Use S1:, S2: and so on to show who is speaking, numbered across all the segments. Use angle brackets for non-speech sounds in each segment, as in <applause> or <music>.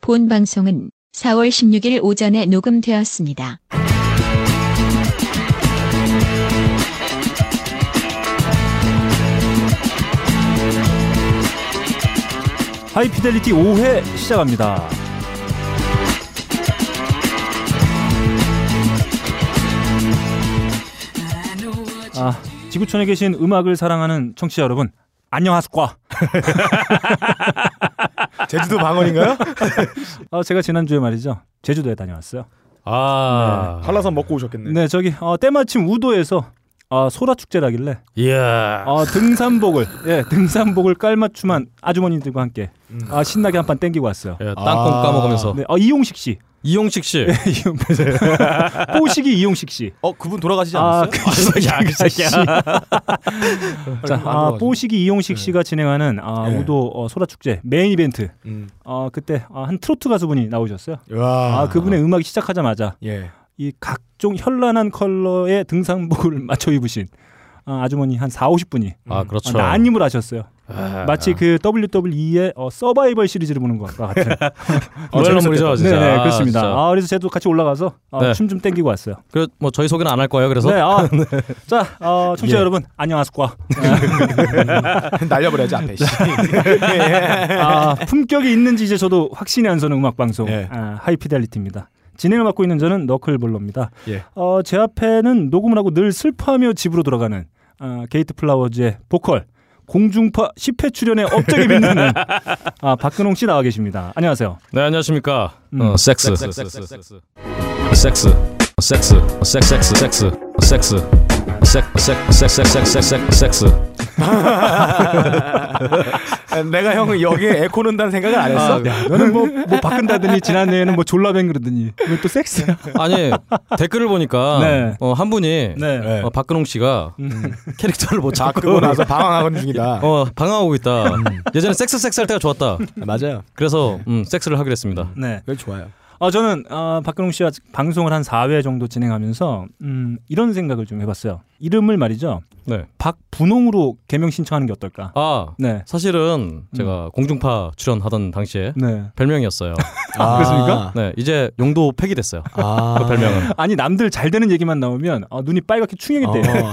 S1: 본 방송은 4월 16일 오전에 녹음되었습니다.
S2: 하이피델리티 5회 시작합니다. 아, 지구촌에 계신 음악을 사랑하는 청취자 여러분, 안녕하십니까?
S3: 제주도 방언인가요?
S2: 어, 제가 지난주에 말이죠. 제주도에 다녀왔어요.
S4: 아,
S3: 한라산 먹고 오셨겠네.
S2: 네, 저기 어, 때마침 우도에서 어, 소라 축제라길래
S4: 이야,
S2: 어, 등산복을 예, 등산복을 깔맞춤한 아주머니들과 함께 아, 신나게 한 판 땡기고 왔어요.
S4: 예, 땅콩
S3: 아.
S4: 까먹으면서
S2: 네, 어, 이용식 씨,
S4: 이용식 씨,
S2: 이용- <laughs> 뽀식이 이용식 씨,
S3: 어 그분
S2: <laughs>
S3: 돌아가시지
S2: 아,
S3: 않았어요?
S2: 그 새끼야, 그 새끼야. 자, 아, 뽀식이 이용식 씨가 진행하는 아,
S3: 네.
S2: 우도 어, 소라 축제 메인 이벤트.
S3: 음.
S2: 어, 그때 아, 한 트로트 가수분이 나오셨어요.
S3: 와.
S2: 아, 그분의 음악이 시작하자마자
S3: 예.
S2: 이 각종 현란한 컬러의 등산복을 <laughs> 맞춰 입으신 아, 아주머니 한 4, 50분이
S4: 아 그렇죠.
S2: 난임을 하셨어요.
S4: 아,
S2: 마치 그 WWE의 어, 서바이벌 시리즈를 보는 것과 <laughs> 같은.
S4: 어, 재밌었겠다.
S2: 네,
S4: 진짜.
S2: 네,
S4: 아,
S2: 그렇습니다.
S4: 진짜.
S2: 아, 그래서 저도 같이 올라가서 어,
S4: 네.
S2: 춤 좀 땡기고 왔어요.
S4: 그, 뭐 저희 소개는 안 할 거예요. 그래서
S2: <laughs> 네, 아, 자, 어, 청취자
S4: 예.
S2: 여러분, 안녕하십니까.
S3: 날려버려야지 앞에. 씨. 예.
S2: 아, 품격이 있는지 이제 저도 확신이 안 서는 음악 방송
S3: 예.
S2: 아, 하이피델리티입니다. 진행을 맡고 있는 저는 너클볼러입니다.
S3: 예.
S2: 어, 제 앞에는 녹음을 하고 늘 슬퍼하며 집으로 돌아가는 아, 게이트 플라워즈의 보컬 공중파 10회 출연에 업적이 빛나는 아, 박근홍 씨 나와 계십니다. 안녕하세요.
S4: 네, 안녕하십니까.
S2: 음.
S4: 어, 섹스, 섹스, 섹스, 섹스, 섹스, 섹스, 섹스, 섹스, 섹스, 섹스, 섹- 섹- 섹- 섹- 섹- 섹- 섹- 섹스.
S3: 예. 내가 형은 여기에 에코 넣는다는 생각을 안 했어.
S2: 야, 너는 뭐, 뭐 바꾼다더니 지난해에는 뭐 졸라뱅 그러더니 이건 또 섹스야.
S4: 아니 댓글을 보니까
S2: 네.
S4: 어, 한 분이
S2: 네.
S4: 어, 박근홍 씨가 캐릭터를 뭐 못
S3: 다
S4: 잡고
S3: 끄고 예. 나서 방황하는 중이다.
S4: 어, 방황하고 있다.
S2: 음.
S4: 예전에 섹스 섹스 할 때가 좋았다.
S3: 맞아요.
S4: 그래서 음, 섹스를 하기로 했습니다.
S2: 네.
S3: 그게 좋아요.
S2: 어, 저는 어, 박근홍 씨와 방송을 한 4회 정도 진행하면서 음, 이런 생각을 좀 해봤어요. 이름을 말이죠.
S4: 네.
S2: 박분홍으로 개명 신청하는 게 어떨까?
S4: 아
S2: 네. 음.
S4: 사실은 제가 공중파 출연하던 당시에
S2: 네.
S4: 별명이었어요.
S3: 아,
S2: 그렇습니까?
S4: 네, 이제 용도 폐기됐어요.
S3: 아.
S4: 그 별명은.
S2: <laughs> 아니 남들 잘 되는 얘기만 나오면 어, 눈이 빨갛게 충혈이
S3: 어.
S2: 돼요.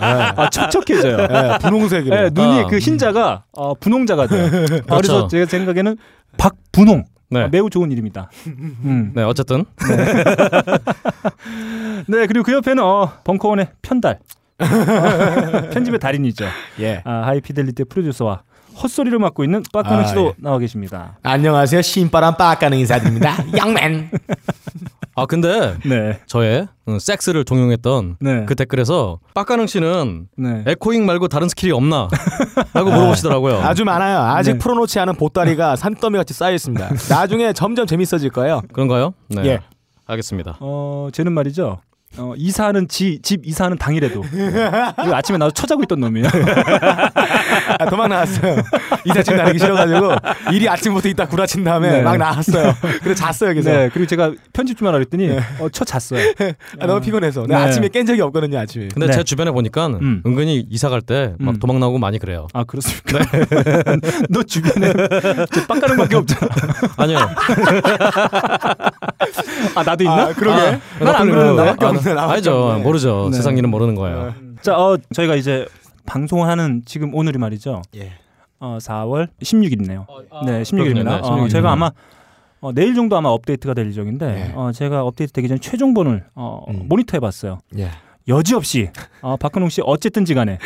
S2: 아,
S4: <laughs>
S2: 척척해져요.
S3: 예, 분홍색으로.
S2: 네, 눈이
S4: 어. 아,
S2: 그 흰자가 어, 분홍자가 돼요. 아, 그래서
S4: <laughs> 그렇죠.
S2: 제 생각에는 박분홍.
S4: 네.
S2: 아, 매우 좋은 이름이다. 음.
S4: 네, 어쨌든
S2: 네, 그리고 그 옆에는 어, 벙커원의 편달. <laughs> 어, 편집의 달인이죠.
S3: 예.
S2: 아, 하이피델리티 프로듀서와 헛소리를 맡고 있는 빠까는
S3: 아,
S2: 씨도
S3: 예.
S2: 나와 계십니다.
S3: 안녕하세요. 신바람 빠까는 인사드립니다. 양맨.
S4: 아 근데
S2: 네,
S4: 저의 음, 섹스를 종용했던
S2: 네,
S4: 그 댓글에서 빡가능 씨는
S2: 네.
S4: 에코잉 말고 다른 스킬이 없나라고 물어보시더라고요.
S3: 아주 많아요. 아직
S2: 네.
S3: 풀어놓지 않은 보따리가 산더미 같이 쌓여 있습니다. 나중에 점점 재밌어질 거예요.
S4: 그런가요? 네.
S3: 예.
S4: 알겠습니다.
S2: 어, 쟤는 말이죠. 어, 이사하는 지, 집 이사하는 당일에도 네. 그리고 아침에 나서 쳐자고 있던 놈이에요.
S3: 아, 도망 나왔어요. <laughs> 이삿짐 나르기 싫어가지고 일이 아침부터 있다 구라친 다음에
S2: 네.
S3: 막 나왔어요. 그래 잤어요 여기서.
S2: 네, 그리고 제가 편집 좀 하라 그랬더니 어, 쳐 잤어요.
S3: 아, 너무 피곤해서.
S2: 네.
S3: 내가 아침에 깬 적이 없거든요 아침에.
S4: 근데
S2: 네.
S4: 제 주변에 보니까
S2: 음.
S4: 은근히 이사 갈 때 막
S2: 음.
S4: 도망 나오고 많이 그래요.
S2: 아 그렇습니까? 네. <laughs> 너 주변에 저 빡가는밖에 없잖아.
S4: 아니요.
S2: 아 나도 있나?
S3: 아, 그러게.
S2: 난안 그러는데.
S3: 나밖에
S4: 아,
S3: 없네, 나밖에
S4: 아니죠.
S3: 없네.
S4: 모르죠.
S2: 네.
S4: 세상 일은 모르는 거예요.
S2: 자, 어, 저희가 이제 방송을 하는 지금 오늘이 말이죠.
S3: 예.
S2: 어, 4월 16일이네요. 네, 16일입니다.
S4: 그렇군요. 네, 16일.
S2: 제가 아마 어, 내일 정도 아마 업데이트가 될 예정인데
S3: 네.
S2: 어, 제가 업데이트 되기 전에 최종본을 어,
S3: 음.
S2: 모니터해봤어요.
S3: 예.
S2: 여지없이 어, 박근홍 씨 어쨌든지 간에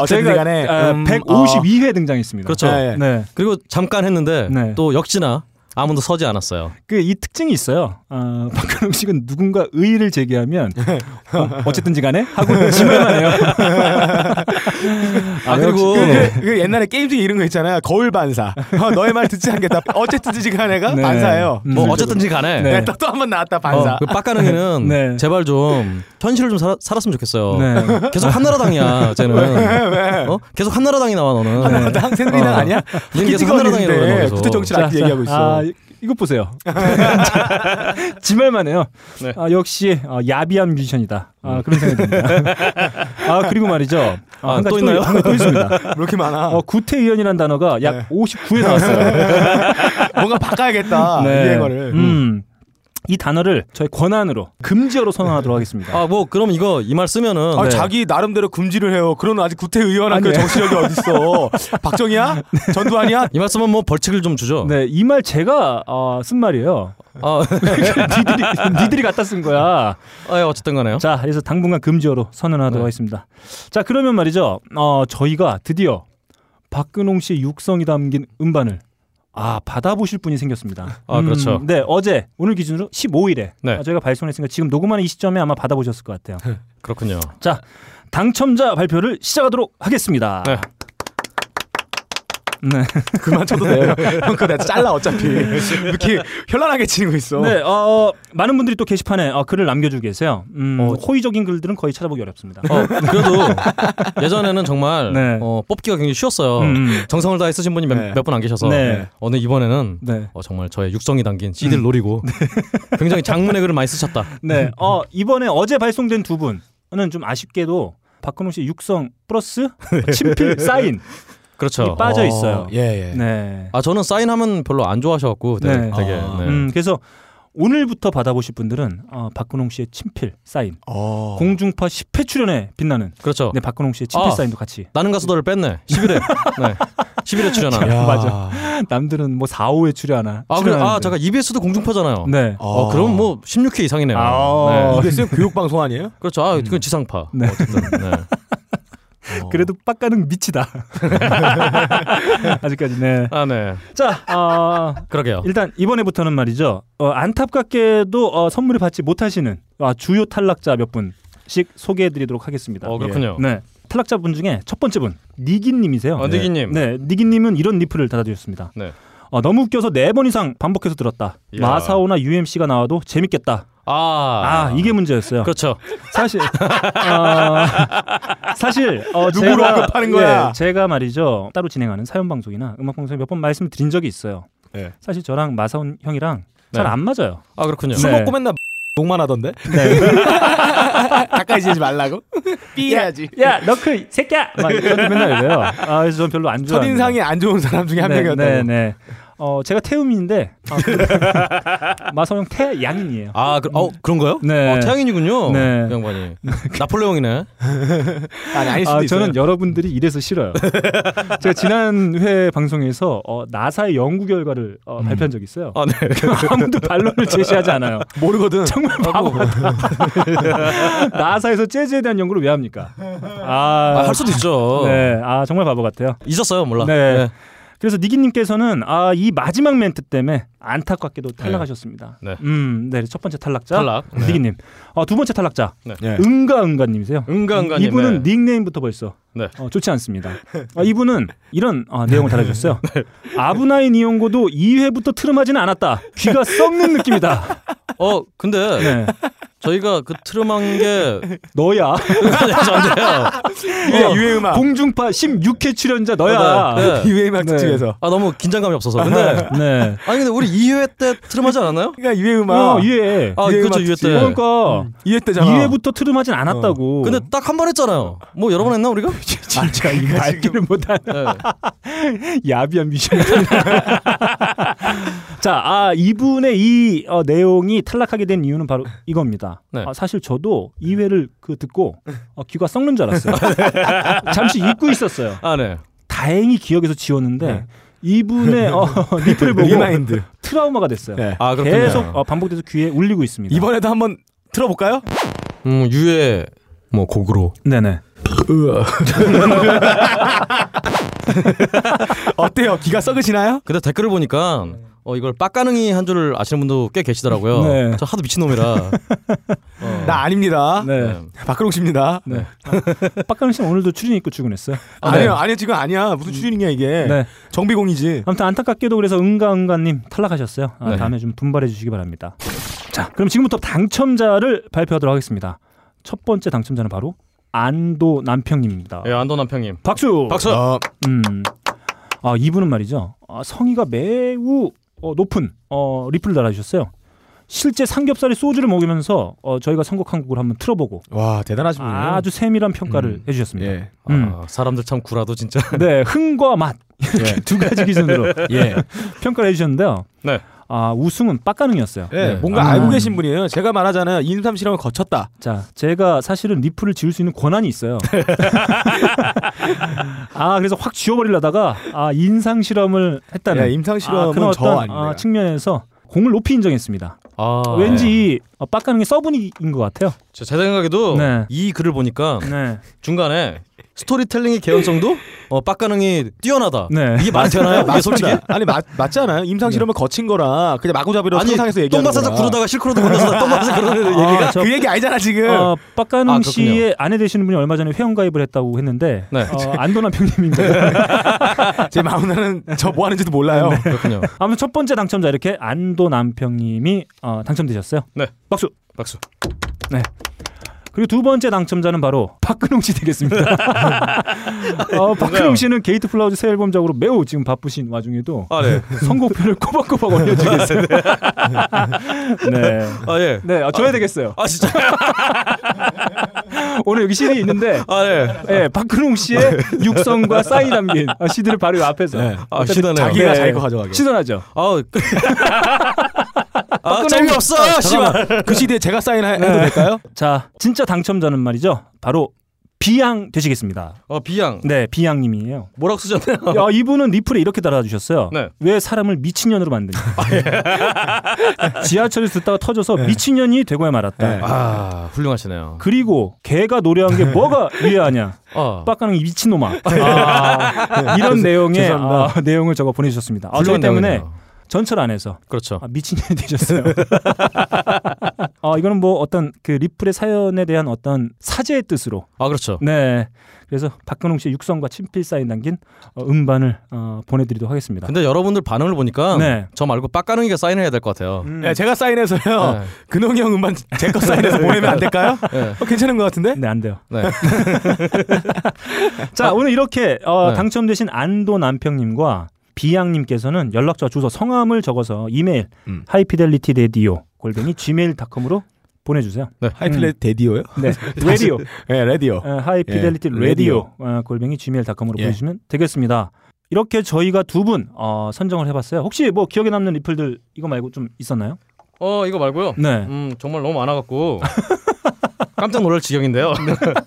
S3: 어쨌든 간에
S2: 어,
S3: 아, 음,
S2: 152회 등장했습니다.
S4: 그렇죠.
S3: 예, 예.
S2: 네,
S4: 그리고 잠깐 했는데
S2: 네.
S4: 또 역시나 아무도 서지 않았어요.
S2: 그 이 특징이 있어요. <laughs> 어, 박근홍 씨는 누군가 의의를 제기하면 어, 어쨌든지 간에 <laughs> 하고 지말만 해요.
S4: 아, 그리고
S3: 그, 그, 그 옛날에 게임 중에 이런 거 있잖아요. 거울 반사. 어, 너의 말 듣지 않겠다. 어쨌든 지간 애가
S2: 네.
S3: 반사예요. <laughs>
S2: 음.
S4: 뭐 어쨌든지 간에
S2: 네.
S3: 또한 번 나왔다
S4: 어,
S3: 반사.
S4: 그
S3: <laughs>
S4: 빡가능이는
S2: 네.
S4: 제발 좀 현실을 좀 살아, 살았으면 좋겠어요.
S2: 네.
S4: 계속
S3: <laughs>
S4: 한나라당이야, 쟤는. 어? 계속 한나라당이 나와 너는.
S3: 한나라당 새누리당
S4: 어.
S3: 아니야?
S4: 얘는 계속 한나라당이라고 그러는 거죠.
S3: 구태 정치를 아직
S2: 자,
S3: 얘기하고
S2: 자,
S3: 있어.
S2: 아, 이- 이것 보세요. <laughs> 지말만 해요.
S4: 네. 음.
S2: 아, 역시 아, 야비한 뮤지션이다. 아, 그런 생각이
S4: <laughs>
S2: 듭니다. 아 그리고 말이죠.
S4: 아,
S2: 한 가지
S4: 또 있나요? <laughs>
S2: 한 가지 또 있습니다.
S3: 왜 이렇게 뭐 많아?
S2: 어, 구태의원이라는 단어가 약
S3: 네. <laughs>
S2: 59에 나왔어요.
S3: 뭔가 바꿔야겠다
S2: 네.
S3: 유행어를.
S2: 음. 이 단어를 저의 권한으로 금지어로 선언하도록 하겠습니다.
S4: 아 뭐 그럼 이거 이 말 쓰면은
S3: 아,
S4: 네.
S3: 자기 나름대로 금지를 해요. 그런 아직 구태의원한 그
S2: 아니에요. 네.
S3: 정신력이
S2: <laughs>
S3: 어딨어. 박정희야? 전두환이야?
S4: <laughs> 이 말씀은 뭐 벌칙을 좀 주죠.
S2: 네, 이 말 제가 어, 쓴 말이에요.
S4: 아,
S2: <laughs>
S4: <laughs>
S2: 니들이 니들이 갖다 쓴 거야.
S4: 아, 예, 어쨌든 간에요.
S2: 자, 그래서 당분간 금지어로 선언하도록
S4: 네.
S2: 하겠습니다. 자, 그러면 말이죠. 어, 저희가 드디어 박근홍 씨의 육성이 담긴 음반을 아 받아보실 분이 생겼습니다.
S4: 아, 그렇죠.
S2: 네, 어제 오늘 기준으로 15일에 아,
S4: 네.
S2: 저희가 발송했으니까 지금 녹음하는 이 시점에 아마 받아보셨을 것 같아요.
S4: 그렇군요.
S2: 자, 당첨자 발표를 시작하도록
S3: 아.
S2: 하겠습니다.
S4: 네.
S2: 네.
S3: 그만 쳐도 돼요. <laughs> 형 그거 내가 잘라 어차피. 왜 이렇게 현란하게 치는 거 있어.
S2: 네, 어, 많은 분들이 또 게시판에 어, 글을 남겨주고 계세요. 음, 호의적인 글들은 거의 찾아보기 어렵습니다.
S4: 어, 그래도 예전에는 정말
S2: 네.
S4: 어, 뽑기가 굉장히 쉬웠어요.
S2: 음, 음.
S4: 정성을 다해 쓰신 분이
S3: 네.
S4: 몇 분 안 계셔서
S2: 네. 음.
S4: 어느 이번에는
S2: 네.
S4: 어, 정말 저의 육성이 담긴 CD를 노리고 <laughs> 굉장히 장문의 글을 많이 쓰셨다.
S2: 네. 어, 이번에 어제 발송된 두 분은 좀 아쉽게도 박근홍 씨 육성 <laughs> 플러스 뭐 친필 사인
S4: 그렇죠.
S2: 이 빠져 있어요.
S3: 예, 예.
S2: 네.
S4: 아 저는 사인하면 별로 안 좋아하셔갖고 되게,
S2: 네.
S4: 되게,
S3: 아.
S4: 네.
S2: 음, 그래서 오늘부터 받아보실 분들은 어, 박근홍 씨의 친필 사인
S3: 어.
S2: 공중파 10회 출연에 빛나는
S4: 그렇죠.
S2: 네, 박근홍 씨의 친필
S4: 아.
S2: 사인도 같이
S4: 나는 가수 너를 뺐네. 11회 네. 11회 출연한.
S3: 야.
S2: <laughs> 맞아. 남들은 뭐 4, 5회 출연하나
S4: 아 그래 아
S2: 출연하는데.
S4: 잠깐 EBS도 공중파잖아요.
S2: 네.
S4: 어, 그럼 뭐 16회 이상이네요.
S2: 아.
S4: 네.
S3: 이게 지금 어, 교육방송 아니에요?
S4: 그렇죠. 아, 그건 지상파.
S2: 네.
S4: 어쨌든. 네.
S2: 그래도 빡가는 <laughs> 미치다. 아직까지 네.
S4: 아, 네.
S2: 자, 어,
S4: 그러게요.
S2: 일단 이번에부터는 말이죠. 어, 안타깝게도 어, 선물을 받지 못하시는 아, 주요 탈락자 몇 분씩 소개해드리도록 하겠습니다.
S4: 어, 그렇군요.
S2: 네. 탈락자 분 중에 첫 번째 분 니기님이세요.
S4: 어, 니기님.
S2: 네, 니기님은 이런 리플을 달아주셨습니다.
S4: 네.
S2: 어, 너무 웃겨서 네 번 이상 반복해서 들었다.
S4: 이야.
S2: 마사오나 UMC가 나와도 재밌겠다. 아,
S4: 아.
S2: 이게 문제였어요.
S4: 그렇죠.
S2: <laughs> 사실 어, 사실 어,
S3: 누구로
S2: 제가-
S3: 언급하는 거야?
S2: 예, 제가 말이죠 따로 진행하는 사연 방송이나 음악 방송에 몇 번 말씀을 드린 적이 있어요.
S3: 예.
S2: 사실 저랑 마사온 형이랑
S4: 네.
S2: 잘 안 맞아요.
S4: 아, 그렇군요.
S3: 술
S2: 네.
S3: 먹고 맨날 욕만 하던데? <laughs>
S2: 네.
S3: 가까이 지지 말라고? 삐해야지.
S2: 야, 너 그 새끼야. 막 저한테 맨날 이래요. 아, 그래서 전 별로 안 좋아.
S3: 첫인상이 안 좋은 사람 중에 한 명이었다.
S2: 네, 네. 어, 제가 태음인데
S3: <laughs>
S2: 아, 마사온 형 태양인이에요.
S4: 아, 그, 어, 그런가요?
S2: 네.
S4: 어, 태양인이군요.
S2: 네.
S4: 그 양반이. 나폴레옹이네.
S3: 아니, 아닐 수도
S2: 아,
S3: 있어요.
S2: 저는 여러분들이 이래서 싫어요. 제가 지난 회 방송에서 어, 나사의 연구 결과를
S3: 음.
S2: 어, 발표한 적이 있어요.
S4: 아, 네.
S2: <laughs> 아무도 반론을 제시하지 않아요.
S3: 모르거든.
S2: 정말 바보 같아. <laughs> 나사에서 재즈에 대한 연구를 왜 합니까? 아,
S4: 아, 할 수도 있죠.
S2: 네, 아 정말 바보 같아요.
S4: 잊었어요, 몰라.
S2: 네. 그래서 니기님께서는 아, 이 마지막 멘트 때문에 안타깝게도 탈락하셨습니다.
S4: 네.
S2: 음, 네, 첫 번째 탈락자
S4: 탈락. 네.
S2: 니기님. 어, 두 번째 탈락자
S3: 예.
S2: 은가 은가님이세요.
S4: 은가은가님.
S2: 이분은 닉네임부터 벌써
S4: 네.
S2: 어, 좋지 않습니다. 어, 이분은 이런 어, 내용을 달아주셨어요. 아브나인 이용고도 2회부터 트름하지는 않았다. 귀가 썩는 느낌이다.
S4: 어, 근데
S2: 네.
S4: 저희가 그 트름한 게
S2: 너야.
S4: 안돼요.
S3: 유해, 유해 음악.
S2: 어, <laughs>
S3: <laughs>
S2: 공중파 16회 출연자 너야.
S3: 어,
S4: 네.
S3: 유해 음악
S2: 네.
S3: 특집에서.
S4: 아, 너무 긴장감이 없어서. 근데
S3: <laughs>
S2: 네.
S4: 아니 근데 우리 2회 때 트름하지 않았나요?
S3: 그러니까 유해 음악.
S2: 어, 이해.
S4: 아,
S3: 이회
S4: 그렇죠. 2회
S3: 맞지. 음.
S4: 때.
S2: 그러니까
S3: 이해 때잖아. 어.
S2: 2회부터 트름하진 않았다고. <laughs>
S4: 근데 딱 한 번 했잖아요. 뭐 여러 번 했나 우리가?
S3: 진짜 이거
S2: 말귀를 못하는 <laughs>
S4: 네.
S2: 야비한 미션. <laughs> 자, 아 이분의 이 어, 내용이 탈락하게 된 이유는 바로 이겁니다.
S4: 네.
S2: 아, 사실 저도 2회를 그 듣고 어, 귀가 썩는 줄
S3: <laughs>
S2: 알았어요. 잠시 잊고 있었어요.
S4: 아, 네.
S2: 다행히 기억에서 지웠는데 이분의
S3: <laughs>
S2: 어, 리플을 보고
S3: 네.
S2: <laughs>
S3: 그 리마인드.
S2: 트라우마가 됐어요.
S3: 네.
S4: 아, 그렇군요.
S2: 계속 어, 반복돼서 귀에 울리고 있습니다.
S3: 이번에도 한번 틀어볼까요?
S4: 음, 유해 뭐 곡으로.
S2: 네네.
S3: 어때요? 귀가 썩으시나요?
S4: 근데 댓글을 보니까 어 이걸 빡가능이 한 줄을 아시는 분도 꽤 계시더라고요.
S2: 네.
S4: 저 하도 미친 놈이라. 어.
S3: 나 아닙니다.
S2: 네.
S3: 박근홍 씨입니다.
S2: 네. 박가능 씨는 오늘도 출연 입고 출근했어요.
S4: 아, 음.
S3: 아니요, 아니요, 지금 아니야. 무슨 추진이냐 이게.
S2: 네.
S3: 정비공이지.
S2: 아무튼 안타깝게도 그래서 은가 은가님 탈락하셨어요. 아,
S4: 네.
S2: 다음에 좀 분발해 주시기 바랍니다. 자, 그럼 지금부터 당첨자를 발표하도록 하겠습니다. 첫 번째 당첨자는 바로 안도 남평님입니다.
S4: 예, 안도 남평님.
S2: 박수.
S4: 박수.
S3: 어,
S2: 음, 아 이분은 말이죠. 아, 성의가 매우 어, 높은 어, 리플 달아주셨어요. 실제 삼겹살에 소주를 먹이면서 어, 저희가 선곡한 곡을 한번 틀어보고
S3: 와 대단하신 분이에요.
S2: 아주 세밀한 평가를 해주셨습니다.
S3: 예.
S2: 음.
S4: 아, 사람들 참 구라도 진짜. <laughs>
S2: 네, 흥과 맛 이렇게 두 가지 기준으로
S4: 예.
S2: 평가를 해주셨는데요.
S4: 네.
S2: 아 우승은 빡가능이었어요.
S3: 예,
S4: 네.
S3: 뭔가
S2: 아.
S3: 알고 계신 분이에요. 제가 말하잖아요. 인삼 실험을 거쳤다.
S2: 자, 제가 사실은 리플을 지울 수 있는 권한이 있어요. <laughs> 아, 그래서 확 지워버리려다가 아 인상 실험을
S4: 네.
S2: 했다는
S3: 예, 임상
S2: 아,
S3: 실험은
S2: 그런
S3: 저
S2: 어떤
S3: 아닙니다.
S2: 아, 측면에서 공을 높이 인정했습니다.
S4: 아,
S2: 왠지
S4: 네.
S2: 이 어, 빡가능이 서브닝인 것 같아요.
S4: 제, 제 생각에도
S2: 네.
S4: 이 글을 보니까
S2: 네,
S4: 중간에 스토리텔링의 개연성도 어, 빡가능이 뛰어나다.
S2: 네.
S4: 이게 맞잖아요. 이게 솔직히
S3: 아니 맞, 맞잖아요. 임상 실험을 거친 거랑 그냥 마구잡이로
S4: 아니
S3: 상상해서 얘기하는
S4: 똥바사삭
S3: 거랑.
S4: 구르다가 실크로도 건너서 똥바사삭
S3: <laughs>
S4: 구르는 얘기가
S2: 아, 저-
S3: 그 얘기 아니잖아 지금.
S2: 어, 빡가능
S4: 아, 그렇군요.
S2: 씨의 아내 되시는 분이 얼마 전에 회원 가입을 했다고 했는데
S4: 네.
S2: 어, 안도남 평님인 거예요.
S3: 제 마누라는 저 뭐 하는지도
S4: 네.
S3: 몰라요.
S4: 그렇군요.
S2: 아무튼 첫 번째 당첨자 이렇게 안도남 평님이 어, 당첨되셨어요.
S4: 네.
S2: 박수.
S4: 박수.
S2: 그리고 두 번째 당첨자는 바로 박근홍 씨 되겠습니다. 어, 박근홍 씨는 게이트 플라워즈 새 앨범작으로 매우 지금 바쁘신 와중에도
S4: 아 네.
S2: 선곡표를 꼬박꼬박 올려주겠어요. 네.
S4: 아 예.
S2: 네, 아, 줘야 되겠어요.
S4: 아 진짜.
S2: 오늘 여기 CD 있는데,
S4: 아 네.
S2: 예, 박근홍 씨의 육성과 사인이 담긴 아, CD를 바로 앞에서.
S4: 아 시다네요.
S3: 자기가
S2: 네.
S3: 자기 거 가져가게.
S2: 시선하죠.
S4: 아우. 아 재미없어. 씨발.
S3: 잠깐만. 그 시대에 제가 사인해도 될까요?
S2: 자, 진짜 당첨자는 말이죠. 바로 비양 되시겠습니다.
S4: 어 비양.
S2: 네, 비양님이에요.
S4: 뭐라고 쓰셨나요?
S2: 야, 이분은 리플에 이렇게 달아주셨어요.
S4: 네.
S2: 왜 사람을 미친년으로 만드냐. <laughs> 지하철에서 듣다가 터져서 미친년이 되고야 말았다.
S3: 네.
S4: 아 훌륭하시네요.
S2: 그리고 개가 노래한 게 뭐가 위하냐.
S4: 아
S2: 빡가는 이 미친놈아. 아, 이런 내용의
S3: 죄송합니다.
S2: 아, 내용을 저거 보내주셨습니다. 아, 저기
S4: 훌륭한
S2: 때문에
S4: 내용이네요.
S2: 전철 안에서
S4: 그렇죠.
S2: 아, 미친년이 되셨어요. <laughs> 아, 이거는 뭐 어떤 그 리플의 사연에 대한 어떤 사죄의 뜻으로
S4: 아 그렇죠.
S2: 네. 그래서 박근홍 씨의 육성과 친필 사인 담긴 어, 음반을 어, 보내드리도록 하겠습니다.
S4: 근데 여러분들 반응을 보니까
S2: 네.
S4: 저 말고 빡가능이가 사인해야 될 것 같아요.
S2: 음. 어.
S3: 네, 제가 사인해서요.
S4: 네.
S3: 근홍이 형 음반 제 거 사인해서 보내면 안 될까요?
S4: 네.
S3: 어, 괜찮은 것 같은데?
S2: 네, 안 돼요.
S4: 네.
S2: 자, 오늘 이렇게 어,
S4: 네.
S2: 당첨되신 안도 남평님과 비양님께서는 연락처, 주소, 성함을 적어서 이메일
S3: 음.
S2: 하이피델리티 레디오 골뱅이 gmail.com으로 보내주세요.
S3: 하이필렛 데디오요?
S2: 네, 레디오 어,
S3: 네, 레디오.
S2: 하이피델리티
S3: 예,
S2: 레디오 어, 골뱅이 gmail.com으로
S3: 예.
S2: 보내주시면 되겠습니다. 이렇게 저희가 두 분 어, 선정을 해봤어요. 혹시 뭐 기억에 남는 리플들 이거 말고 좀 있었나요?
S4: 어 이거 말고요.
S2: 네.
S4: 음 정말 너무
S2: <laughs>
S4: 많아갖고 깜짝 놀랄 지경인데요.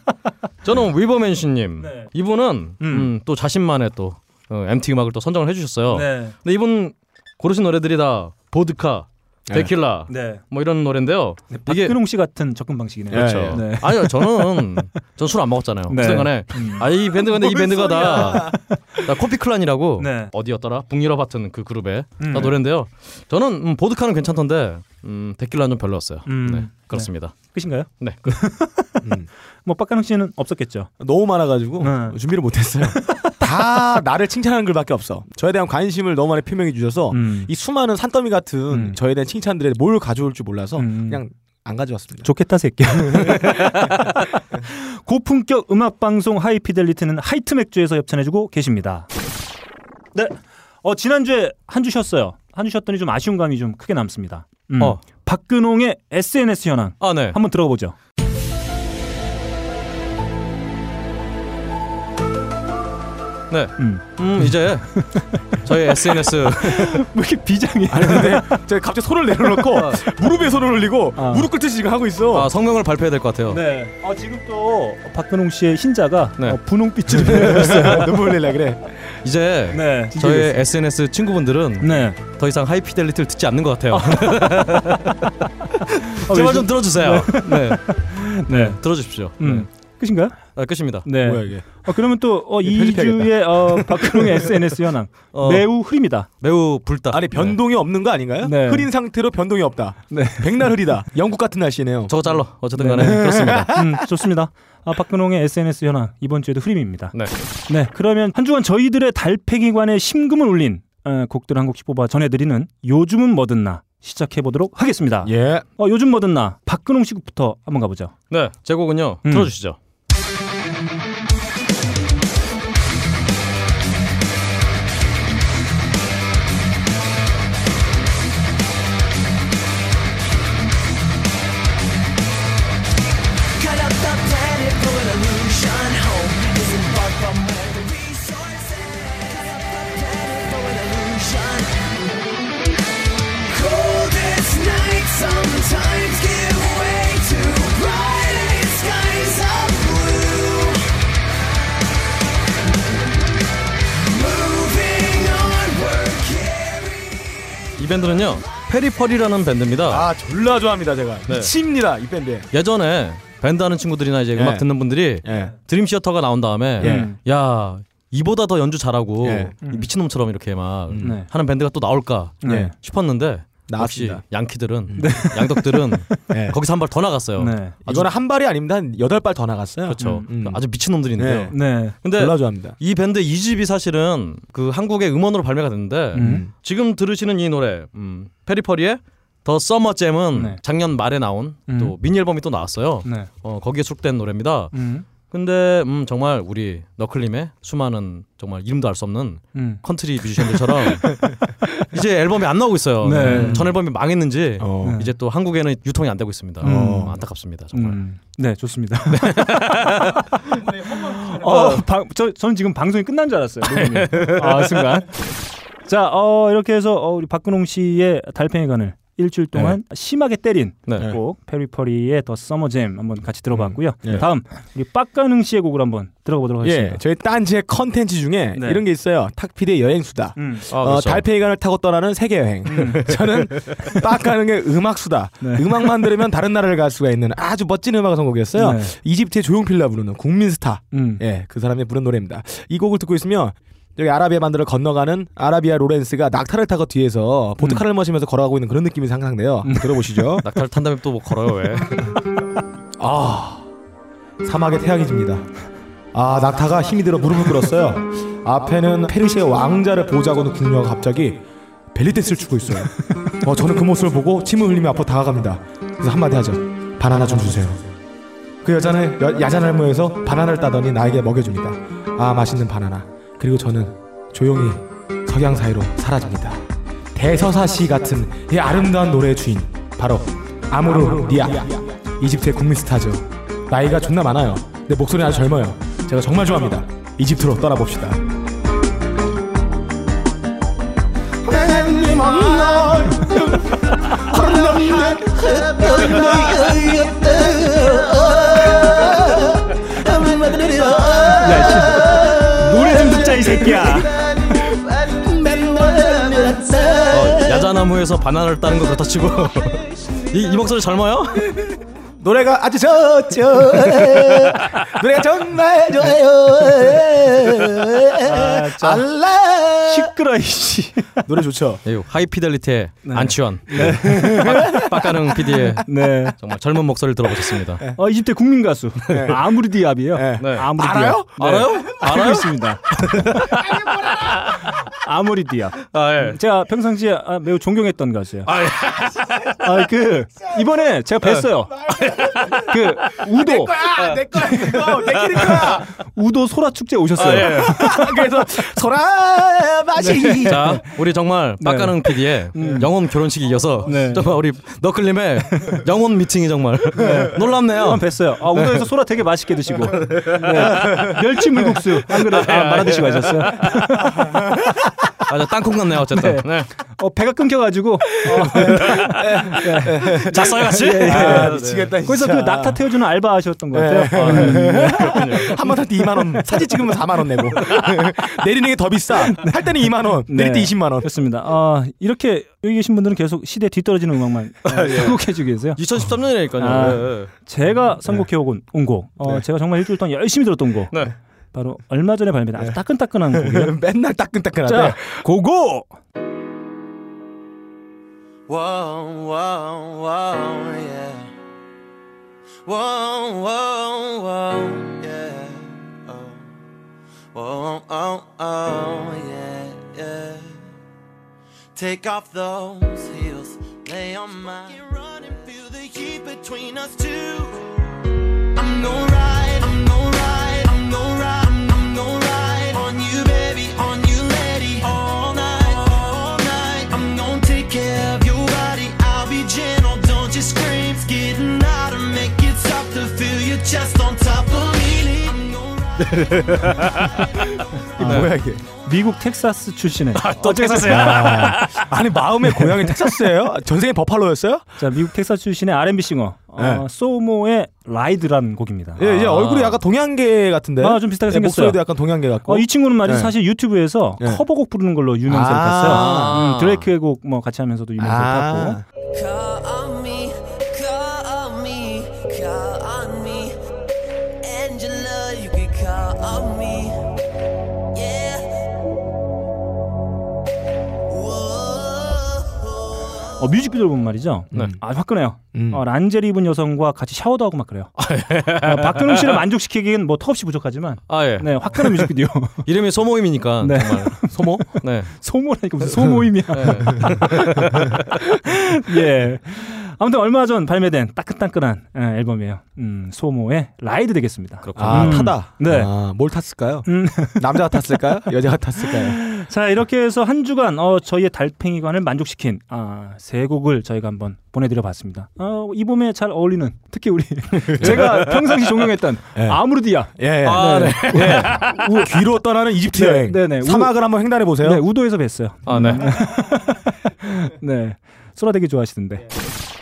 S4: <laughs> 저는 위버맨시님
S2: 네.
S4: 이분은 음. 또 자신만의 또 어, MT 음악을 또 선정을 해주셨어요.
S2: 네.
S4: 근데 이분 고르신 노래들이 다 보드카, 데킬라
S2: 네.
S4: 뭐 이런 노래인데요. 이게
S2: 박근홍 씨 같은 접근 방식이네요.
S3: 예,
S4: 그렇죠.
S3: 예.
S2: 네.
S4: 아니요 저는 전 술 안 먹었잖아요.
S2: 네.
S4: 그 순간에 아이 밴드 근데 이 밴드가 다, 다 코피 클란이라고
S2: 네.
S4: 어디였더라 북유럽 같은 그 그룹의
S2: 음.
S4: 다 노래인데요. 저는 음, 보드카는 괜찮던데 음, 데킬라는 좀 별로였어요.
S2: 음.
S4: 네 그렇습니다.
S2: 끝인가요?
S4: 네.
S2: <laughs> 뭐 박근홍 씨는 없었겠죠.
S3: 너무 많아가지고
S2: 네.
S3: 준비를 못했어요. 다 나를 칭찬하는 글밖에 없어. 저에 대한 관심을 너무 많이 표명해 주셔서
S2: 음.
S3: 이 수많은 산더미 같은
S2: 음.
S3: 저에 대한 칭찬들에 뭘 가져올 줄 몰라서
S2: 음.
S3: 그냥 안 가져왔습니다. <laughs>
S2: 좋겠다 새끼. <laughs> 고품격 음악 방송 하이피델리티는 하이트 맥주에서 협찬해주고 계십니다. 네. 어 지난주에 한 주셨어요. 한 주셨더니 좀 아쉬운 감이 좀 크게 남습니다. 음.
S4: 어.
S2: 박근홍의 SNS 현황
S4: 아 네.
S2: 한번 들어보죠.
S4: 네.
S2: 음.
S4: 음 이제 저희 SNS
S2: <laughs> 왜 이렇게 비장해?
S3: 아니 근데 제가 갑자기 손을 내려놓고
S4: 아.
S3: 무릎에 손을 올리고
S2: 아.
S3: 무릎 끝을 지금 하고 있어. <laughs>
S4: 아, 성명을 발표해야 될 것
S2: <laughs>
S4: 같아요.
S2: 네. 어 지금 또 박근홍 씨의 흰자가
S4: 네.
S2: 어, 분홍빛을
S3: <laughs>
S2: 보여요.
S3: 눈물 흘릴라 그래.
S4: 이제
S2: 네.
S4: 저희 SNS 친구분들은
S2: 네.
S4: 더 이상 하이피델리티를 듣지 않는 것 같아요.
S2: 어,
S4: <laughs> 제발
S2: 요즘-
S4: 좀 들어주세요. 네.
S2: 네.
S4: 들어주십시오.
S2: 음.
S4: 네.
S2: 끝인가요?
S4: 아, 끝입니다.
S2: 네.
S3: 뭐야 이게?
S2: 어, 그러면 또 어,
S3: 이거 편집해야겠다.
S2: 2주의 어, 박근홍의 SNS 현황
S4: 어.
S2: 매우 흐립니다.
S4: 매우 불다.
S3: 아니 변동이 없는 거 아닌가요?
S2: 네.
S3: 흐린 상태로 변동이 없다.
S2: 네.
S3: 백날 흐리다. 영국 같은 날씨네요. 네.
S4: 저거 잘라. 어쨌든 간에 그렇습니다.
S2: <laughs> 음, 좋습니다. 아, 박근홍의 SNS 현황 이번 주에도 흐림입니다.
S4: 네.
S2: 네, 그러면 한 주간 저희들의 달팽이관에 심금을 울린 어, 곡들 한 곡씩 뽑아 전해드리는 요즘은 뭐든 나 시작해 보도록 하겠습니다.
S3: 예.
S2: 어, 요즘 뭐든 나 박근홍 씨부터 한번 가보죠.
S4: 네. 제 곡은요.
S2: 음.
S4: 들어주시죠.
S5: Cut up the planet for an illusion. Home isn't far from where the resources. Cut up the
S4: 이 밴드는요 페리퍼리라는 밴드입니다.
S3: 아 졸라 좋아합니다 제가
S4: 네.
S3: 미칩니다 이 밴드.
S4: 예전에 밴드 하는 친구들이나 이제 음악
S3: 예.
S4: 듣는 분들이
S3: 예.
S4: 드림 시어터가 나온 다음에
S2: 예.
S4: 야 이보다 더 연주 잘하고
S3: 예.
S4: 이 미친놈처럼 이렇게 막
S3: 음.
S2: 네.
S4: 하는 밴드가 또 나올까
S2: 네.
S4: 싶었는데 역시
S3: 나왔습니다.
S4: 양키들은
S3: <laughs>
S4: 양덕들은
S3: 예.
S4: 거기서 한 발 더 나갔어요.
S2: 네.
S3: 아, 저는 한 발이 아닙니다. 한 여덟 발 더 나갔어요.
S4: 그렇죠.
S3: 음, 음.
S4: 아주 미친 놈들인데요.
S3: 예.
S2: 네.
S4: 근데
S3: 졸라 좋아합니다.
S4: 이 밴드 이 집이 사실은 그 한국의 음원으로 발매가 됐는데
S2: 음.
S4: 지금 들으시는 이 노래 음, 페리퍼리의 더 서머 잼은
S2: 네.
S4: 작년 말에 나온
S2: 음.
S4: 또 미니 앨범이 또 나왔어요.
S2: 네.
S4: 어, 거기에 수록된 노래입니다.
S2: 음.
S4: 근데 음, 정말 우리 너클림의 수많은 정말 이름도 알 수 없는
S2: 음.
S4: 컨트리 뮤지션들처럼
S2: <laughs>
S4: 이제 앨범이 안 나오고 있어요.
S2: 네.
S4: 음, 전 앨범이 망했는지
S3: 어.
S2: 네.
S4: 이제 또 한국에는 유통이 안 되고 있습니다.
S2: 음.
S4: 안타깝습니다. 정말.
S2: 음. 네, <laughs> 좋습니다. 어, 방, 저, 저는 지금 방송이 끝난 줄 알았어요. 녹음이.
S3: 네.
S2: 아, 순간. <laughs> 자, 어, 이렇게 해서 어, 우리 박근홍 씨의 달팽이관을 일주일 동안 심하게 때린
S4: 네.
S2: 곡 페리퍼리의 더 서머잼 한번 같이 들어봤고요.
S3: 음. 예.
S2: 다음 우리 빡가능 씨의 곡을 한번 들어가 보도록
S3: <laughs> 예,
S2: 하겠습니다.
S3: 저희 딴지의 컨텐츠 중에
S2: 네.
S3: 이런 게 있어요. 탁피디의 여행수다.
S2: 음.
S4: 아,
S3: 어,
S4: 그렇죠.
S3: 달팽이관을 타고 떠나는 세계 여행. <laughs> 저는 딱 가는 게 음악 수다. 음악만 들으면 다른 나라를 갈 수가 있는 아주 멋진 음악 선곡이었어요.
S2: 네.
S3: 이집트의 조용필라 부르는 국민 스타.
S2: 음.
S3: 예, 그 사람이 부른 노래입니다. 이 곡을 듣고 있으면 여기 아라비아 반도를 건너가는 아라비아 로렌스가 낙타를 타고 뒤에서 보트카를 마시면서 걸어가고 있는 그런 느낌이 상상돼요. 들어보시죠.
S4: 낙타를 탄 다음에 또 뭐 걸어요 왜?
S3: 아 사막의 태양이 집니다 아 낙타가 힘이 들어 무릎을 꿇었어요 앞에는 페르시아 왕자를 보자고는 궁녀가 갑자기 벨리댄스를 추고 있어요 어 저는 그 모습을 보고 침을 흘리며 앞으로 다가갑니다 그래서 한마디 하죠 바나나 좀 주세요 그 여자는 여- 야잔 할머니에서 바나나를 따더니 나에게 먹여줍니다 아 맛있는 바나나 그리고 저는 조용히 석양 사이로 사라집니다 대서사시 같은 이 아름다운 노래의 주인 바로 아무르 리아 이집트의 국민 스타죠 나이가 존나 많아요 근데 목소리는 아주 젊어요 제가 정말 좋아합니다 이집트로 떠나봅시다
S2: 노래 좀 듣자 이 새끼야.
S4: 어, 야자나무에서 바나나를 따는 거 그렇다 치고 <laughs> 이, 이 목소리 <laughs> 젊어요?
S3: 노래가 아주 좋죠 <laughs> 노래가 정말 좋아요 알라
S2: <laughs> 시끄러 이씨.
S3: 노래 좋죠
S4: 예, 하이피델리티의 안치원 빡- 빡가능 PD의
S2: 네.
S4: 정말 젊은 목소리를 들어보셨습니다
S2: 어, 이집트 국민 가수 아무리 디압이에요.
S3: 네.
S2: 아무리
S3: 알아요?
S2: 디압.
S4: 알아요?
S2: 알고
S3: <laughs>
S2: 있습니다. 아무리 디압.
S4: 아, 예.
S2: 제가 평상시에 아, 매우 존경했던 가수예요.
S4: 아, 예.
S2: 아, 그 이번에 제가 뵀어요. 그 우도
S3: 네. 아, 내 거야 이거 내 끼는 거야
S2: 우도 소라 축제 오셨어요.
S4: 아, 예.
S3: 그래서 소라 맛이
S4: <laughs> 자 우리 정말 빡가능 PD의 영혼 결혼식이 이어서
S2: 네.
S4: 정말 우리 너클림의 영혼 미팅이 정말 <laughs> 놀랍네요
S2: 한번 뵀어요. 아, 우도에서 소라 되게 맛있게 드시고 네. 멸치 물국수 안 그래 아, 말아 드시고 하셨어요.
S4: 맞아 땅콩 같네요 어쨌든 네.
S2: 어, 배가 끊겨가지고
S4: 네. 잤어요 같이?
S3: 아, 미치겠다 진짜 네.
S2: 거기서 그 낙타 태워주는 알바 하셨던 것 같아요. 아,
S3: 한번 탈 때 2만 원 사진 찍으면 4만 원 내고 <laughs> 내리는 게 더 비싸 할 때는 2만 원
S2: 네.
S3: 내릴 때 20만 원
S2: 그렇습니다. 아, 이렇게 여기 계신 분들은 계속 시대 에 뒤떨어지는
S3: <laughs>
S2: 음악만
S3: 아,
S2: 어,
S3: 예.
S2: 선곡해주고 계세요.
S4: 2013년이니까요
S2: 아.
S3: 음,
S2: 제가
S3: 네.
S2: 선곡해온 온 곡, 어, 제가 정말 일주일 동안 열심히 들었던 곡,
S4: 네.
S2: 바로 얼마 전에 발매된
S3: 네.
S2: 아주 따끈따끈한
S3: <laughs>
S2: 곡이에요.
S3: 맨날 따끈따끈하대
S2: 음. 자, 고고!
S5: Whoa, whoa, whoa, yeah. Whoa, whoa, whoa, yeah. Oh. Whoa, oh, oh, yeah, yeah. Take off those heels, lay on mine. Run and feel the heat between us two. I'm no right, I'm no right, I'm no right, I'm- I'm no right on you, baby, on you, lady, all night, all night. I'm gonna take care of your body. I'll be gentle, don't you scream. It's getting out of make it tough to feel you just on top of me. I'm no right.
S3: 뭐야 이게
S2: 미국 텍사스 출신의
S4: 또 텍사스야.
S3: 아, 아니 마음의 고향이 텍사스예요? 전생에 버팔로였어요?
S2: 자 미국 텍사스 출신의 R&B 싱어 어,
S3: 네.
S2: 소모의 라이드라는 곡입니다.
S3: 예, 예 얼굴이 약간 동양계 같은데.
S2: 아, 좀 비슷하게
S3: 예,
S2: 생겼어요.
S3: 목소리도 약간 동양계 같고.
S2: 어, 이 친구는 말이죠
S3: 네.
S2: 사실 유튜브에서
S3: 네.
S2: 커버곡 부르는 걸로 유명세를
S3: 아.
S2: 탔어요. 음, 드레이크의 곡 뭐 같이 하면서도 유명세를 탔고.
S3: 아,
S6: Call me, call me, call on me. Angela, you can call on me. Yeah. Whoa.
S2: 어, 뮤직비디오 보면 말이죠.
S4: 네.
S2: 아주 화끈해요.
S3: 음.
S2: 어, 란제리 입은 여성과 같이 샤워도 하고 막 그래요.
S4: 예.
S2: 어, 박근홍 씨를 만족시키기엔 뭐 턱없이 부족하지만
S4: 아 예.
S2: 네 화끈한
S4: <laughs>
S2: 뮤직비디오.
S4: 이름이 소모임이니까
S2: 네.
S4: 정말 <laughs> 소모. 네.
S2: 소모라니까 무슨 소모임이야. <laughs>
S4: 네.
S2: 예. 아무튼 얼마 전 발매된 따끈따끈한 예, 앨범이에요. 음, 소모의 라이드 되겠습니다.
S4: 그렇군요.
S3: 아
S2: 음.
S3: 타다.
S2: 네.
S3: 아, 뭘 탔을까요?
S2: 음.
S3: 남자가 탔을까요?
S2: <laughs>
S3: 여자가 탔을까요?
S2: 자 이렇게 해서 한 주간 어, 저희의 달팽이관을 만족시킨 아, 세 곡을 저희가 한번 보내드려봤습니다. 어, 이 봄에 잘 어울리는 특히
S4: <laughs>
S2: 우리 제가 평상시 존경했던
S3: 네.
S2: 아무르디아
S3: 예.
S4: 아, 네.
S3: 우, 귀로 떠나는 이집트
S2: 네,
S3: 여행.
S2: 네, 네. 우-
S3: 사막을 한번 횡단해 보세요.
S2: 네, 우도에서 뵀어요.
S4: 아 네.
S2: <laughs> 네 소라 되게 좋아하시던데.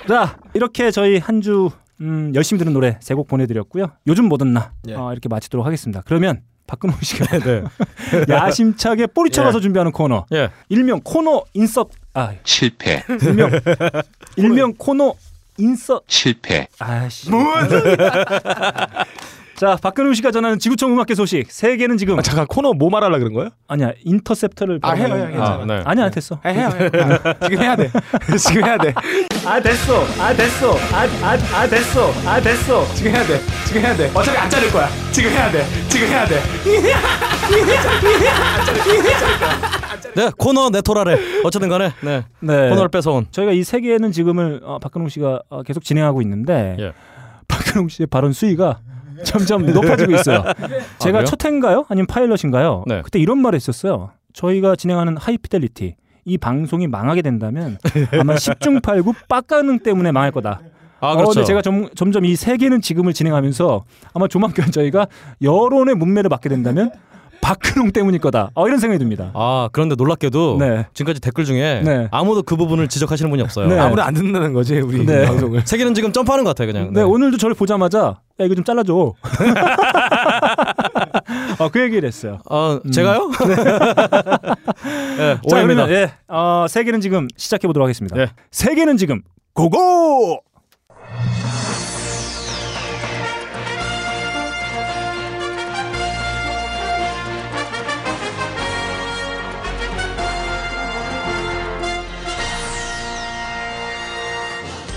S2: 자 이렇게 저희 한 주 음, 열심히 들은 노래 세 곡 보내드렸고요. 요즘 뭐든 나
S3: 예.
S2: 어, 이렇게 마치도록 하겠습니다. 그러면 박근홍 씨가
S4: 네.
S2: <laughs> 야심차게 뿌리쳐가서 준비하는 코너
S4: 예.
S2: 일명 코너 인서 아
S7: 실패, <laughs>
S2: 일명 일명 코너 인서
S7: 실패.
S2: 아씨. <laughs> 자, 박근우 씨가 전하는 지구촌 음악계 소식. 세계는 지금
S3: 아, 잠깐 코너 뭐 말하려 그런 거예요?
S2: 아니야 인터셉터를.
S3: 아, 해요,
S2: 바라는-
S3: 해요,
S4: 아
S3: 괜찮아요.
S4: 네.
S2: 아니야 안 됐어.
S3: 아, 해요. 해요. 아, 지금
S2: <laughs>
S3: 해야 돼. 지금 해야 돼.
S2: 아 됐어. 아 됐어. 아아아 됐어. 아 됐어.
S3: 지금 해야 돼. 지금 해야 돼. 어차피 안 자를 거야. 지금 해야 돼. 지금 해야 돼.
S4: 네 코너 네토라래. 어쨌든 간에 네.
S2: 네.
S4: 코너를 뺏어온.
S2: 저희가 이 세계는 지금을 어, 박근홍 씨가 어, 계속 진행하고 있는데
S4: 예.
S2: 박근홍 씨의 발언 수위가 점점 높아지고
S4: <laughs>
S2: 있어요. 제가
S4: 그래요?
S2: 첫 회인가요? 아니면 파일럿인가요?
S4: 네.
S2: 그때 이런 말을 했었어요. 저희가 진행하는 하이피델리티 이 방송이 망하게 된다면 아마 10중 8구 빡가능 때문에 망할 거다.
S4: 아
S2: 어,
S4: 그렇죠.
S2: 근데 제가 점, 점점 이 세계는 지금을 진행하면서 아마 조만간 저희가 여론의 문매를 받게 된다면 박근홍 때문일 거다. 어, 이런 생각이 듭니다.
S4: 아 그런데 놀랍게도
S2: 네.
S4: 지금까지 댓글 중에
S2: 네.
S4: 아무도 그 부분을 지적하시는 분이 없어요.
S2: 네.
S3: 아무도 안 듣는다는 거지 우리
S2: 네.
S3: 방송을.
S4: 세계는 지금 점프하는 것 같아요 그냥.
S2: 네, 오늘도 저를 보자마자 야 이거 좀 잘라줘. <laughs> 어, 그 얘기를 했어요.
S4: 아
S2: <laughs>
S4: 제가요? <laughs> 네,
S2: 자,
S4: 오해입니다.
S2: 그러면 예, 어, 세계는 지금 시작해 보도록 하겠습니다.
S4: 예.
S2: 세계는 지금 고고.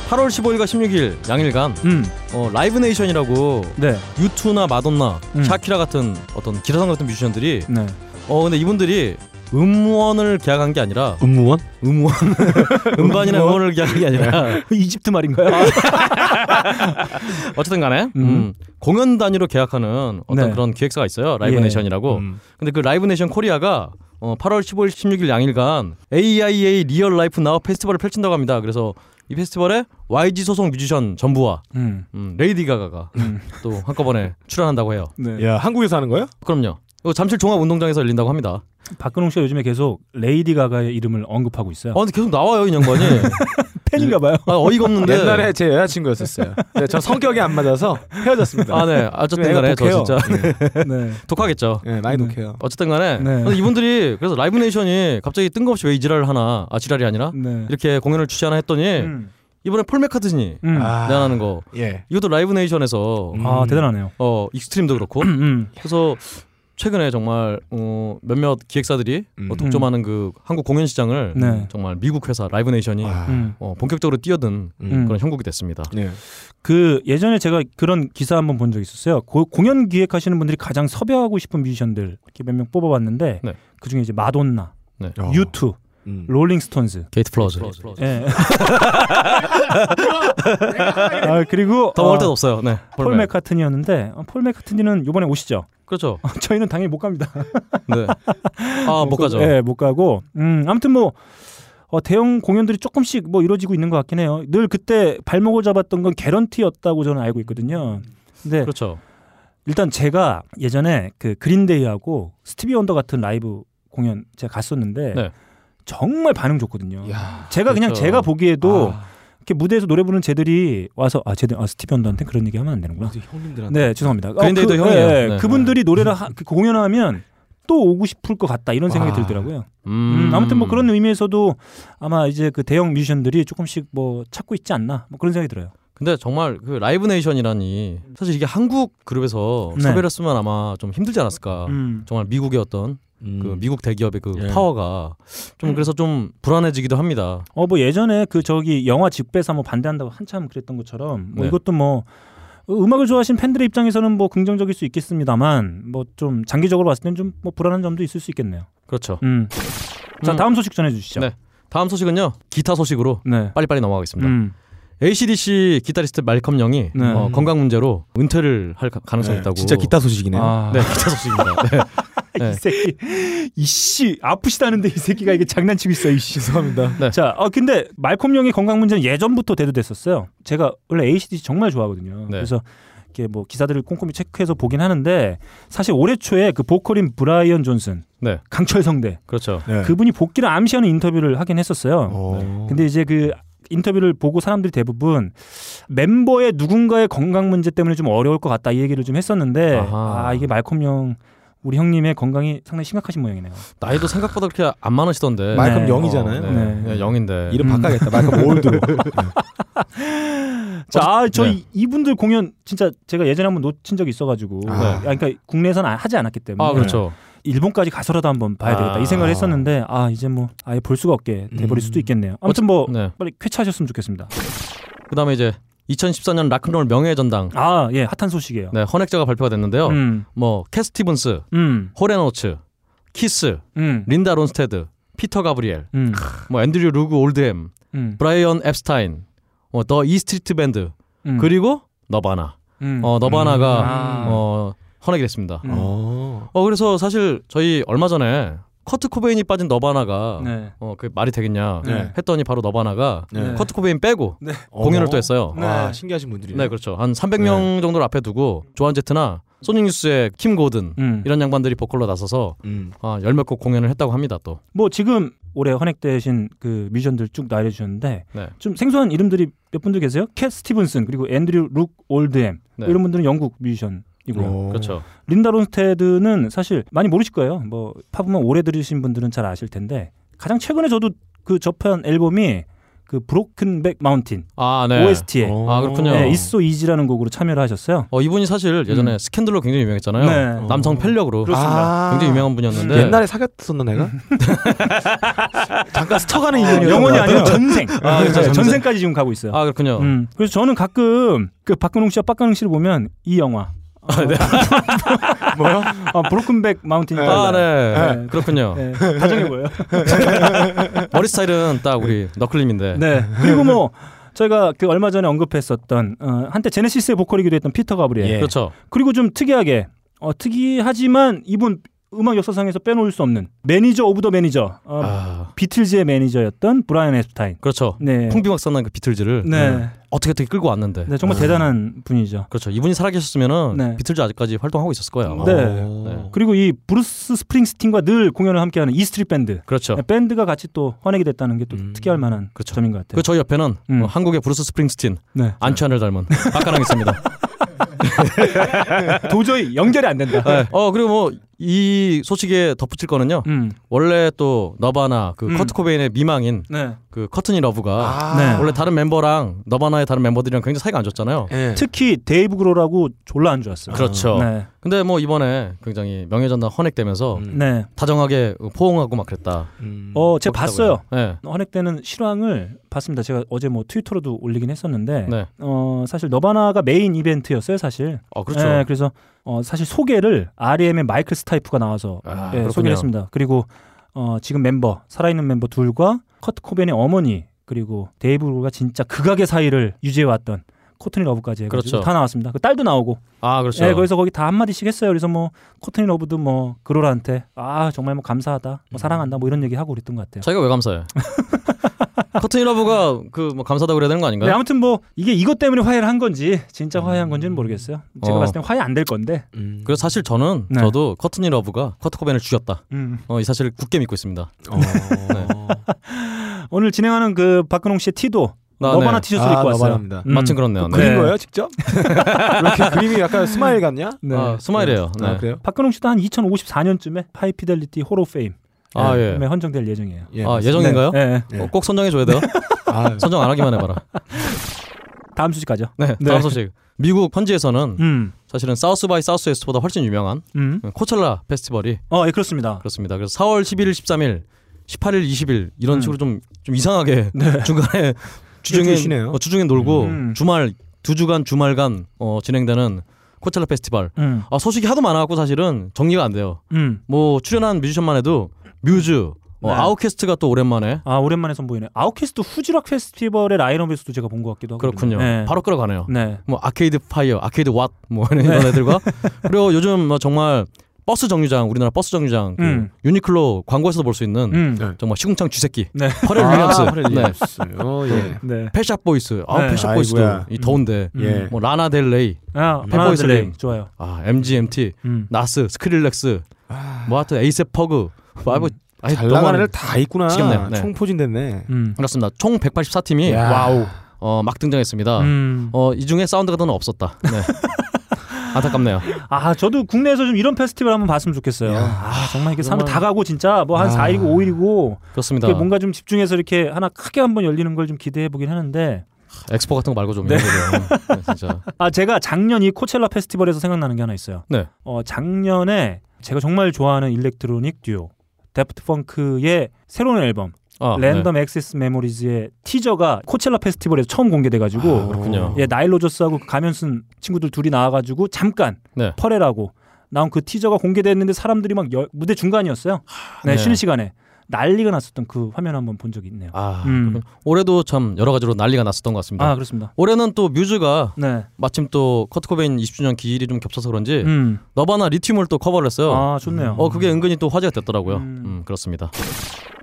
S4: 팔 8월 15일과 16일 양일간
S2: 예. 음,
S4: 어, 라이브 네이션이라고
S2: 네,
S4: 유투나 마돈나,
S2: 음.
S4: 샤키라 같은 어떤 기라성 같은 뮤지션들이
S2: 네.
S4: 어 근데 이분들이 음원을 계약한 게 아니라
S3: 음무원?
S4: 음원 <laughs> 음반이나
S3: 음원?
S4: 음원을 계약한 게
S2: 네.
S4: 아니라
S2: 그 이집트 말인가요?
S4: 어쨌든 간에 음.
S2: 음.
S4: 공연 단위로 계약하는 어떤
S2: 네.
S4: 그런 기획사가 있어요 라이브
S2: 예.
S4: 네이션이라고
S3: 음.
S4: 근데 그 라이브 네이션 코리아가 어, 8월 15일 16일 양일간 AIA 리얼 라이프 나우 페스티벌을 펼친다고 합니다 그래서 이 페스티벌에 YG 소속 뮤지션 전부와
S2: 음,
S4: 음, 레이디 가가가
S2: 음.
S4: 또 한꺼번에 출연한다고 해요
S2: 네.
S3: 야 한국에서 하는 거야?
S4: 그럼요 이거 잠실 종합운동장에서 열린다고 합니다
S2: 박근홍 씨가 요즘에 계속 레이디 가가의 이름을 언급하고
S3: 네.
S2: 있어요.
S4: 아 근데 계속 나와요 이 양반이
S2: 팬인가봐요.
S4: 아 어이가 없는데
S3: 옛날에 제 여자친구였었어요. 근데 저 성격이 안 맞아서 헤어졌습니다.
S4: 아네 어쨌든
S3: 애가
S4: 간에 저
S3: 독해요.
S4: 진짜 <laughs>
S2: 네,
S4: 독하겠죠
S3: 예, 많이
S2: 네.
S3: 독해요.
S4: 어쨌든 간에
S2: 네.
S4: 근데 이분들이 그래서 라이브 네이션이 갑자기 뜬금없이 왜 이 지랄을 하나 아 지랄이 아니라
S2: 네.
S4: 이렇게 공연을 주최하나 했더니
S2: 음,
S4: 이번에 폴 맥카트니
S2: 음. 아,
S3: 아,
S4: 대단하는 거
S3: 예.
S4: 이것도 라이브 네이션에서
S3: 음.
S2: 대단하네요. <clears throat>
S4: 어 익스트림도 그렇고
S2: 음, 음.
S4: 그래서 최근에 정말 어, 몇몇 기획사들이
S3: 음.
S4: 어, 독점하는 그 한국 공연 시장을
S2: 네.
S4: 정말 미국 회사 라이브 네이션이
S3: 아,
S2: 음.
S4: 어, 본격적으로 뛰어든
S2: 음.
S4: 그런 형국이 됐습니다.
S3: 예.
S2: 그 예전에 제가 그런 기사 한번 본 적 있었어요. 고- 공연 기획하시는 분들이 가장 섭외하고 싶은 뮤지션들 이렇게 몇 명 뽑아봤는데
S4: 네.
S2: 그 중에 이제 마돈나,
S3: 어.
S2: 유투,
S3: 음.
S2: 롤링스톤즈,
S4: 게이트 플러즈.
S2: 예.
S4: 네.
S2: 아, 그리고
S4: <laughs> 더 먹을 데도
S2: 어,
S4: 없어요. 네.
S2: 폴
S4: 폴맥.
S2: 맥카트니였는데 어, 폴 맥카트니는 이번에 오시죠. 어,
S4: 그렇죠.
S2: 저희는 당연히 못 갑니다. <laughs>
S4: 네. 아, 못 가죠.
S2: 예, 못 가고. 음, 아무튼 뭐 어, 대형 공연들이 조금씩 뭐 이루어지고 있는 것 같긴 해요. 늘 그때 발목을 잡았던 건 개런티였다고 저는 알고 있거든요. 근데
S4: 그렇죠.
S2: 일단 제가 예전에 그 그린데이하고 스티비 원더 같은 라이브 공연 제가 갔었는데
S4: 네.
S2: 정말 반응 좋거든요.
S4: 이야,
S2: 제가 그냥
S4: 그렇죠.
S2: 제가 보기에도
S4: 아.
S2: 이렇게 무대에서 노래 부르는 쟤들이 와서 아 쟤들 아 스티비 언더한테 그런 얘기 하면 안 되는구나.
S3: 형님들한테
S2: 네 죄송합니다.
S4: 그렇죠. 그린데이도 형이에요.
S2: 예, 예.
S4: 네.
S2: 그분들이
S4: <laughs>
S2: 노래를 하, 그 공연하면 또 오고 싶을 것 같다 이런 생각이
S3: 아.
S2: 들더라고요. 음, 아무튼 뭐 그런 의미에서도 아마 이제 그 대형 뮤지션들이 조금씩 뭐 찾고 있지 않나 뭐 그런 생각이 들어요.
S4: 근데 정말 그 라이브 네이션이라니 사실 이게 한국 그룹에서
S2: 네.
S4: 섭외를 했으면 아마 좀 힘들지 않았을까.
S2: 음.
S4: 정말 미국의 어떤
S3: 음.
S4: 그 미국 대기업의 그
S3: 예.
S4: 파워가 좀 그래서 좀 불안해지기도 합니다.
S2: 어뭐 예전에 그 저기 영화 직배사 뭐 반대한다고 한참 그랬던 것처럼 뭐
S4: 네.
S2: 이것도 뭐 어, 음악을 좋아하신 팬들의 입장에서는 뭐 긍정적일 수 있겠습니다만 뭐 좀 장기적으로 봤을 때는 좀 뭐 불안한 점도 있을 수 있겠네요.
S4: 그렇죠.
S2: 음. 자
S4: 음.
S2: 다음 소식 전해주시죠.
S4: 네. 다음 소식은요. 기타 소식으로
S2: 네.
S4: 빨리빨리 넘어가겠습니다.
S2: 음.
S4: ACDC 기타리스트 말컴 영이
S2: 네.
S4: 어, 건강 문제로 은퇴를 할 가- 가능성이
S3: 네,
S4: 있다고.
S3: 진짜 기타 소식이네요.
S2: 아.
S4: 네, 기타 소식입니다. 네.
S2: <laughs> 이 새끼 이씨 아프시다는데 이 새끼가 이게 장난치고 있어 이씨. <laughs>
S3: 죄송합니다.
S2: 자, 어, 근데 말콤 형의 건강 문제는 예전부터 대두됐었어요. 제가 원래 ACDC 정말 좋아하거든요.
S4: 네.
S2: 그래서 이렇게 뭐 기사들을 꼼꼼히 체크해서 보긴 하는데 사실 올해 초에 그 보컬인 브라이언 존슨,
S4: 네.
S2: 강철 성대
S4: 그렇죠.
S3: 네.
S2: 그분이 복귀를 암시하는 인터뷰를 하긴 했었어요.
S3: 어.
S2: 근데 이제 그 인터뷰를 보고 사람들이 대부분 멤버의 누군가의 건강 문제 때문에 좀 어려울 것 같다 이 얘기를 좀 했었는데
S4: 아하.
S2: 아 이게 말콤 형 우리 형님의 건강이 상당히 심각하신 모양이네요.
S4: 나이도 생각보다 그렇게 안 많으시던데.
S2: 말-
S3: 말컴
S2: 네.
S3: 영이잖아요.
S4: 어, 네.
S2: 네.
S4: 네, 영인데.
S3: 이름
S2: 음.
S3: 바꿔야겠다. 말컴
S4: <laughs>
S3: 올드로.
S2: 자, 아, 저
S4: 네.
S2: 이- 이분들 공연 진짜 제가 예전에 한번 놓친 적이 있어가지고,
S3: 아.
S2: 아, 그러니까 국내에선 아- 하지 않았기 때문에
S3: 네.
S4: 아, 그렇죠.
S2: 일본까지 가서라도 한번 봐야 되겠다
S4: 아.
S2: 이 생각을 했었는데, 아 이제 뭐 아예 볼 수가 없게 돼버릴
S3: 음.
S2: 수도 있겠네요. 아무튼 뭐
S4: 네.
S2: 빨리 쾌차하셨으면 좋겠습니다.
S4: 그다음에 이제 2014년 락큰롤 명예의 전당
S2: 아, 예, 핫한 소식이에요.
S4: 네, 헌액자가 발표가 됐는데요.
S2: 음,
S4: 뭐 캐스티븐스,
S2: 음,
S4: 호레노츠, 키스,
S2: 음,
S4: 린다 론스테드, 피터 가브리엘,
S2: 음,
S4: 뭐 앤드류 루그 올드햄,
S2: 음,
S4: 브라이언 앱스타인, 어, 더 이스트리트 밴드,
S2: 음,
S4: 그리고 너바나.
S2: 음,
S4: 어, 너바나가
S2: 음.
S4: 어, 헌액이 됐습니다.
S2: 음.
S3: 어.
S4: 어, 그래서 사실 저희 얼마 전에 커트 코베인이 빠진 너바나가
S2: 네.
S4: 어, 그 말이 되겠냐
S3: 네.
S4: 했더니 바로 너바나가
S2: 네.
S4: 커트 코베인 빼고
S2: 네.
S4: 공연을 또 했어요.
S2: 네.
S3: 와, 신기하신 분들이네.
S4: 네, 그렇죠. 한 300명 정도를 앞에 두고 조한 제트나 소닉 뉴스의 킴 고든
S2: 음.
S4: 이런 양반들이 보컬로 나서서
S3: 음.
S4: 아, 열몇 곡 공연을 했다고 합니다. 또.
S2: 뭐 지금 올해 헌액되신 그 뮤지션들 쭉 나열해 주셨는데
S4: 네.
S2: 좀 생소한 이름들이 몇 분들 계세요? 캣 스티븐슨 그리고 앤드류 룩 올드햄
S4: 네.
S2: 이런 분들은 영국 뮤지션이고요.
S3: 어.
S4: 그렇죠.
S2: 린다 론스테드는 사실 많이 모르실 거예요. 뭐 팝음악 오래 들으신 분들은 잘 아실 텐데 가장 최근에 저도 그 접한 앨범이 그 브로큰백 마운틴
S4: 아, 네.
S2: OST에
S3: 어.
S4: 아, 그렇군요.
S2: 네, It's So Easy라는 곡으로 참여를 하셨어요.
S4: 어, 이분이 사실 예전에
S2: 음.
S4: 스캔들로 굉장히 유명했잖아요.
S2: 네. 아.
S4: 남성 편력으로
S3: 그렇습니다.
S4: 굉장히 유명한 네. 음. 분이었는데
S3: 옛날에 사귀었었나 내가? 잠깐 스쳐가는 인연이
S2: 영혼이 <laughs> 아니라 전생.
S4: 아, 그렇죠. 전생.
S2: 전생. 까지 지금 가고 있어요.
S4: 아, 그렇군요.
S2: 음. 그래서 저는 가끔 그 박근홍 씨와 박근홍 씨를 보면 이 영화
S3: <laughs> 뭐요?
S2: 아, 브로큰백 마운틴이
S4: 아,
S2: 아,
S4: 네. 네.
S2: 네.
S4: 그렇군요.
S2: 네. 다정해 보여요.
S4: 머리 스타일은 딱 우리 너클림인데.
S2: 네. 그리고 뭐 저희가 그 얼마 전에 언급했었던 어, 한때 제네시스의 보컬이기도 했던 피터 가브리엘.
S3: 예.
S4: 그렇죠.
S2: 그리고 좀 특이하게 어, 특이하지만 이분 음악 역사상에서 빼놓을 수 없는 매니저 오브 더 매니저 어,
S4: 아,
S2: 비틀즈의 매니저였던 브라이언 앱스타인.
S4: 그렇죠.
S2: 네.
S4: 풍비박산난 그 비틀즈를
S2: 네.
S4: 어떻게 어떻게 끌고 왔는데. 음,
S2: 네, 정말 대단한 분이죠.
S4: 그렇죠. 이분이 살아계셨으면은
S2: 네.
S4: 비틀즈 아직까지 활동하고 있었을 거예요. 아마.
S2: 네.
S3: 어.
S4: 네.
S2: 그리고 이 브루스 스프링스틴과 늘 공연을 함께하는 이스트리 밴드.
S4: 그렇죠.
S2: 네, 밴드가 같이 또 헌액이 됐다는 게 또 특이할 만한
S4: 그렇죠.
S2: 점인 것 같아요.
S4: 그 저희 옆에는
S2: 음.
S4: 어, 한국의 브루스 스프링스틴
S2: 네.
S4: 안치환을 닮은 박가랑
S2: <laughs>
S4: 있습니다. 아,
S2: 도저히 연결이 안 <laughs> 된다.
S4: 네. 어 그리고 뭐 이 소식에 덧붙일 거는요.
S2: 음.
S4: 원래 또 너바나 그
S2: 음.
S4: 커트 코베인의 미망인
S2: 네.
S4: 그 커튼이 러브가
S2: 네.
S4: 원래 다른 멤버랑 너바나의 다른 멤버들이랑 굉장히 사이가 안 좋잖아요.
S3: 네.
S2: 특히 데이브 그로라고 졸라 안 좋았어요.
S4: 그렇죠.
S2: 네.
S4: 근데 뭐 이번에 굉장히 명예전당 헌액되면서
S3: 음.
S2: 네.
S4: 다정하게 포옹하고 막 그랬다.
S3: 음.
S2: 어, 제가
S4: 그렇다고요.
S2: 봤어요.
S4: 네.
S2: 헌액 때는 실황을 봤습니다. 제가 어제 뭐 트위터로도 올리긴 했었는데,
S4: 네.
S2: 어, 사실 너바나가 메인 이벤트였어요, 사실.
S4: 어 그렇죠.
S2: 네, 그래서 어, 사실 소개를 REM의 마이클 스타이프가 나와서
S4: 아,
S2: 예,
S4: 그렇군요.
S2: 소개를 했습니다. 그리고 어, 지금 멤버 살아있는 멤버 둘과 커트 코벤의 어머니 그리고 데이브 로가 진짜 극악의 사이를 유지해왔던 코트니 러브까지 해가지고
S4: 그렇죠.
S2: 다 나왔습니다. 그 딸도 나오고
S4: 아 그렇죠.
S2: 예, 거기서 거기 다 한마디씩 했어요. 그래서 뭐 코트니 러브도 뭐
S4: 음.
S2: <laughs> 그로라한테 아 정말 뭐 감사하다, 뭐 사랑한다 뭐 이런 얘기 하고 그랬던 것 같아요.
S4: 저희가 왜 감사해? 커튼이라브가 그 뭐 감사하다고 그래야 되는 거
S2: 네,
S4: 아닌가요? 음.
S2: 아무튼 뭐 이게 이것 때문에 화해를 한 건지 진짜 화해한 건지는 모르겠어요. 제가
S4: 어.
S2: 봤을 땐 화해 안 될 건데.
S3: 음.
S4: 그래서 사실 저는
S2: 네.
S4: 저도 커튼이라브가 커트 코벤을 죽였다.
S2: 음.
S4: 어, 이 사실을 굳게 믿고 있습니다. <laughs>
S3: 어.
S4: 네.
S2: 오늘 진행하는 그 박근홍 씨의 티도
S4: 아,
S2: 너바나
S4: 네.
S2: 티셔츠
S3: 아,
S2: 입고 왔어요.
S3: 너바나입니다.
S2: 음.
S4: 마침 그렇네요. 네.
S3: 그린 거예요 직접? <laughs> 이렇게 그림이 약간 스마일 같냐?
S2: 네.
S4: 아, 스마일이에요. 네.
S3: 아 그래요?
S2: 박근홍 씨도 한 2054년쯤에 하이피델리티 호로페임에
S4: 아, 예.
S2: 헌정될 예정이에요.
S3: 예,
S4: 아,
S3: 맞습니다.
S4: 예정인가요? 네,
S2: 네. 네.
S3: 네.
S4: 어, 꼭 선정해 줘야 돼요. <laughs>
S3: 아,
S4: 선정 안 하기만 해봐라.
S2: 다음 소식 가죠.
S4: 네,
S2: 네.
S4: 다음 소식. 미국 현지에서는
S2: 음.
S4: 사실은 사우스 바이 사우스웨스트보다 훨씬 유명한
S2: 음.
S4: 코첼라 페스티벌이
S2: 어, 예, 그렇습니다.
S4: 그렇습니다. 그래서 4월 11일, 13일, 18일, 20일 이런
S2: 음.
S4: 식으로 좀, 좀 이상하게 중간에
S3: 일주일 쉬네요.
S4: 주중에 어, 주중에 놀고
S2: 음.
S4: 주말 두 주간 주말간 어, 진행되는 코첼라 페스티벌.
S2: 음.
S4: 아, 소식이 하도 많아갖고 사실은 정리가 안 돼요.
S2: 음.
S4: 뭐 출연한 뮤지션만 해도 뮤즈, 어,
S2: 네.
S4: 아웃캐스트가 또 오랜만에
S2: 아, 오랜만에 선보이네. 아웃캐스트 후지락 페스티벌의 라인업에서도 제가 본 것 같기도 하고.
S4: 그렇군요.
S2: 네.
S4: 바로 끌어가네요.
S2: 네.
S4: 뭐 아케이드 파이어, 아케이드 왓뭐 이런 애들과 그리고 요즘 뭐 정말 버스 정류장 우리나라 버스 정류장 그
S2: 음.
S4: 유니클로 광고에서도 볼 수 있는
S2: 음.
S3: 네.
S4: 정말 시궁창 쥐새끼
S2: 네.
S4: 퍼렐
S3: 아,
S4: 윌리엄스, 네.
S3: 어, 예.
S2: 네.
S4: 패샵 보이스, 아
S2: 네.
S4: 패샵 보이스도
S3: 아이고야.
S4: 이 더운데
S3: 예.
S4: 뭐 라나 델레이,
S2: 아,
S4: 음. 팬보이스
S2: 바나들레이.
S4: 링.
S2: 좋아요.
S4: 아 MGMT,
S2: 음.
S4: 나스, 스크릴렉스, 뭐 하여튼 에이셉 퍼그, 뭐 아이고 아이,
S3: 잘
S4: 너무
S3: 나가는
S4: 많은-
S3: 애들 다 있구나.
S4: 지겹네요. 네.
S3: 총포진 됐네.
S2: 음.
S4: 그렇습니다. 총 184팀이 어,
S3: 야. 와우.
S4: 막 등장했습니다.
S2: 음.
S4: 어, 이 중에 사운드 가드는 없었다. 네. 안타깝네요.
S2: 아, 저도 국내에서 좀 이런 페스티벌 한번 봤으면 좋겠어요. 아, 정말 이게 사람
S4: 정말.
S2: 다 가고 진짜 뭐 한
S3: 아.
S2: 4일이고 5일이고
S4: 그렇습니다.
S2: 이게 뭔가 좀 집중해서 이렇게 하나 크게 한번 열리는 걸 좀 기대해 보긴 하는데
S4: 엑스포 같은 거 말고 좀 이런 거죠. 네,
S2: <laughs>
S4: 진짜.
S2: 아, 제가 작년 이 코첼라 페스티벌에서 생각나는 게 하나 있어요.
S4: 네.
S2: 어, 작년에 제가 정말 좋아하는 일렉트로닉 듀오 데프트 펑크의 새로운 앨범
S4: 아,
S2: 어, 랜덤 액세스 메모리즈의 티저가 코첼라 페스티벌에서 처음 공개돼 가지고
S3: 아,
S4: 네. 그렇군요.
S2: 예, 나일 로저스하고 그 가면 쓴 친구들 둘이 나와가지고 잠깐
S4: 네.
S2: 퍼레라고 나온 그 티저가 공개됐는데 사람들이 막 열- 무대 중간이었어요. 네,
S4: 네.
S2: 쉬는 시간에 난리가 났었던 그 화면 한번 본 적이 있네요.
S4: 아,
S2: 음.
S4: 그렇군요. 올해도 참 여러 가지로 난리가 났었던 것 같습니다.
S2: 아 그렇습니다.
S4: 올해는 또 뮤즈가
S2: 네,
S4: 마침 또 커트 코베인 20주년 기일이 좀 겹쳐서 그런지
S2: 음,
S4: 너바나 리튬을 또 커버를 네. 했어요.
S2: 아 좋네요.
S4: 어 그게 은근히 또 화제가 됐더라고요.
S2: 음.
S4: 음, 그렇습니다.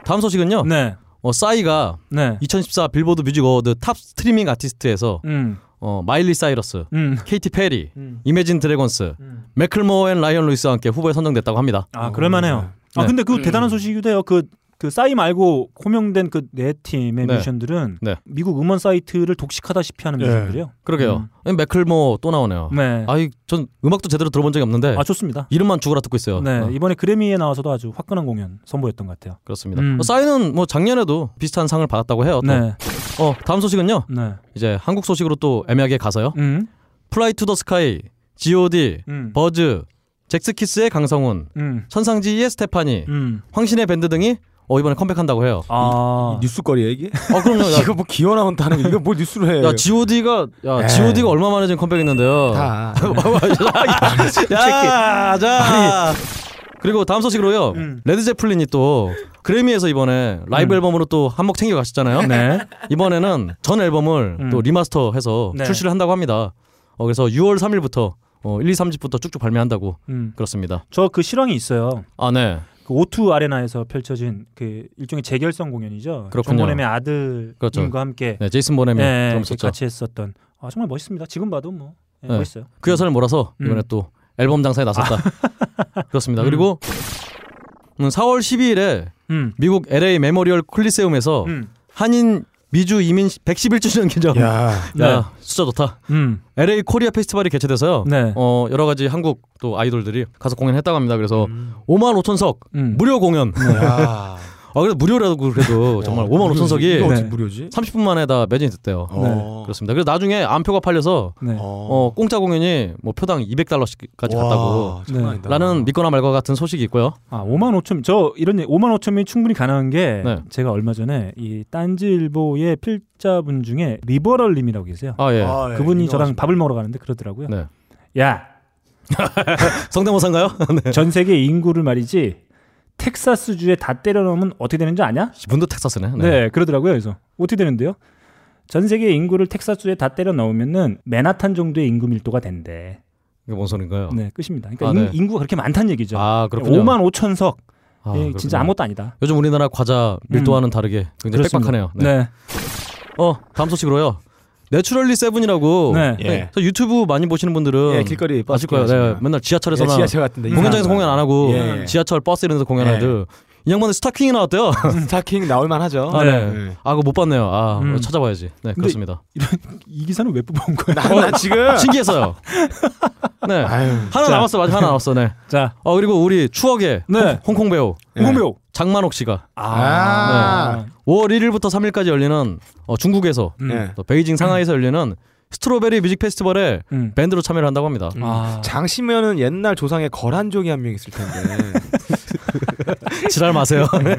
S4: 다음 소식은요.
S2: 네,
S4: 어, 싸이가
S2: 네,
S4: 2014 빌보드 뮤직 어워드 탑 스트리밍 아티스트에서
S2: 음,
S4: 어, 마일리 사이러스,
S2: 음,
S4: 케이티 페리,
S2: 음.
S4: 이매진 드래곤스,
S2: 음.
S4: 맥클모어 앤 라이언 루이스와 함께 후보에 선정됐다고 합니다.
S2: 아 그럴만해요. 아
S4: 네.
S2: 근데 그 대단한 소식이기도 해요. 그 그 싸이 말고 호명된 그 네 팀의
S4: 네.
S2: 뮤지션들은
S4: 네.
S2: 미국 음원 사이트를 독식하다시피 하는
S3: 네.
S2: 뮤지션들이요.
S4: 그러게요.
S2: 음.
S4: 예, 맥클모어 또 나오네요.
S2: 네,
S4: 아이 전 음악도 제대로 들어본 적이 없는데
S2: 아 좋습니다.
S4: 이름만 죽어라 듣고 있어요.
S2: 네
S4: 어,
S2: 이번에 그래미에 나와서도 아주 화끈한 공연 선보였던 것 같아요.
S4: 그렇습니다.
S2: 음.
S4: 어, 싸이는 뭐 작년에도 비슷한 상을 받았다고 해요. 또.
S2: 네,
S4: 어 다음 소식은요.
S2: 네,
S4: 이제 한국 소식으로 또 애매하게 가서요.
S2: 음,
S4: 플라이 투 더 스카이, G.O.D,
S2: 음,
S4: 버즈, 잭스키스의 강성훈,
S2: 음,
S4: 천상지의 스테파니,
S2: 음.
S4: 황신의 밴드 등이 어 이번에 컴백한다고 해요. 네.
S2: 아,
S3: 뉴스거리야 이게?
S4: 어 그럼요. 야,
S3: <laughs> 이거 뭐 기어 나온다는 거 이거 뭘 뉴스로 해?
S4: 야 G.O.D가 야
S3: 에이.
S2: 예.
S4: G.O.D가 얼마 만에 지금 컴백했는데요. <laughs>
S3: 다.
S4: 야, 자. 그리고 다음 소식으로요.
S2: 음.
S4: 레드 제플린이 또 그래미에서 이번에 라이브
S2: 음.
S4: 앨범으로 또 한몫 챙겨 가셨잖아요.
S2: 네,
S4: 이번에는 전 앨범을
S2: 음.
S4: 또 리마스터해서
S2: 네.
S4: 출시를 한다고 합니다. 어, 그래서 6월 3일부터 어, 1, 2, 3집부터 쭉쭉 발매한다고
S2: 음.
S4: 그렇습니다.
S2: 저 그 실황이 있어요.
S4: 아, 네.
S2: 그 O2 아레나에서 펼쳐진 그 일종의 재결성 공연이죠.
S4: 그렇군요.
S2: 정보nem의 아들님과
S4: 그렇죠.
S2: 함께
S4: 네, 제이슨 보넴이
S2: 네,
S4: 드럼쳤죠.
S2: 같이 했었던 아, 정말 멋있습니다. 지금 봐도 뭐 예,
S4: 네.
S2: 멋있어요.
S4: 그 여사를 몰아서 이번에
S2: 음.
S4: 또 앨범 장사에 나섰다.
S2: <laughs>
S4: 그렇습니다.
S2: 음.
S4: 그리고 음, 4월 12일에
S2: 음,
S4: 미국 LA 메모리얼 콜리세움에서
S2: 음,
S4: 한인 미주 이민 111주년 기념. 야,
S3: 야.
S2: 네.
S4: 숫자 좋다.
S2: 음,
S4: LA 코리아 페스티벌이 개최돼서요.
S2: 네,
S4: 어 여러 가지 한국 또 아이돌들이 가서 공연했다고 합니다. 그래서 5만 5천석
S2: 음.
S4: 무료 공연.
S3: 야.
S4: <laughs> 아 그래도 무료라고
S2: 어,
S4: 그래도 어, 정말 5만 5천석이
S3: 이거 어떻게
S2: 네.
S3: 무료지?
S4: 30분 만에 다 매진이 됐대요. 네,
S3: 어.
S4: 그렇습니다. 그래서 나중에 안표가 팔려서
S2: 네.
S3: 어.
S4: 어 공짜 공연이 뭐 표당 200달러씩까지
S3: 와,
S4: 갔다고.
S3: 장난
S2: 네.
S3: 아니다.
S4: 라는 믿거나 말거 같은 소식이 있고요.
S2: 아, 5만 5천 저 이런 얘기- 5만 5천이 충분히 가능한 게
S4: 네.
S2: 제가 얼마 전에 이 딴지일보의 필자분 중에 리버럴님이라고 계세요.
S4: 아 예.
S3: 아, 예,
S2: 그분이
S3: 유명하십니다.
S2: 저랑 밥을 먹으러 가는데 그러더라고요.
S4: 네.
S2: 야, <laughs>
S4: 성대모사인가요? 네.
S2: 전 세계 인구를 말이지 텍사스 주에 다 때려 넣으면 어떻게 되는지 아냐?
S4: 분도 텍사스네.
S2: 네, 그러더라고요. 그래서 어떻게 되는데요? 전 세계 인구를 텍사스 주에 다 때려 넣으면은 맨하탄 정도의 인구 밀도가 된대.
S4: 이게 뭔 소린가요?
S2: 네, 끝입니다. 그러니까
S4: 아,
S2: 인,
S4: 네.
S2: 인구가 그렇게 많다는 얘기죠.
S4: 아 그렇군요.
S2: 5만 5천석
S4: 아,
S2: 예, 진짜
S4: 그렇구나.
S2: 아무것도 아니다.
S4: 요즘 우리나라 과자 밀도와는 다르게 굉장히
S2: 그렇습니다.
S4: 빽빽하네요. 네.
S2: 네.
S4: 어 다음 소식으로요. 내추럴리 세븐이라고.
S2: 네.
S3: 예.
S4: 그래서 유튜브 많이 보시는 분들은
S3: 예, 길거리 버스
S4: 아실 거예요. 네,
S3: 기억하시나요?
S4: 맨날
S3: 예,
S4: 지하철에서나
S3: 지하철 같은데
S4: 공연장에서 공연 안 하고
S3: 예, 예.
S4: 지하철 버스 이런 데서 공연하들 이 양반은 스타킹이 나왔대요.
S3: <laughs> 스타킹 나올만 하죠.
S4: 아, 네.
S3: 네.
S4: 아 그거 못 봤네요. 아
S2: 음.
S4: 찾아봐야지. 네 그렇습니다.
S2: 이 기사는 왜 뽑아온 거야?
S3: 나, 나 지금
S4: 신기했어요. 네
S3: 아유,
S4: 하나 남았어 맞아 하나 남았어. 네.
S2: 자,
S4: 어 그리고 우리 추억의
S2: 네.
S4: 홍콩 배우
S3: 예.
S2: 홍범효.
S4: 장만옥 씨가
S2: 네.
S3: 아,
S4: 5월 1일부터 3일까지 열리는 어, 중국에서
S2: 음.
S3: 예.
S4: 또 베이징 상하이에서 열리는 스트로베리 뮤직 페스티벌에
S2: 음.
S4: 밴드로 참여를 한다고 합니다.
S2: 아.
S3: 장시면은 옛날 조상에 거란종이 한 명 있을 텐데
S2: <laughs>
S4: 지랄 마세요.
S2: 네.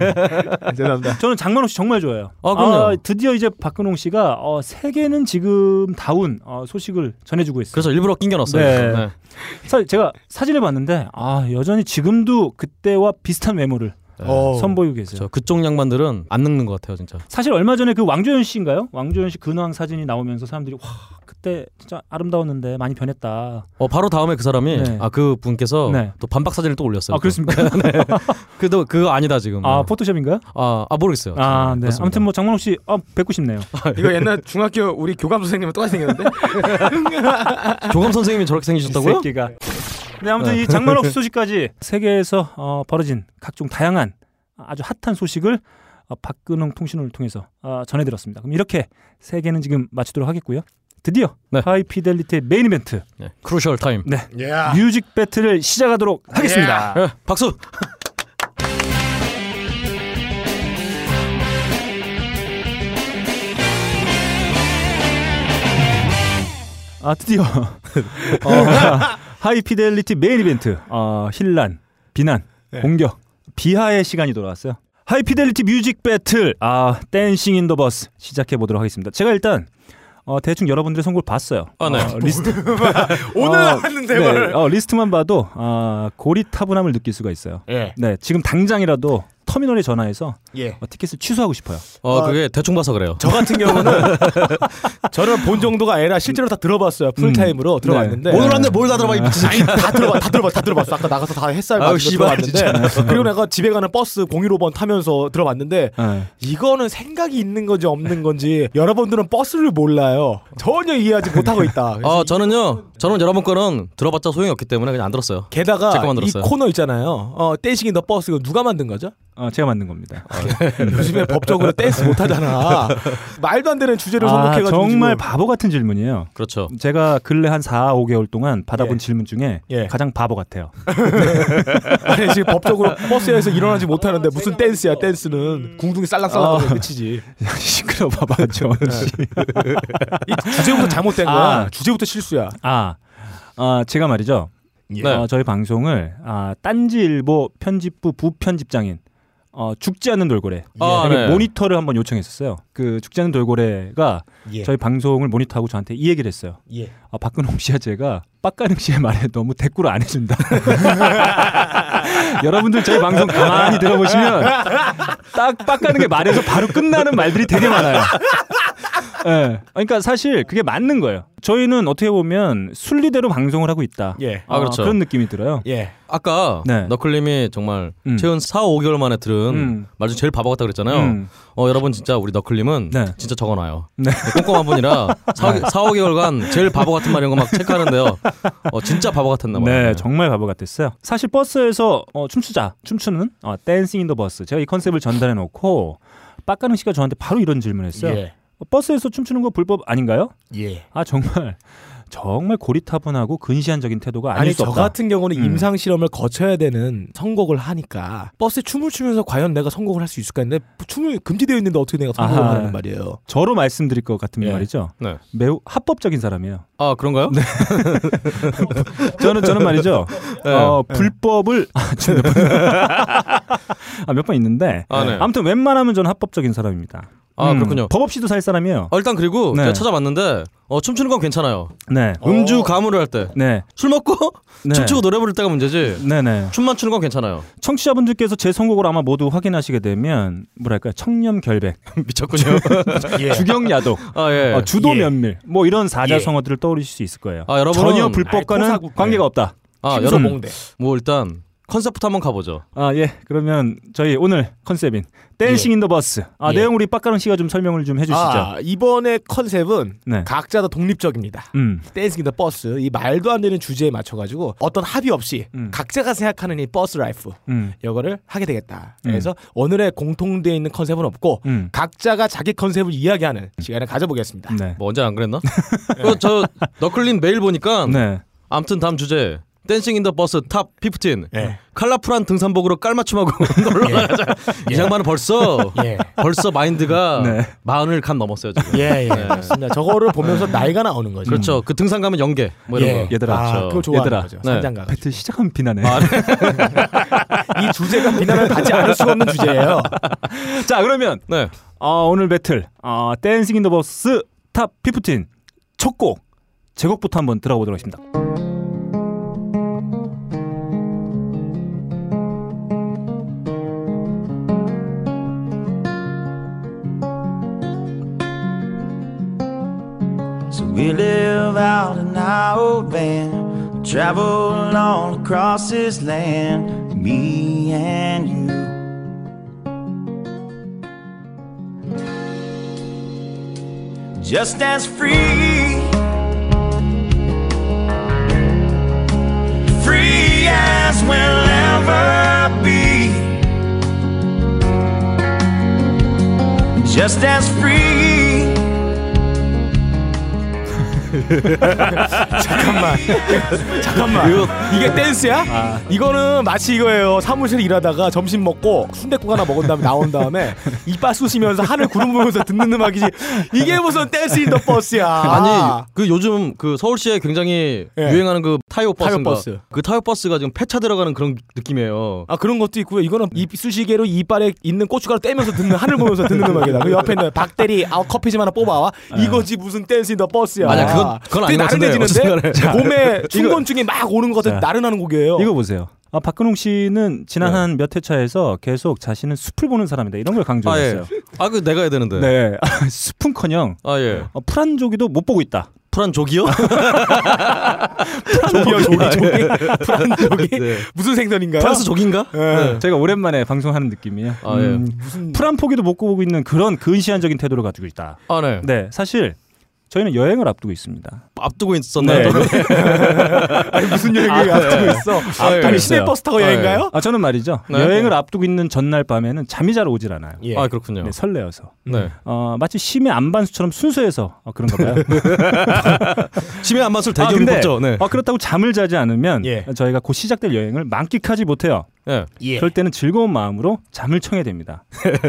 S3: 아, 죄송합니다.
S2: 저는 장만호 씨 정말 좋아해요.
S4: 아, 그럼요.
S2: 드디어 이제 박근홍 씨가 어, 세계는 지금 다운 어, 소식을 전해주고 있어요.
S4: 그래서 일부러 낑겨 넣었어요.
S2: 네.
S4: 네.
S2: 사실 제가 사진을 봤는데 아 여전히 지금도 그때와 비슷한 외모를
S3: <laughs> 어.
S2: 선보이고 계세요.
S4: 저 그쪽 양반들은 안 늙는 것 같아요, 진짜.
S2: 사실 얼마 전에 그 왕조연 씨인가요? 왕조연 씨 근황 사진이 나오면서 사람들이 와 그때 진짜 아름다웠는데 많이 변했다.
S4: 어 바로 다음에 그 사람이
S2: 네.
S4: 아 그 분께서
S2: 네.
S4: 또 반박 사진을 또 올렸어요.
S2: 아
S4: 네. <laughs>
S2: 그렇습니까?
S4: 그도 그거 아니다 지금.
S2: 아
S4: 네.
S2: 포토샵인가요?
S4: 아, 아, 모르겠어요.
S2: 아 네.
S4: 그렇습니다.
S2: 아무튼 뭐 장만호 씨 아, 뵙고 싶네요.
S3: 이거 옛날 중학교 우리 교감 선생님은 똑같이 생겼는데
S4: 조감 선생님이 저렇게
S2: <laughs>
S4: 생기셨다고요?
S2: 이 새끼가. 네 아무튼 이
S4: <laughs>
S2: 장만옥 소식까지 세계에서 어, 벌어진 각종 다양한 아주 핫한 소식을 어, 박근홍 통신원을 통해서 어, 전해드렸습니다. 그럼 이렇게 세계는 지금 마치도록 하겠고요. 드디어
S4: 네.
S2: 하이피델리티의 메인 이벤트
S4: 네. 크루셜 타임.
S2: 뮤직 배틀을 시작하도록 하겠습니다.
S4: 예, 박수.
S2: 아
S3: <laughs>
S2: 드디어 어, 하이피델리티 메인 이벤트 어, 힐난 비난
S3: 네.
S2: 공격 비하의 시간이 돌아왔어요. 하이피델리티 뮤직 배틀 아 댄싱 인 더 버스 시작해 보도록 하겠습니다. 제가 일단 어, 대충 여러분들의 선곡을 봤어요.
S4: 아, 네.
S2: 어, 리스트
S3: <laughs> 오늘
S2: 어,
S3: 나왔는데
S2: 네,
S3: 뭘?
S2: 어, 리스트만 봐도 아 고리 타분함을 느낄 수가 있어요.
S3: 예.
S2: 네 지금 당장이라도 터미널에 전화해서
S3: 예.
S2: 어, 티켓을 취소하고 싶어요.
S4: 어 그게 대충 봐서 그래요.
S3: 저 같은 경우는 <laughs> 저는 본 정도가 아니라 실제로 다 들어봤어요. 풀타임으로 들어봤는데
S2: 네. 오늘
S3: 안돼 뭘다 들어봐 이 미친 아니 다 들어봐 다 들어봐 다 들어봤어. 아까 나가서 다 햇살
S4: 아유,
S3: 맞으면서
S4: 씨발,
S3: 들어봤는데 그리고 내가 집에 가는 버스 015번 타면서 들어봤는데
S2: <laughs> 네.
S3: 이거는 생각이 있는 건지 없는 건지 여러분들은 버스를 몰라요. 전혀 이해하지 못하고 있다. 그래서
S4: 아 저는요. 저는 여러분 거는 들어봤자 소용이 없기 때문에 그냥 안 들었어요.
S3: 게다가
S4: 잠깐만
S3: 이
S4: 들었어요.
S3: 코너 있잖아요. 어, 댄싱인 더 버스 이거 누가 만든 거죠?
S2: 어, 제가 만든 겁니다.
S3: 아,
S4: <laughs>
S3: 요즘에 법적으로 댄스 못 하잖아. 말도 안 되는 주제를
S2: 아,
S3: 선곡해가지고
S2: 정말
S3: 지금.
S2: 바보 같은 질문이에요.
S4: 그렇죠.
S2: 제가 근래 한 4, 5개월 동안 받아본
S3: 예.
S2: 질문 중에
S3: 예.
S2: 가장 바보 같아요.
S3: 아니 지금 법적으로 버스에서 일어나지 못하는데 무슨 댄스야 댄스는 궁둥이
S4: 어.
S3: 쌀랑쌀랑 하면 끝이지
S2: 시끄러 <laughs> 봐봐, 저
S3: 이 주제부터 잘못된 거야
S2: 아.
S3: 주제부터 실수야
S2: 아, 아, 제가 말이죠.
S4: 네.
S2: 어, 저희 방송을 아, 딴지일보 편집부 부편집장인 어, 죽지 않는 돌고래
S4: 아,
S2: 여기
S4: 네.
S2: 모니터를 한번 요청했었어요. 그 죽지 않는 돌고래가
S3: 예.
S2: 저희 방송을 모니터하고 저한테 이 얘기를 했어요.
S3: 예.
S2: 아, 박근홍 씨와 제가 빡가능 씨의 말에 너무 대꾸를 안 해준다. 여러분들 저희 방송 가만히 들어보시면 딱 빡가능의 말에서 바로 끝나는 말들이 되게 많아요. 예. 그러니까 사실 그게 맞는 거예요. 저희는 어떻게 보면 순리대로 방송을 하고 있다.
S3: 예.
S4: 아, 그렇죠.
S2: 런 느낌이 들어요.
S3: 예.
S4: 아까
S2: 네.
S4: 너클님이 정말
S2: 음.
S4: 최근 4, 5개월 만에 들은
S2: 음.
S4: 말 중 제일 바보 같다 그랬잖아요.
S2: 음.
S4: 어 여러분 진짜 우리 너클님은
S2: 네.
S4: 진짜 적어놔요.
S2: 네. <laughs>
S4: 꼼꼼한 분이라 4, 5개월간 제일 바보 같은 말 이런 거 막 체크하는데요. 어 진짜 바보 같았나 봐요.
S2: 네, 정말 바보 같았어요. 사실 버스에서 어, 춤추자, 춤추는 어, 댄싱 인 더 버스. 제가 이 컨셉을 전달해 놓고 빡가능 씨가 저한테 바로 이런 질문했어요. 을 버스에서 춤추는 거 불법 아닌가요?
S3: 예.
S2: 아 정말 정말 고리타분하고 근시안적인 태도가 아닐
S3: 아니
S2: 수
S3: 저
S2: 없다.
S3: 같은 경우는
S2: 음.
S3: 임상 실험을 거쳐야 되는 선곡을 하니까 버스에 춤을 추면서 과연 내가 선곡을 할 수 있을까 했는데 춤을 금지되어 있는데 어떻게 내가 선곡을
S2: 아하.
S3: 하는 말이에요.
S2: 저로 말씀드릴 것 같으면
S3: 예.
S2: 말이죠.
S4: 네.
S2: 매우 합법적인 사람이에요.
S4: 아 그런가요? 네.
S2: 저는 저는
S4: <laughs>
S2: 말이죠. 어,
S4: 예.
S2: 불법을 아, 아몇 번 있는데 예.
S4: 아, 네.
S2: 아무튼 웬만하면 저는 합법적인 사람입니다.
S4: 아
S2: 음,
S4: 그렇군요.
S2: 법 없이도 살 사람이에요.
S4: 어, 일단 그리고
S2: 네.
S4: 제가 찾아봤는데 어 춤추는 건 괜찮아요.
S2: 네.
S4: 음주 가무를 할 때 술
S2: 네.
S4: 먹고
S2: 네.
S4: 춤추고 노래 부를 때가 문제지.
S2: 네네.
S4: 춤만 추는 건 괜찮아요.
S2: 청취자분들께서 제 선곡을 아마 모두 확인하시게 되면 뭐랄까요 청렴 결백,
S4: <laughs>
S2: <laughs>
S4: 미쳤군요.
S2: 주경 야독,
S4: 아 예.
S2: 어, 주도
S3: 예.
S2: 면밀 뭐 이런 사자성어들을 떠올리실 수 있을 거예요.
S4: 아, 여러분은-
S2: 전혀 불법과는
S3: 아이, 토사구-
S2: 관계가 없다.
S4: 아 여러분
S3: 심소봉대.
S4: 뭐 일단 컨셉부터 한번 가보죠.
S2: 아, 예. 그러면 저희 오늘 컨셉인 댄싱 인 더 버스. 아,
S4: 예.
S2: 내용 우리 빡가릉 씨가 좀 설명을 좀해 주시죠.
S3: 아, 이번에 컨셉은
S2: 네.
S3: 각자 다 독립적입니다.
S2: 음.
S3: 댄싱 더 버스 이 말도 안 되는 주제에 맞춰가지고 어떤 합의 없이
S2: 음.
S3: 각자가 생각하는 이 버스 라이프
S2: 음.
S3: 이거를 하게 되겠다. 그래서 오늘의 공통되어 있는 컨셉은 없고
S2: 음.
S3: 각자가 자기 컨셉을 이야기하는 시간을 가져보겠습니다.
S2: 네.
S4: 뭐 언제 안 그랬나? 그저 너클린 메일 보니까
S2: 네.
S4: 아무튼 다음 주제 댄싱 인 더 버스 탑 15
S3: 예.
S4: 칼라풀한 등산복으로 깔맞춤하고 <laughs> 놀러 가자. 이 장만은 벌써
S3: 예.
S4: 벌써 마인드가
S2: 네.
S4: 마흔을 간 넘었어요 지금.
S3: 예, 예. 맞습니다. 저거를 보면서 나이가 나오는 거죠.
S4: 네. 그렇죠. 그 등산 가면 연계 뭐 이런
S3: 예.
S4: 거.
S2: 얘들아.
S3: 아,
S4: 저-
S3: 그거 좋아하는
S2: 얘들아.
S3: 거죠.
S4: 네.
S3: 산장가.
S2: 배틀 시작하면 비난해.
S4: 아.
S3: 이 주제가 비난을 받지 않을 수가 없는
S4: <laughs>
S3: 주제예요.
S2: 자, 그러면
S4: 네.
S2: 어, 오늘 배틀 어, 댄싱 인 더 버스 탑 15. 첫곡 제곡부터 한번 들어보도록 하겠습니다.
S5: So we live out in our old van, travel all across this land, me and you. Just as free, free as we'll ever be. Just as free.
S3: 잠깐만. 잠깐만. 이게 댄스야?
S4: 아.
S3: 이거는 마치 이거예요. 사무실 일하다가 점심 먹고 순대국 하나 먹은 다음에 나온 다음에 이빨 쑤시면서 하늘 구름 보면서 듣는 음악이지. 이게 무슨 댄스 인더 버스야.
S4: 아니 그 요즘 그 서울시에 굉장히
S3: 예.
S4: 유행하는 그 타이어 버스인가
S3: 타이어 버스.
S4: 그 타이어 버스가 지금 폐차 들어가는 그런 느낌이에요.
S3: 아 그런 것도 있고요. 이거는 이 수시개로 이빨에 있는 고춧가루 떼면서 듣는 하늘 보면서 듣는 음악이다. 그 옆에 있는 박대리 아우 커피 좀 하나 뽑아와. 이거지 무슨 댄스 인더 버스야.
S4: 아니야, 그건- 그건 아닌 것 같은데,
S3: 나른해지는데
S4: 어쨌든 간에.
S3: 몸에 충곤증이 막 오는 것 같은
S2: 자.
S3: 나른하는 곡이에요.
S2: 이거 보세요. 아, 박근홍 씨는 지난
S4: 어. 네.
S2: 한 몇 회차에서 계속 자신은 숲을 보는 사람이다. 이런 걸
S4: 아 예.
S2: 강조했어요.
S4: 아 그 내가 해야 되는데.
S2: 네. <laughs> 숲은커녕
S4: 아 예.
S2: 어, 프란조기도 못 보고 있다.
S4: 프란 조기요?
S3: 조기요 조기 조기 불안 조기
S4: 네.
S3: 무슨 생선인가요?
S4: 프랑스 조기인가?
S3: 예.
S2: 제가 오랜만에 방송하는 느낌이에요.
S4: 네. 아, 예.
S3: 무슨
S2: 프란 포기도 못 보고 있는 그런 근시안적인 태도를 가지고 있다.
S4: 아 네.
S2: 네, 사실 저희는 여행을 앞두고 있습니다.
S4: 앞두고 있었나요?
S3: 무슨 여행이 앞두고 있어?
S4: 아, 예.
S3: 아니 시내 버스 타고
S4: 아, 예.
S3: 여행가요?
S2: 아, 저는 말이죠.
S4: 네.
S2: 여행을 앞두고 있는 전날 밤에는 잠이 잘 오질 않아요.
S3: 예.
S4: 아 그렇군요.
S2: 네, 설레어서.
S4: 네.
S2: 어, 마치 심의 안반수처럼 순수해서 어, 그런가
S3: <laughs>
S2: 봐요.
S4: 치매 안 맞을
S2: 아,
S4: 대결이
S2: 근데,
S4: 없죠. 네.
S2: 어, 그렇다고 잠을 자지 않으면
S3: 예.
S2: 저희가 곧 시작될 여행을 만끽하지 못해요.
S4: 예.
S3: 예.
S2: 그럴 때는 즐거운 마음으로 잠을 청해야 됩니다.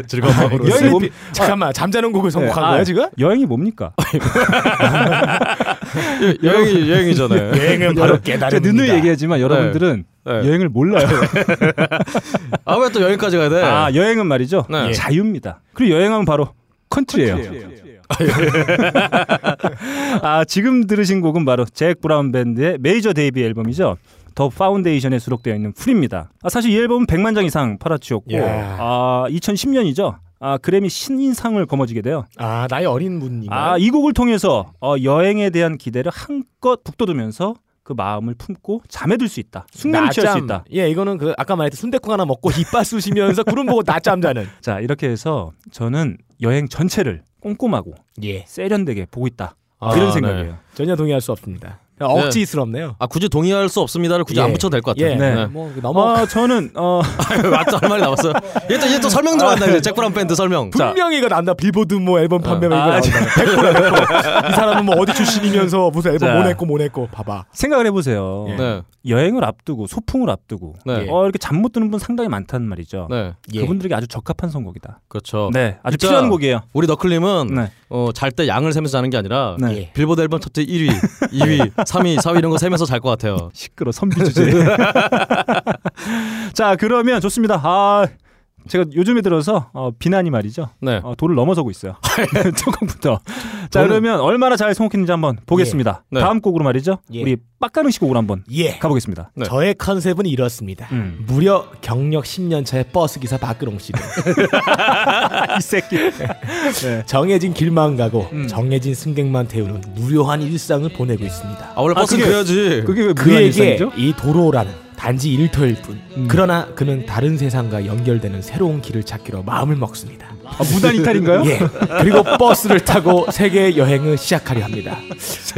S4: 즐거운 마음으로.
S2: 여행-
S3: 여행이
S2: 아,
S3: 뭡- 잠깐만 잠자는 곡을 선곡한
S2: 아,
S3: 거예요 지금?
S2: 여행이 뭡니까?
S4: 예, 여행이 <laughs> 여행이잖아요.
S3: 여행은 <laughs> 바로
S2: 제가
S3: 깨달음입니다.
S2: 늘늘 얘기하지만 여러분들은
S4: 네.
S2: 여행을 몰라요.
S4: 아왜 또 여행까지 가야 돼?
S2: 아, 여행은 말이죠.
S4: 네. 예.
S2: 자유입니다. 그리고 여행하면 바로 컨트리예요. 아, 지금 들으신 곡은 바로 잭 브라운 밴드의 메이저 데이비 앨범이죠. 더 파운데이션에 수록되어 있는 풀입니다. 아, 사실 이 앨범은 100만 장 이상 팔아치웠고
S3: 예.
S2: 아, 2010년이죠. 아, 그래미 신인상을 거머쥐게 돼요.
S3: 아 나이 어린 분인가요?
S2: 아, 이 곡을 통해서 어, 여행에 대한 기대를 한껏 북돋우면서 그 마음을 품고 잠에 들 수 있다. 숙면에 취할 수
S3: 낮잠.
S2: 있다.
S3: 예, 이거는 그 아까 말했던 순대국 하나 먹고 <laughs> 이빨 쑤시면서 구름 보고 낮잠 자는.
S2: 자, 이렇게 해서 저는 여행 전체를 꼼꼼하고
S3: 예,
S2: 세련되게 보고 있다.
S4: 아,
S2: 이런
S4: 네.
S2: 생각이에요.
S3: 전혀 동의할 수 없습니다. 억지스럽네요.
S4: 아 굳이 동의할 수 없습니다를 굳이
S3: 예.
S4: 안 붙여도 될 것
S3: 예,
S4: 같아요.
S2: 네.
S3: 뭐
S2: 어,
S3: 넘어.
S2: 저는 어,
S4: <laughs> 맞죠 한 마리 남았어요. 얘또 얘 또 설명 들어간다 이제 잭브라운 밴드 설명. 자,
S3: 분명히 이거 난다 빌보드 뭐 앨범 판매만 이거
S2: 아,
S3: 나온다. 100%, 100%. 이 사람은 뭐 어디 출신이면서 무슨 앨범
S2: 자.
S3: 못 냈고 못 냈고 봐봐.
S2: 생각을 해보세요.
S3: 예.
S4: 네.
S2: 여행을 앞두고 소풍을 앞두고
S4: 네.
S2: 어, 이렇게 잠 못 드는 분 상당히 많다는 말이죠.
S4: 네.
S2: 그분들에게 아주 적합한 선곡이다.
S4: 그렇죠.
S2: 네, 아주
S4: 진짜
S2: 필요한 곡이에요.
S4: 우리 너클님은
S2: 네.
S4: 어, 잘 때 양을 세면서 자는 게 아니라
S2: 네.
S3: 예.
S4: 빌보드 앨범 차트 1위, 2위, 3위, 4위 이런 거 세면서 잘 것 같아요.
S2: 시끄러 선비 주제. <laughs> 자 그러면 좋습니다. 아 제가 요즘에 들어서 어, 비난이 말이죠.
S4: 네.
S2: 어, 돌을 넘어서고 있어요. <laughs> 조금부터. 자
S4: 저는-
S2: 그러면 얼마나 잘 선곡했는지 한번 보겠습니다.
S4: 네.
S2: 다음 곡으로 말이죠.
S3: 예.
S2: 우리 빡가릉 씨 곡으로 한번
S3: 예.
S2: 가보겠습니다.
S4: 네.
S3: 저의 컨셉은 이렇습니다.
S2: 음.
S3: 무려 경력 10년 차의 버스 기사 박근홍 <laughs> 씨는
S2: 이 새끼. 네.
S3: 정해진 길만 가고 정해진 승객만 태우는 무료한 일상을 보내고 있습니다.
S4: 아 원래 버스
S2: 그게-
S4: 그래야지.
S2: 그게 왜 무한
S3: 그에게
S2: 일상이죠?
S3: 이 도로라는 단지 일터일 뿐. 그러나 그는 다른 세상과 연결되는 새로운 길을 찾기로 마음을 먹습니다.
S2: 아, 무단 이탈인가요?
S3: 예. 그리고 버스를 타고 세계 여행을 시작하려 합니다.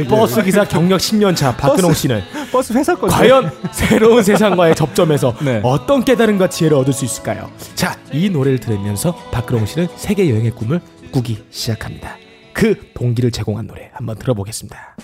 S3: 버스 기사 경력 10년 차 박근홍
S2: 버스.
S3: 씨는
S2: 버스 회사 건데.
S3: 과연 새로운 세상과의 접점에서
S2: 네.
S3: 어떤 깨달음과 지혜를 얻을 수 있을까요? 자, 이 노래를 들으면서 박근홍 씨는 세계 여행의 꿈을 꾸기 시작합니다. 그 동기를 제공한 노래 한번 들어보겠습니다.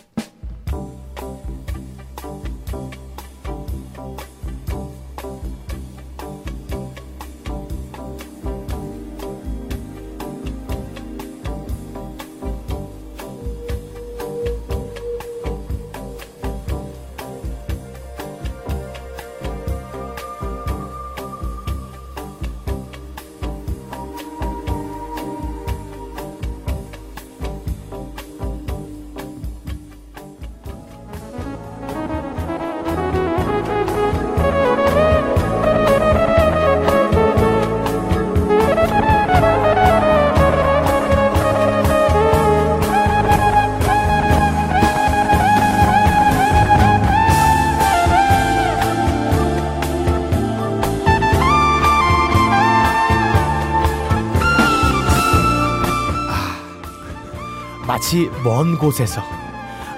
S3: 마치 먼 곳에서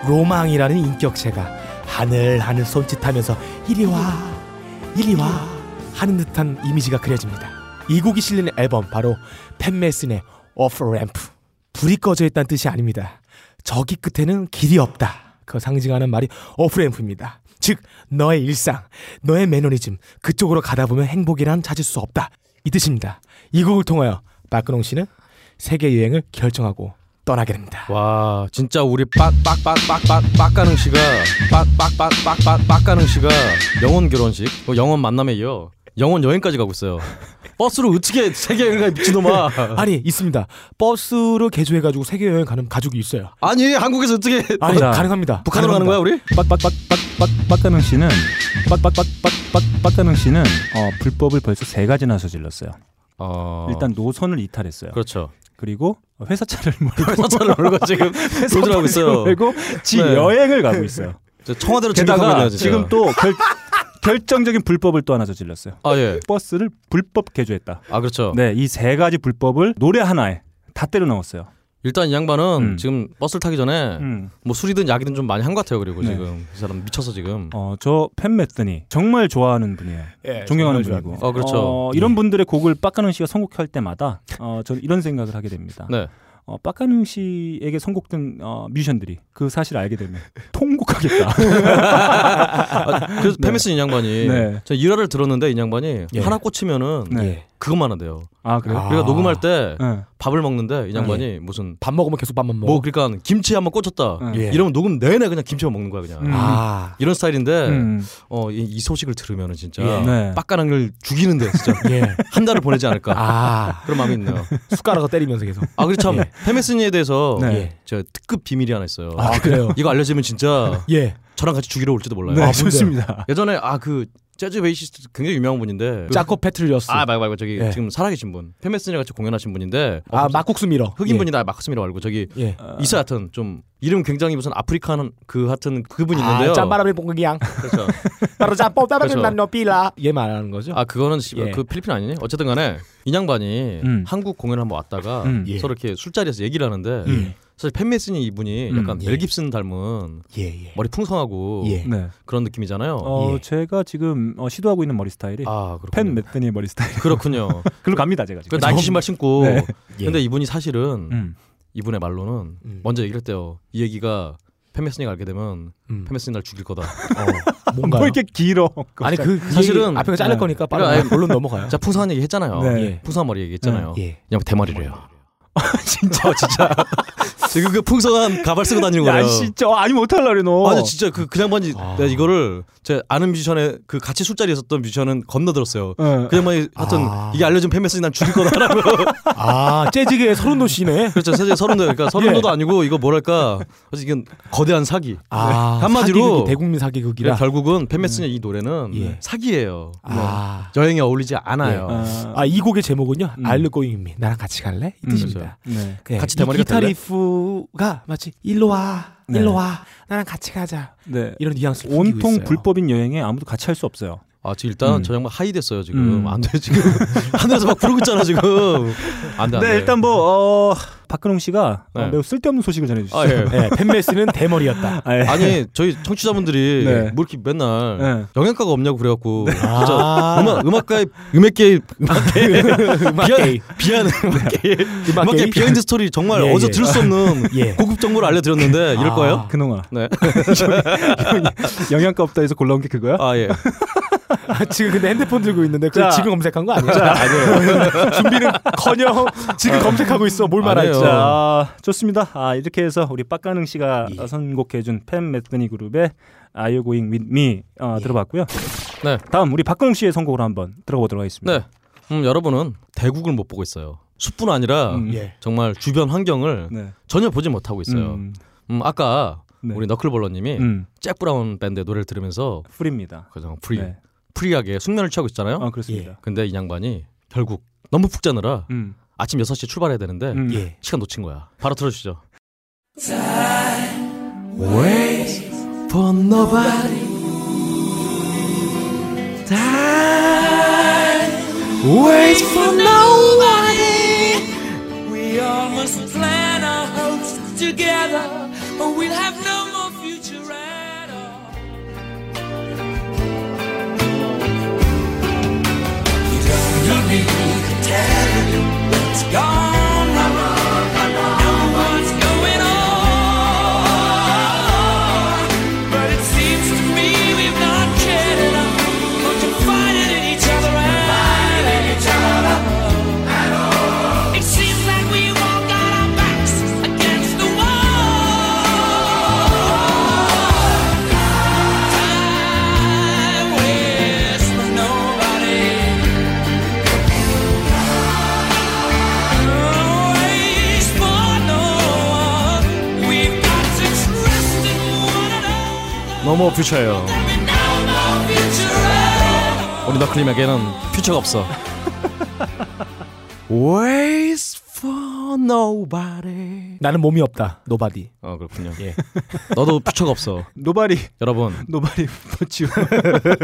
S3: 로망이라는 인격체가 하늘하늘 손짓하면서 이리 와 이리 와 하는 듯한 이미지가 그려집니다 이 곡이 실린 앨범 바로 팬메슨의 오프 램프 불이 꺼져 있다는 뜻이 아닙니다 저기 끝에는 길이 없다 그 상징하는 말이 오프 램프입니다 즉 너의 일상 너의 매너리즘 그쪽으로 가다 보면 행복이란 찾을 수 없다 이 뜻입니다 이 곡을 통하여 박근홍 씨는 세계 여행을 결정하고 떠나게 됩니다.
S4: 와 진짜 우리 빡빡빡빡빡 가능 씨가 빡빡빡빡빡 가능 씨가 영혼 결혼식 뭐 영혼 만남에 이어 영혼 여행까지 가고
S2: <laughs>
S4: 있어요 버스로 어떻게 세계 여행가 미친놈아
S3: 아니 있습니다. 버스로 개조해가지고 세계 여행 가는 가족이 있어요.
S4: 아니 한국에서 어떻게
S3: 아니
S2: 맞아.
S3: 가능합니다.
S4: <laughs> 북한으로 가는 거야 우리
S2: 빡빡빡빡빡빡가능 씨는 빡빡빡빡빡빡가능 씨는 어, 불법을 벌써 세 가지나 저질렀어요.
S4: 어
S2: 일단 노선을 이탈했어요.
S4: 그렇죠
S2: 그리고 회사 차를 몰고
S4: 회사차를 몰고 지금
S2: <laughs> 회사
S4: 도전하고 있어요.
S2: 차를 몰고 지
S4: 네.
S2: 여행을 가고 있어요.
S4: 저 청와대로
S2: 게다가
S4: 진입하거든요, 진짜.
S2: 지금 또 결, 결정적인 불법을 또 하나 저질렀어요.
S4: 아 예.
S2: 버스를 불법 개조했다.
S4: 아 그렇죠.
S2: 네, 이 세 가지 불법을 노래 하나에 다 때려 넣었어요.
S4: 일단 이 양반은
S2: 음.
S4: 지금 버스를 타기 전에
S2: 음.
S4: 뭐 술이든 약이든 좀 많이 한 것 같아요. 그리고
S2: 네.
S4: 지금 이 사람 미쳐서 지금.
S2: 어, 저팬 메트니 정말 좋아하는 분이에요.
S4: 네,
S3: 예,
S2: 존경하는
S3: 정말
S2: 분이고.
S4: 어, 그렇죠.
S2: 이런 분들의 곡을 빡가능 씨가 선곡할 때마다 어, 저는 이런 생각을 하게 됩니다.
S4: 네.
S2: 어, 빡가능 씨에게 선곡된 어, 뮤지션들이 그 사실을 알게 되면 <laughs> 통곡하겠다.
S4: 아, 그래서 페미스 이 양반이
S2: 네.
S4: 저 일화를 들었는데 이 양반이
S3: 예.
S4: 하나 꽂히면은
S2: 네.
S3: 예.
S4: 그것만 한대요.
S2: 아 그래요?
S3: 아.
S4: 그러니까 녹음할 때
S2: 네.
S4: 밥을 먹는데 이 양반이 무슨
S3: 밥 먹으면 계속 밥만 먹어.
S4: 뭐 그러니까 김치 한번 꽂혔다.
S2: 음.
S3: 예.
S4: 이러면 녹음 내내 그냥 김치만 먹는 거야 그냥.
S2: 음.
S3: 아
S4: 이런 스타일인데
S2: 음.
S4: 어, 이, 이 소식을 들으면은 진짜
S3: 예.
S2: 네.
S4: 빡가랑을 죽이는데 진짜
S3: 예.
S4: 한 달을 보내지 않을까
S3: 아
S4: 그런 마음이 있네요.
S3: 숟가락을 때리면서 계속.
S4: 아 그리고 참
S3: 예.
S4: 페메스니에 대해서
S2: 네.
S3: 예.
S4: 저 특급 비밀이 하나 있어요.
S3: 아 그래요.
S4: <laughs> 이거 알려지면 진짜
S3: 예.
S4: 저랑 같이 죽이러 올지도 몰라요.
S2: 네,
S3: 아,
S2: 좋습니다.
S4: 예전에 아 그 재즈 베이시스트 굉장히 유명한 분인데
S3: 짜코 패트리어스.
S4: 아
S3: 아,
S4: 말고 말고 저기
S3: 예.
S4: 지금 살아계신 분 페메슨이랑 같이 공연하신 분인데 어,
S3: 아, 막국수 밀어.
S4: 흑인분이다 마크스미라고 알고 저기
S3: 예. 예.
S4: 있어 하여튼 좀 이름 굉장히 무슨 아프리카는 그 하여튼 그분 있는데요.
S3: 아, 짬바람이 봉기양.
S4: 그렇죠. <laughs>
S3: 바로 짬뽕 따라면
S4: 그렇죠.
S3: 난너 삐라. 얘 말하는 거죠?
S4: 아 그거는 씨,
S3: 예.
S4: 그 필리핀 아니니? 어쨌든 간에 인양반이
S2: 음.
S4: 한국 공연 한번 왔다가
S2: 음.
S3: 예.
S4: 서로 이렇게 술자리에서 얘기를 하는데
S3: 예.
S4: 사실 팬메슨이 이분이
S2: 음.
S4: 약간
S3: 예.
S4: 멜 깁슨 닮은
S3: 예 예.
S4: 머리 풍성하고
S3: 예.
S2: 네.
S4: 그런 느낌이잖아요.
S2: 어,
S3: 예.
S2: 제가 지금 어, 시도하고 있는 머리 스타일이
S4: 아
S2: 팬
S4: 그렇군요.
S2: 메트니의 머리 스타일.
S4: 그렇군요.
S2: 그로 갑니다 제가
S4: 그
S2: 지금.
S4: 나이키 신발 신고
S2: 네.
S3: 예.
S4: 근데 이분이 사실은
S2: 음.
S4: 이분의 말로는
S3: 음.
S4: 먼저 얘기를 했대요. 이 얘기가 팬메슨이가 알게 되면
S3: 음.
S4: 팬메슨이 날 죽일 거다.
S3: 어, 뭔가.
S2: 뭐 이렇게 길어.
S3: 아니 그
S4: 사실은-
S3: 사실은 앞에가 잘릴
S2: 네.
S3: 거니까
S4: 그러니까
S3: 빠른
S4: 아예-
S3: 본론 넘어가요.
S4: 자 풍성한 얘기 했잖아요.
S2: 네.
S3: 예.
S4: 풍성한 머리 얘기 했잖아요.
S3: 예.
S4: 그냥 네. 대머리래요. 진짜 어, 진짜 지금 그 풍성한 가발 쓰고 다니는 거예요.
S2: 야 진짜 어, 아니 못할라 그래 너.
S4: 아니 진짜 그 그냥 반지 내가 이거를 제 아는 뮤지션의 그 같이 술자리에 있었던 뮤지션은 건너들었어요.
S2: 네.
S4: 그냥 반지 하여튼
S3: 아.
S4: 이게 알려준 팬메슨이 난 죽일 거다라고
S3: 아 재즈계의 서른도 씨네.
S4: <laughs> 그렇죠. 사실 서른도 그러니까 서른도도 아니고 이거 뭐랄까 그래서 이건 거대한 사기.
S3: 아,
S4: 네. 한마디로 네,
S3: 사기극이, 대국민 사기극이라.
S4: 결국은 팬메슨의 이 노래는
S3: 예.
S4: 아. 음. 사기예요. 뭐
S3: 아,
S4: 여행에 어울리지 않아요.
S2: 아,
S3: 아, 이 곡의 제목은요.
S2: 음.
S3: I'll go in me. 나랑 같이 갈래? 이
S2: 음.
S3: 뜻입니다.
S2: 네.
S3: 예,
S4: 그렇죠. 같이
S3: 이
S4: 대머리가
S3: 기타
S4: 될래?
S3: 리프가 마치 일로 와,
S2: 네.
S3: 일로 와, 나랑 같이 가자
S2: 네.
S3: 이런 뉘앙스
S2: 온통 불법인 여행에 아무도 같이 할 수 없어요.
S4: 아 지금 일단
S2: 음.
S4: 저 양반 하이 됐어요 지금
S2: 음.
S4: 안돼 지금 <laughs> 하늘에서 막 부르고 있잖아 지금 안돼 안돼
S2: 네, 일단 뭐 어, 박근홍 씨가 어,
S4: 네.
S2: 매우 쓸데없는 소식을 전해주셨어요.
S4: 아 예.
S3: 네, 팬메시는
S4: <laughs>
S3: 대머리였다.
S2: <laughs>
S3: <laughs>
S2: 아, 예.
S4: 아니 저희 청취자분들이
S2: 네.
S4: 뭐 이렇게 맨날
S2: 네.
S4: 영양가가 없냐고 그래갖고 진짜
S3: 아.
S4: 음악 음악가의 음악계
S3: 음악게이.
S4: 비하는 음악계
S3: 음악계의
S4: 음악계 비하인드 스토리 정말
S3: 예,
S4: 어제
S3: 예.
S4: 들을 수 없는
S3: 예.
S4: 고급 정보를 알려드렸는데 이럴
S3: 아.
S4: 거예요?
S2: 근홍아
S4: 네.
S2: 영양가 없다 해서 골라온 게 그거야?
S4: 아 예.
S3: 아, 지금 근데 핸드폰 들고 있는데
S2: 자.
S3: 그 지금 검색한 거 아니야? <laughs> 준비는커녕 지금 검색하고 있어. 뭘 말할지.
S4: 아. 아니에요.
S2: 자, 좋습니다. 아, 이렇게 해서 우리 빡가능 씨가
S4: 예.
S2: 선곡해준 팬 메트니 그룹의 Are You Going With Me 어, 들어봤고요.
S4: 예. 네.
S2: 다음 우리 박근홍 씨의 선곡으로 한번 들어보도록 하겠습니다.
S4: 네. 음, 여러분은 대국을 못 보고 있어요. 숲뿐 아니라
S2: 음.
S3: 예.
S4: 정말 주변 환경을
S2: 네.
S4: 전혀 보지 못하고 있어요. 예. 음.
S2: 음,
S4: 아까
S2: 네.
S4: 우리 너클볼러님이
S2: 음,
S4: 잭 브라운 밴드의 노래를 들으면서
S2: 풀입니다.
S4: 그냥 프리 예.
S2: 네.
S4: 프리하게 숙면을 취하고 있잖아요.
S2: 어, 그렇습니다.
S4: 근데 이 양반이 결국 너무 푹 자느라
S2: 음,
S4: 아침 6시에 출발해야 되는데
S2: 음.
S3: 예.
S4: 시간 놓친 거야. 바로 틀어주시죠.
S6: We all must plan our hopes together, or we'll have no more future at all. You don't need to tell you what's gone wrong, know what's going on. But it seems to me we've not cared enough, confided in each other at all. It seems like we all got our backs against the wall. Time waits for nobody. Always for no one. We've got to trust in one another.
S4: 너무 퓨처예요.
S6: There'll be no more future at all.
S4: 우리 너클림에게는 퓨처가 없어. Ways for nobody.
S3: 나는 몸이 없다.
S4: <laughs>
S3: 노바디.
S4: 어 그렇군요.
S2: 예.
S4: 너도 퓨처가 없어.
S2: 노바리
S4: 여러분.
S2: 노바리
S4: <laughs>
S2: 버츄.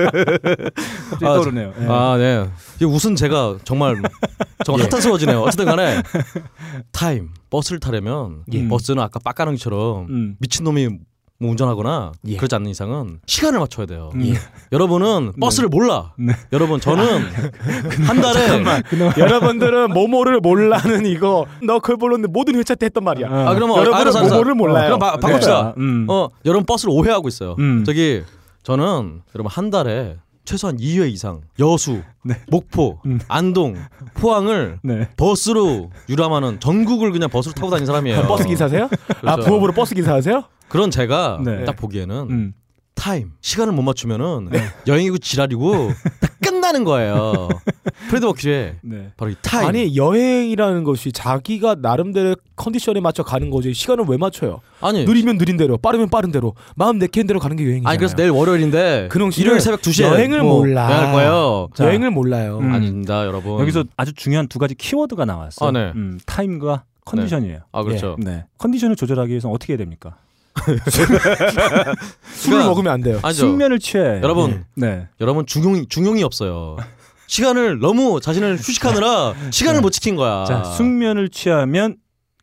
S2: 갑자기
S4: 아,
S2: 떠오르네요. 예.
S4: 아 네. 이 웃은 제가 정말 정말 핫한스러워지네요. 어쨌든간에 타임 버스를 타려면 버스는 아까 빡가능처럼
S2: 예. 음.
S4: 미친 놈이 뭐 운전하거나
S3: 예.
S4: 그러지 않는 이상은 시간을 맞춰야 돼요.
S2: 음.
S4: 여러분은 버스를 몰라.
S2: 네.
S4: 여러분 저는
S3: 아, 그,
S4: 한 달에
S3: 여러분들은 모모를 몰라는 이거 너클볼로는 모든 회차 때 했던 말이야.
S2: 아,
S4: 아 그러면 어,
S3: 여러분은
S4: 알아서, 알아서.
S3: 모모를 몰라요.
S4: 그럼 바, 바꿉시다.
S2: 네. 음.
S4: 어 여러분 버스를 오해하고 있어요.
S2: 음.
S4: 저기 저는 여러분 한 달에 최소한 2회 이상 여수,
S2: 네.
S4: 목포,
S2: 음.
S4: 안동, 포항을
S2: 네.
S4: 버스로 유람하는 전국을 그냥 버스로 타고 다니는 사람이에요.
S3: 버스 기사세요? 아
S4: 그렇죠.
S3: 부업으로 버스 기사하세요?
S4: 그런 제가
S2: 네.
S4: 딱 보기에는
S2: 음.
S4: 타임 시간을 못 맞추면은 여행이고 지랄이고 다 끝나는 거예요. 프레드 머큐리의
S2: 네.
S4: 바로 이 타임.
S3: 아니 여행이라는 것이 자기가 나름대로 컨디션에 맞춰 가는 거지 시간을 왜 맞춰요?
S4: 아니,
S3: 느리면 느린 대로, 빠르면 빠른 대로, 마음 내키는 대로 가는 게 여행이잖아요.
S4: 네. 아니 그래서 내일 월요일인데
S3: 근홍 씨는
S4: 일요일 새벽 2시에
S3: 여행을 몰라.
S4: 할 거예요. 네.
S2: 자.
S3: 여행을 몰라요.
S2: 음.
S4: 아닙니다, 여러분.
S2: 여기서 아주 중요한 두 가지 키워드가 나왔어요.
S4: 어, 아, 네.
S2: 음, 타임과 컨디션이에요.
S4: 아 그렇죠.
S2: 네. 컨디션을 조절하기 위해서 어떻게 해야 됩니까?
S3: 술을
S4: 그러니까-
S3: 먹으면 안 돼요.
S4: 아니죠.
S2: 숙면을 취해.
S4: 여러분
S2: 네.
S4: 여러분 중용이 중용이 없어요. 시간을 너무 자신을 휴식하느라 시간을 못 지킨 거야.
S2: 자, 숙면을 취하면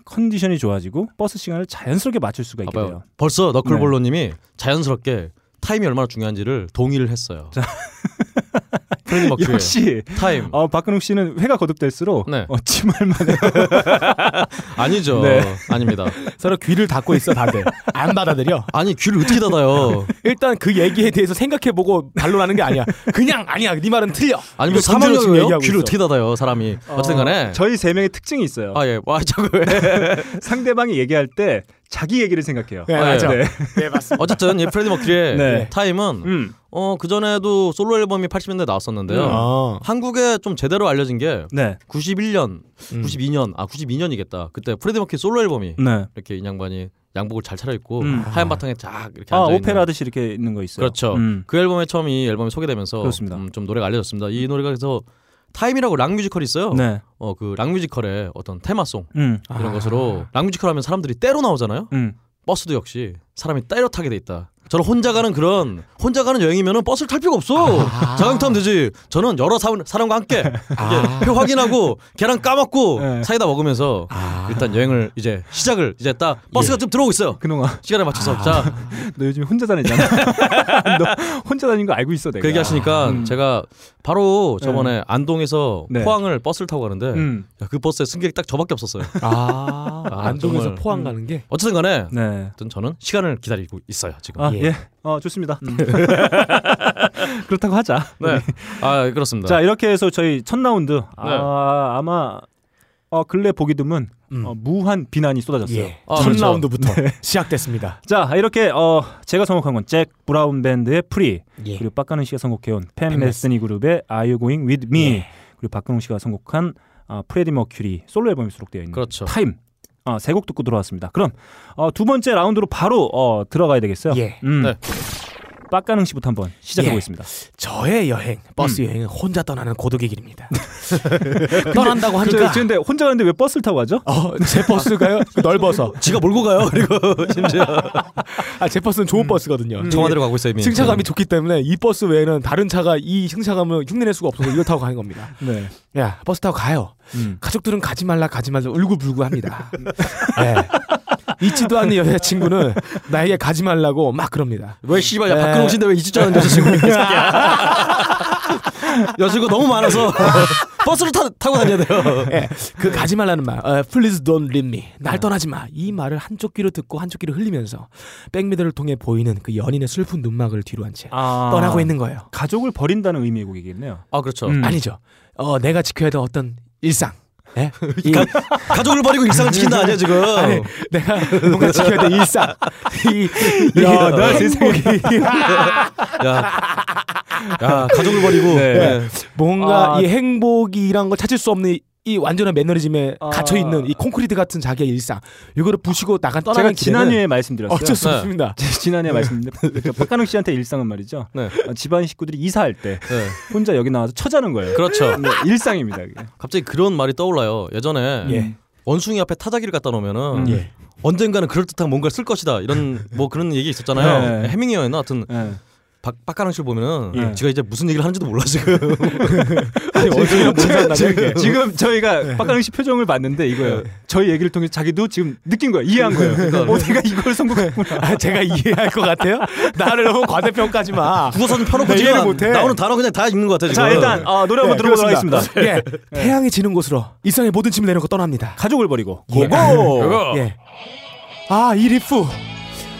S2: 컨디션이 좋아지고 버스 시간을 자연스럽게 맞출 수가 있게
S4: 아, 봐봐요.
S2: 돼요.
S4: 벌써 너클볼로님이 자연스럽게 타임이 얼마나 중요한지를 동의를 했어요. 프레디 머큐리
S2: 역시
S4: 타임
S2: 어, 박근홍 씨는 회가 거듭될수록
S4: 네.
S2: 어, 치말만 해요.
S4: 아니죠.
S2: 네.
S4: 아닙니다.
S3: 서로 귀를 닫고 있어
S4: <laughs>
S3: 다들. 안 받아들여.
S4: 아니 귀를 어떻게 닫아요?
S3: 일단 그 얘기에 대해서 생각해보고 반론하는 게 아니야. 그냥 아니야. 네 말은 틀려.
S4: 아니
S3: 이거 전제로
S4: 뭐
S3: 지금
S4: 사망력이에요?
S3: 얘기하고
S4: 귀를
S3: 있어.
S4: 어떻게 닫아요, 사람이? 어쨌든간에
S2: 저희 세 명의 특징이 있어요.
S4: 아 예, 와 저거 왜?
S2: 상대방이 얘기할 때 자기 얘기를 생각해요.
S3: 네,
S4: 아,
S3: 맞아.
S2: 네.
S3: 네, 맞습니다.
S4: 어쨌든 이 프레디 머큐리의
S2: 네.
S4: 타임은
S2: 음.
S4: 어그 전에도 솔로 앨범이 80년대 나왔었는데요.
S3: 아.
S4: 한국에 좀 제대로 알려진 게
S2: 네.
S4: 91년,
S2: 음.
S4: 92년, 아 92년이겠다. 그때 프레디 머큐리 솔로 앨범이
S2: 네.
S4: 이렇게 이 양반이 양복을 잘 차려입고
S2: 음.
S4: 하얀 바탕에 쫙 이렇게
S2: 아,
S4: 앉아 있는.
S2: 오페라 하듯이 이렇게 있는 거 있어요.
S4: 그렇죠.
S2: 음.
S4: 그 앨범에 처음 이 앨범이 소개되면서
S2: 그렇습니다.
S4: 음, 좀 노래가 알려졌습니다. 이 노래가 그래서 타임이라고 락 뮤지컬이 있어요.
S2: 네.
S4: 어 그 락 뮤지컬의 어떤 테마송
S2: 음.
S4: 이런 것으로 락 뮤지컬 하면 사람들이 때로 나오잖아요.
S2: 음.
S4: 버스도 역시 사람이 때로 타게 돼 있다. 저는 혼자 가는 그런 혼자 가는 여행이면은 버스를 탈 필요가 없어.
S2: 아.
S4: 자강 타면 되지. 저는 여러 사, 사람과 함께 이제 표 확인하고 계란 까먹고
S2: 예.
S4: 사이다 먹으면서
S2: 아.
S4: 일단 여행을 이제 시작을 이제 딱 버스가 좀 들어오고 있어요.
S2: 예. 그놈아, <laughs>
S4: 시간에 맞춰서 자
S2: 너 요즘 혼자 다니잖아. <laughs> 너 혼자 다니는 거 알고 있어 내가.
S4: 그 얘기 하시니까 제가 바로 저번에 안동에서
S2: 음. 네.
S4: 포항을 버스를 타고 가는데
S2: 음.
S4: 야, 그 버스에 승객이 딱 저밖에 없었어요.
S3: 아, <laughs>
S4: 아,
S3: 안동에서
S4: 정말.
S3: 포항 가는 게
S4: 어쨌든 간에
S2: 네.
S4: 어쨌든 저는 시간을 기다리고 있어요 지금.
S2: 아
S3: 예.
S2: 예. 어 좋습니다. <laughs> 음. 그렇다고 하자.
S4: 네. 아 그렇습니다.
S2: 자 이렇게 해서 저희 첫 라운드 아, 아마 어, 근래 보기 드문
S3: 음.
S2: 어, 무한 비난이 쏟아졌어요.
S3: 예.
S4: 아,
S3: 첫
S4: 그렇죠.
S3: 라운드부터 시작됐습니다.
S2: 자 이렇게 어, 제가 선곡한 건 잭 브라운 밴드의 프리
S3: 예.
S2: 그리고 박가능 씨가 선곡해온 팬
S3: 팬 예.
S2: 메스니 그룹의 Are You Going With Me 그리고 박근홍 씨가 선곡한 어, 프레디 머큐리 솔로 앨범이 수록되어 있는
S4: 그렇죠.
S2: 타임 어, 세곡 듣고 들어왔습니다. 그럼 어, 두 번째 라운드로 바로 어, 들어가야 되겠어요.
S3: 예.
S2: 음.
S4: 네.
S2: 빡가능 씨부터 한번 시작해
S3: 예.
S2: 보겠습니다.
S3: 저의 여행, 버스 여행은 혼자 떠나는 고독의 <laughs> 길입니다. 떠난다고 하니까
S2: 그, 근데 혼자 가는데 왜 버스를 타고 가죠?
S3: 어, 제 버스가요? <laughs> 넓어서.
S4: 지가 몰고 <laughs> 가요. 그리고 심지어
S3: 아, 제 버스는 좋은 버스거든요. 예.
S4: 청와대로 가고 있어요 이미. 음.
S3: 승차감이 좋기 때문에 이 버스 외에는 다른 차가 이 승차감을 흉내낼 수가 없어서 이걸 타고 가는 겁니다.
S2: 네.
S3: 야, 버스 타고 가요.
S2: 음.
S3: 가족들은 가지 말라 가지 말라 울고불고합니다. <laughs> 예. 잊지도 않는 여자친구는 나에게 가지 말라고 막 그럽니다.
S4: 왜 씨발 야
S3: 네.
S4: 박근홍 씨인데 왜 이집자는
S3: <laughs>
S4: 여자친구 여자친구
S3: <laughs>
S4: 너무 많아서 버스를 타, 타고 다녀야 돼요.
S3: 예, 그 가지 말라는 말, 어, please don't leave me, 날 떠나지 마. 이 말을 한쪽 귀로 듣고 한쪽 귀로 흘리면서 백미들을 통해 보이는 그 연인의 슬픈 눈막을 뒤로 한 채
S2: 아.
S3: 떠나고 있는 거예요.
S2: 가족을 버린다는 의미의 곡이겠네요.
S4: 아 그렇죠.
S2: 음.
S3: 아니죠. 어, 내가 지켜야 될 어떤 일상. 예? 이-
S2: 그러니까
S4: 가족을 버리고 일상을 지킨다 아니야 지금.
S3: 아니, <laughs> 내가 뭔가 지켜야 될 일상. 이,
S2: <laughs>
S3: 이- 어,
S2: 야, 나
S3: 행복이-
S4: 야, 야 가족을 버리고
S2: 네.
S4: 네.
S3: 뭔가
S2: 아.
S3: 이 행복이란 걸 찾을 수 없는 이- 이 완전한 매너리즘에
S2: 아.
S3: 갇혀 있는 이 콘크리트 같은 자기의 일상. 이거를 부시고 나간
S2: 제가
S3: 떠나는 길에는
S2: 지난주에 말씀드렸어요.
S3: <laughs> 어쩔 수
S4: 네.
S3: 없습니다.
S2: 지난해 말씀드렸죠. 그러니까 박가능 씨한테 일상은 말이죠.
S4: 네.
S2: 어, 집안 식구들이 이사할 때
S4: 네.
S2: 혼자 여기 나와서 처자는 거예요.
S4: 그렇죠.
S2: 네, 일상입니다. 이게.
S4: 갑자기 그런 말이 떠올라요. 예전에
S3: 예.
S4: 원숭이 앞에 타자기를 갖다 놓으면은
S2: 음.
S3: 예.
S4: 언젠가는 그럴 듯한 뭔가를 쓸 것이다. 이런 뭐 그런 얘기 있었잖아요.
S2: 네.
S4: 해밍웨어였나 하여튼
S2: 네.
S4: 박 박가랑 씨를 보면은
S2: 예.
S4: 제가 이제 무슨 얘기를 하는지도 몰라 지금. <laughs>
S2: 지금, 지금, 지금 저희가 박가능 씨 표정을 봤는데 예. 이거예요. 저희 얘기를 통해 서 자기도 지금 느낀 거예요. 이해한 거예요. 어, 내가 이걸 선곡했구나.
S3: 아, 제가 이해할 것 같아요. 나를 너무 과대평가하지
S2: <laughs>
S3: 마.
S4: 국어 사전 펴놓고
S3: 이해를
S4: 지금
S3: 못해.
S4: 나오는 단어 그냥 다 읽는 것 같아 지금.
S2: 자, 일단 어, 노래 한번
S3: 네,
S2: 들어보도록
S3: 그렇습니다.
S2: 하겠습니다.
S3: 예. 태양이 지는 곳으로 일상의 모든 짐을 내놓고 떠납니다.
S2: 가족을 버리고
S3: 예.
S4: <laughs> 그거.
S3: 예. 아, 이 리프.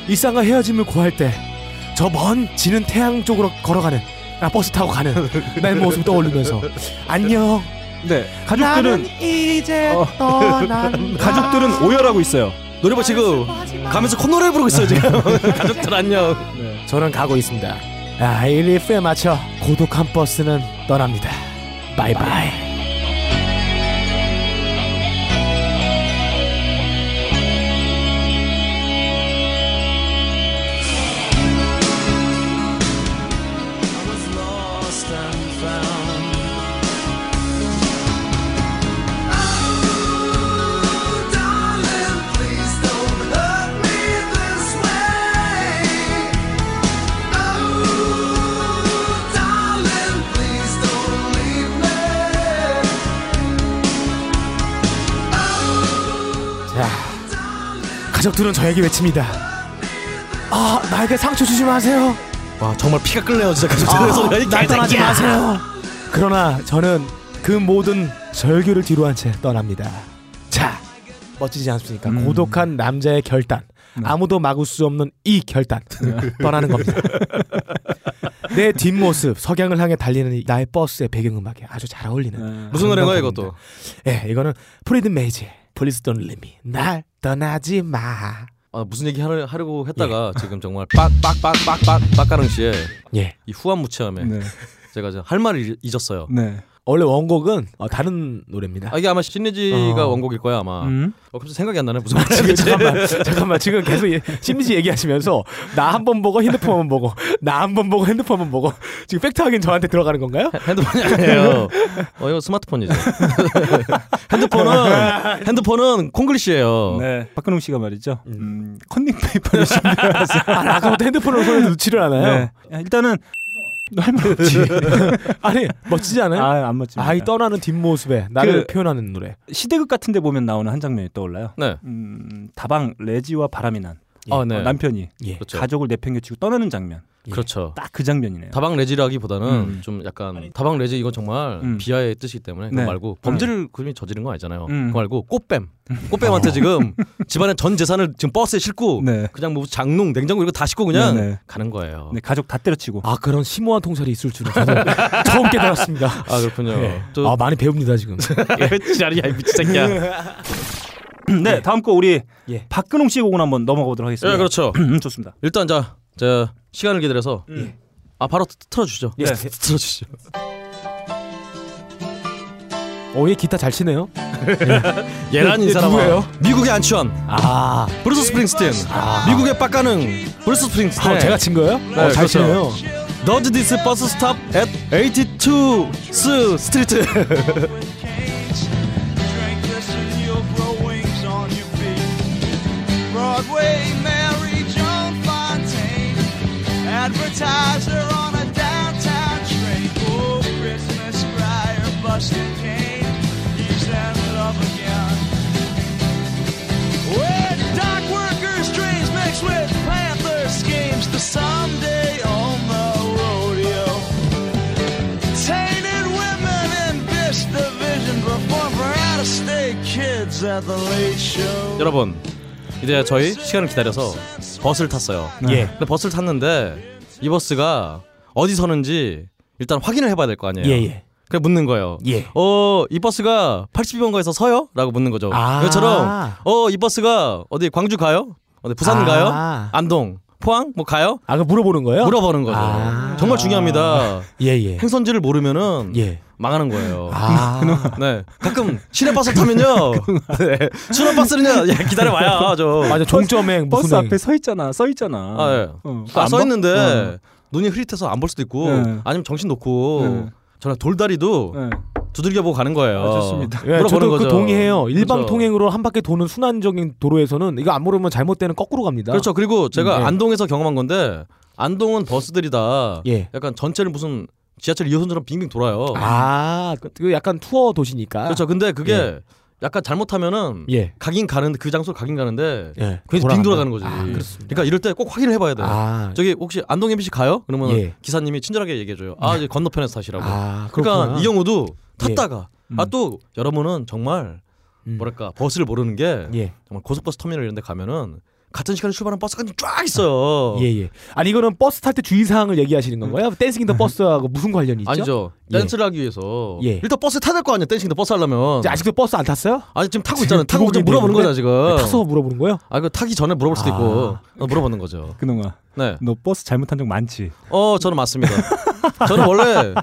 S3: 일상과 헤어짐을 고할 때 저 먼 지는 태양 쪽으로 걸어가는 아, 버스 타고 가는
S4: <laughs>
S3: 나의 모습 떠올리면서 안녕.
S2: 네, 가족들은
S3: 나는 이제
S2: 어.
S3: 떠난다.
S2: <laughs> 가족들은 오열하고 있어요.
S4: 노래방 지금 가면서 콧노래 부르고 있어요 지금. 가족들 안녕.
S3: 저는 가고 있습니다. 아, 이 리프에 맞춰 고독한 버스는 떠납니다. 바이바이.
S5: I was lost and found. Oh, darling, please don't hurt me this way. Oh, darling, please don't leave me.
S3: 자, 가족들은 저에게 외칩니다. 아, 나에게 상처 주지 마세요.
S4: 와 정말 피가 끓네요 진짜 가족들 소리가. 이
S3: 날 떠나지
S4: 개새끼야.
S3: 마세요. 그러나 저는 그 모든 절규를 뒤로한 채 떠납니다. 자, 멋지지 않습니까? 고독한 남자의 결단. 아무도 막을 수 없는 이 결단 떠나는 겁니다. 내 뒷모습 석양을 향해 달리는 이 나의 버스의 배경음악에 아주 잘 어울리는
S4: 무슨 노래인가요 이것도?
S3: 예, 이거는 프리드 메이지의 Please Don't Leave Me 날 떠나지 마.
S4: 아, 무슨 얘기 하려, 하려고 했다가 지금 정말 빡빡빡빡빡 빡가릉 씨의
S3: 예.
S4: 이 후한 무채함에
S2: 네,
S4: 제가 이제 할 말을 잊- 잊었어요.
S2: 네.
S3: 원래 원곡은 어, 다른 노래입니다.
S4: 아, 이게 아마 신내지가
S3: 어.
S4: 원곡일 거야 아마.
S2: 음.
S4: 어, 갑자기 생각이 안 나네 무슨 말인지.
S3: 지금 <laughs> 잠깐만 잠깐만 지금 계속 얘- 심지 얘기하시면서 나 한 번 보고 핸드폰 한번 보고 나 한 번 보고 핸드폰 한번 보고 지금 팩트 확인 저한테 들어가는 건가요?
S4: <laughs> 핸드폰이 아니에요. 어 이거 스마트폰이죠. <laughs> 핸드폰은 핸드폰은 콩글리시예요.
S2: 네. 박근홍 씨가 말이죠. 음, 컨닝 페이퍼를 준비해서.
S3: 아, 아까부터 핸드폰으로 손에 놓지를 않아요.
S2: 네. 일단은 할 말없지.
S3: <laughs>
S2: <laughs>
S3: 아니 멋지지 않아요?
S2: 네. 아, 안 멋집니다.
S3: 아이 떠나는 뒷모습에 나를
S2: 그-
S3: 표현하는 노래.
S2: 시대극 같은 데 보면 나오는 한 장면이 떠올라요.
S4: 네.
S2: 음, 다방 레지와 바람이 난
S4: 아 네.
S2: 어, 남편이
S3: 예.
S4: 그렇죠.
S2: 가족을 내팽개치고 떠나는 장면.
S4: 그렇죠.
S2: 딱 그 장면이네요.
S4: 다방 레지라기보다는
S2: 음.
S4: 좀 약간 다방 레지 이건 정말
S2: 음.
S4: 비하의 뜻이기 때문에 그거
S2: 네.
S4: 말고 범죄를 그분이 저지른 거 아니잖아요.
S2: 음.
S4: 그거 말고 꽃뱀. 꽃뱀한테 지금 집안의 전 재산을 지금 버스에 싣고
S2: 네.
S4: 그냥 뭐 장롱, 냉장고 이거 다 싣고 그냥
S2: 네, 네.
S4: 가는 거예요.
S2: 네, 가족 다 때려치고.
S3: 아 그런 심오한 통찰이 있을 줄은 저는 <laughs> 처음 깨달았습니다.
S4: 아 그렇군요. 또
S3: 아 많이 배웁니다 지금.
S4: 지랄이야 이 미친 새끼야.
S2: 네, 다음 거 우리
S3: 예.
S2: 박근홍 씨의 곡은 한번 넘어가 보도록 하겠습니다.
S4: 예, 그렇죠.
S2: 음, 좋습니다.
S4: 일단 자, 자 시간을 기다려서
S2: 음.
S4: 아 바로 틀- 틀어주죠.
S3: 네.
S2: 예.
S4: 틀어주죠.
S3: 어얘 기타 잘 치네요.
S4: 얘란 이
S3: 얘
S4: 사람
S3: 누구예요?
S4: 미국의 안치환,
S3: 아,
S4: 브루스 스프링스틴, 미국의 빡가능, 브루스 스프링스틴.
S3: 아, 제가 친 거예요? 어, 잘
S4: 네. 그렇죠.
S3: 치네요.
S4: Does this bus stop at 82 s- Street?
S6: Drink this and you'll grow wings on your feet. Broadway Mary Joan Fontaine, advertiser on a downtown train. Oh, Christmas crier Buster Kane, he's in love again. When dock workers' dreams mix with Panther schemes, the someday on the rodeo. Tainted women in this division perform for out of state kids at the late show.
S4: 여러분 이제 저희 시간을 기다려서 버스를 탔어요.
S3: 예.
S4: 근데 버스를 탔는데 이 버스가 어디 서는지 일단 확인을 해봐야 될 거 아니에요.
S3: 예예.
S4: 그래 묻는 거예요.
S3: 예.
S4: 어, 이 버스가 82번가에서 서요? 라고 묻는 거죠.
S3: 아.
S4: 이것처럼 어, 이 버스가 어디 광주 가요? 어디 부산
S3: 아.
S4: 가요? 안동, 포항 뭐 가요?
S3: 아 그럼 물어보는 거예요?
S4: 물어보는 거죠.
S3: 아.
S4: 정말 중요합니다.
S3: 예예.
S4: 행선지를 모르면은
S3: 예.
S4: 망하는 거예요.
S3: 아
S4: 네. 가끔 시내
S3: <laughs>
S4: 버스 타면요. 네. 시내 버스는요. 예, 기다려 봐요. 저.
S3: 맞아 종점행
S2: 버스
S3: 무슨
S2: 앞에 서 있잖아. 서 있잖아.
S4: 아, 예.
S2: 어, 그거
S4: 아,
S2: 안
S4: 써
S2: 봐? 어,
S4: 있는데 눈이 흐릿해서 안 볼 수도 있고
S2: 네.
S4: 아니면 정신 놓고
S2: 네.
S4: 저는 돌다리도
S2: 네.
S4: 두들겨 보고 가는 거예요.
S2: 아, 좋습니다.
S3: 예, 저도 그 동의해요. 일방
S4: 그렇죠.
S3: 통행으로 한 바퀴 도는 순환적인 도로에서는 이거 안 물으면 잘못되는 거꾸로 갑니다.
S4: 그렇죠. 그리고 제가
S3: 네.
S4: 안동에서 경험한 건데 안동은 버스들이 다
S3: 예.
S4: 약간 전체를 무슨 지하철 2호선처럼 빙빙 돌아요.
S3: 아, 그- 그 약간 투어 도시니까.
S4: 그렇죠. 근데 그게
S3: 예.
S4: 약간 잘못하면은
S3: 예.
S4: 가긴 가는데 그 장소 가긴 가는데
S3: 예.
S4: 그래서 빙 돌아가는 거지.
S3: 아, 그렇습니다.
S4: 그러니까 이럴 때 꼭 확인을 해봐야 돼요.
S3: 아,
S4: 저기 혹시 안동 MBC 가요? 그러면
S3: 예.
S4: 기사님이 친절하게 얘기해줘요. 아 이제 건너편에서 타시라고.
S3: 아,
S4: 그러니까
S3: 그렇구나.
S4: 이 경우도 탔다가
S2: 음.
S4: 아 또 여러분은 정말
S3: 음.
S4: 뭐랄까 버스를 모르는 게
S3: 예.
S4: 정말 고속버스 터미널 이런 데 가면은 같은 시간에 출발하는 버스가 좀쫙 있어요. 음.
S3: 예, 예. 아니 이거는 버스 탈 때 주의 사항을 얘기하시는 건가요? 댄싱 인 더 버스하고 무슨 관련이 있죠?
S4: 아니죠.
S3: 예.
S4: 댄스를 하기 위해서
S3: 예.
S4: 일단 버스 타야 될 거 아니야. 댄싱도 버스 하려면.
S3: 이제 아직도 버스 안 탔어요?
S4: 아니 지금 타고 있잖아.
S3: 지금
S4: 타고 좀
S3: 들고
S4: 물어보는
S3: 있는데? 네,
S4: 거잖아 지금.
S3: 타서 물어보는 거예요?
S4: 아 이거 타기 전에 물어볼 수도 있고
S3: 아.
S4: 어, 물어보는 거죠.
S2: 근홍아,
S4: 네.
S2: 너 버스 잘못 탄적 많지?
S4: 어 저는 <laughs> 맞습니다. 저는 원래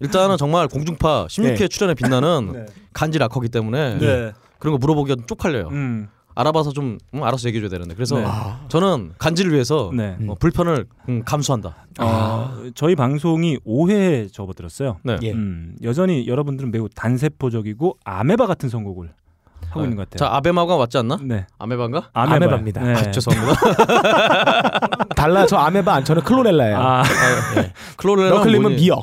S4: 일단은 정말 공중파 16회
S3: 네.
S4: 출연에 빛나는 간지 락커기 때문에
S2: 네.
S4: 그런 거 물어보기가 좀 쪽팔려요.
S2: 음.
S4: 알아봐서 좀 음, 알아서 얘기해줘야 되는데 그래서
S2: 네.
S4: 저는 간지를 위해서
S2: 네.
S4: 어, 불편을 음, 감수한다.
S2: 어, 저희 방송이 5회에 접어들었어요.
S4: 네.
S3: 예.
S2: 음, 여전히 여러분들은 매우 단세포적이고 아메바 같은 선곡을 하고 있는 것 같아요.
S4: 네. 자 아베마가 맞지 않나?
S2: 네.
S4: 아메바인가?
S2: 아메바요.
S3: 아메바입니다.
S2: 네.
S4: 아, 죄송합니다.
S3: 달라 저 아메바 안 저는
S2: <laughs>
S3: 클로렐라예요.
S2: 아,
S4: 클로렐라
S3: 너클림은 미역.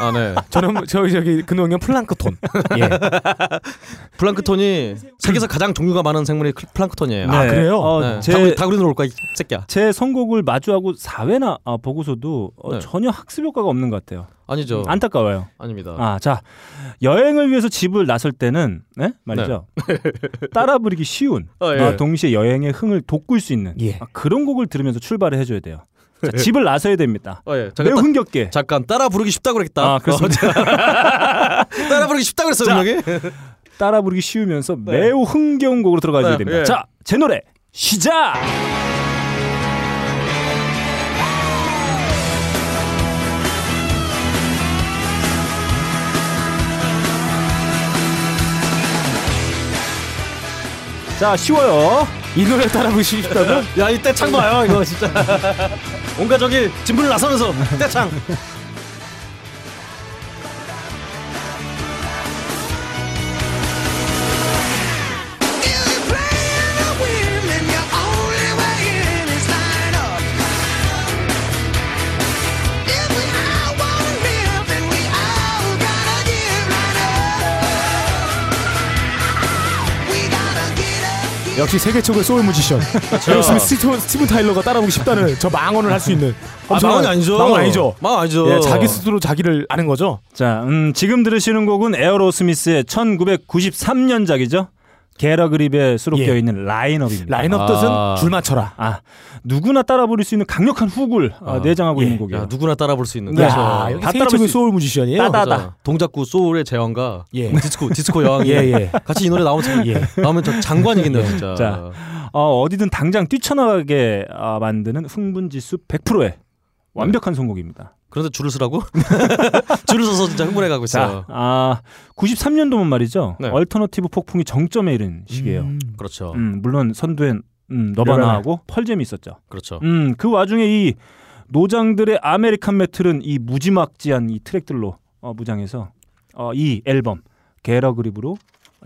S4: 아 네.
S3: 저는 저기 저기 근홍형 플랑크톤. 예.
S4: 플랑크톤이 세계에서 가장 종류가 많은 생물이 클- 플랑크톤이에요.
S2: 네.
S3: 그래요?
S2: 어,
S4: 네.
S2: 제-
S4: 다, 우리, 다 우리 놀 거야 이 새끼야.
S2: 제 선곡을 마주하고 4회나 보고서도 어,
S4: 네. 어.
S2: 전혀 학습 효과가 없는 것 같아요.
S4: 아니죠.
S2: 안타까워요.
S4: 아닙니다.
S2: 아, 자 여행을 위해서 집을 나설 때는 네? 말이죠.
S4: <laughs>
S2: 따라 부르기 쉬운,
S4: 어, 예.
S2: 아, 동시에 여행의 흥을 돋굴 수 있는
S3: 예.
S2: 아, 그런 곡을 들으면서 출발을 해줘야 돼요. 자,
S4: <laughs>
S2: 집을 나서야 됩니다.
S4: 어, 예. 잠깐,
S2: 매우
S4: 따,
S2: 흥겹게.
S4: 잠깐 따라 부르기 쉽다 그랬다. 어,
S2: 아, 그렇습니다.
S4: <laughs> 따라 부르기 쉽다 그랬어 분명히.
S2: 따라 부르기 쉬우면서 매우 흥겨운 곡으로 들어가줘야
S4: 네,
S2: 됩니다.
S4: 예.
S2: 자, 제 노래 시작.
S6: Thank
S2: 자, 쉬워요.
S4: 이 노래 따라 부시기 <laughs> 싶다면? 야, 이 떼창 봐요,
S2: <laughs>
S4: 이거 진짜. 온 가족이 진분을 나서면서 떼창.
S3: 역시 세계 최고의 소울 뮤지션. 그렇으면 스티븐, 스티븐 타일러가 따라오고 싶다는 저 망언을 할 수 있는.
S4: 아,
S3: 엄청난-
S4: 망언이 아니죠.
S3: 망언 아니죠.
S4: 망언 아니죠.
S3: 예, 자기 스스로 자기를 아는 거죠.
S2: 자, 음, 지금 들으시는 곡은 에어로스미스의 1993년작이죠. 게러그립에 수록되어
S3: 예.
S2: 있는 라인업입니다.
S3: 라인업
S4: 아.
S3: 뜻은 줄 맞춰라.
S2: 아, 누구나 따라 부를 수 있는 강력한 훅을 아,
S4: 아,
S2: 내장하고
S3: 예.
S2: 있는 곡이에요.
S4: 야, 누구나 따라 볼 수 있는.
S2: 네.
S4: 그렇죠.
S3: 야, 여기
S2: 다
S3: 세계
S2: 따라볼
S3: 최고의
S2: 수-
S3: 소울 뮤지션이에요.
S2: 따다-
S4: 맞아.
S2: 따다.
S4: 동작구 소울의 제왕과
S3: 예.
S4: 디스코 디스코 여왕이
S3: <laughs> 예, 예.
S4: 같이 이 노래 나오면
S3: 예.
S4: 나오면 저 장관이겠네요 진짜.
S2: 자. 어, 어디든 당장 뛰쳐나가게 아, 만드는 흥분 지수 100%의 완벽한 선곡입니다.
S4: 그런데 줄을 서라고? <laughs> 줄을 서서 진짜 흥분해 가고 있어요.
S2: 자, 아, 93년도면 말이죠.
S4: 네.
S2: 얼터너티브 폭풍이 정점에 이른 시기예요. 음,
S4: 그렇죠.
S2: 물론 선두엔 음, 너바나하고 펄잼이 있었죠.
S4: 그렇죠.
S2: 음, 그 와중에 이 노장들의 아메리칸 메틀은 이 무지막지한 이 트랙들로 어, 무장해서 어, 이 앨범 게러 그립으로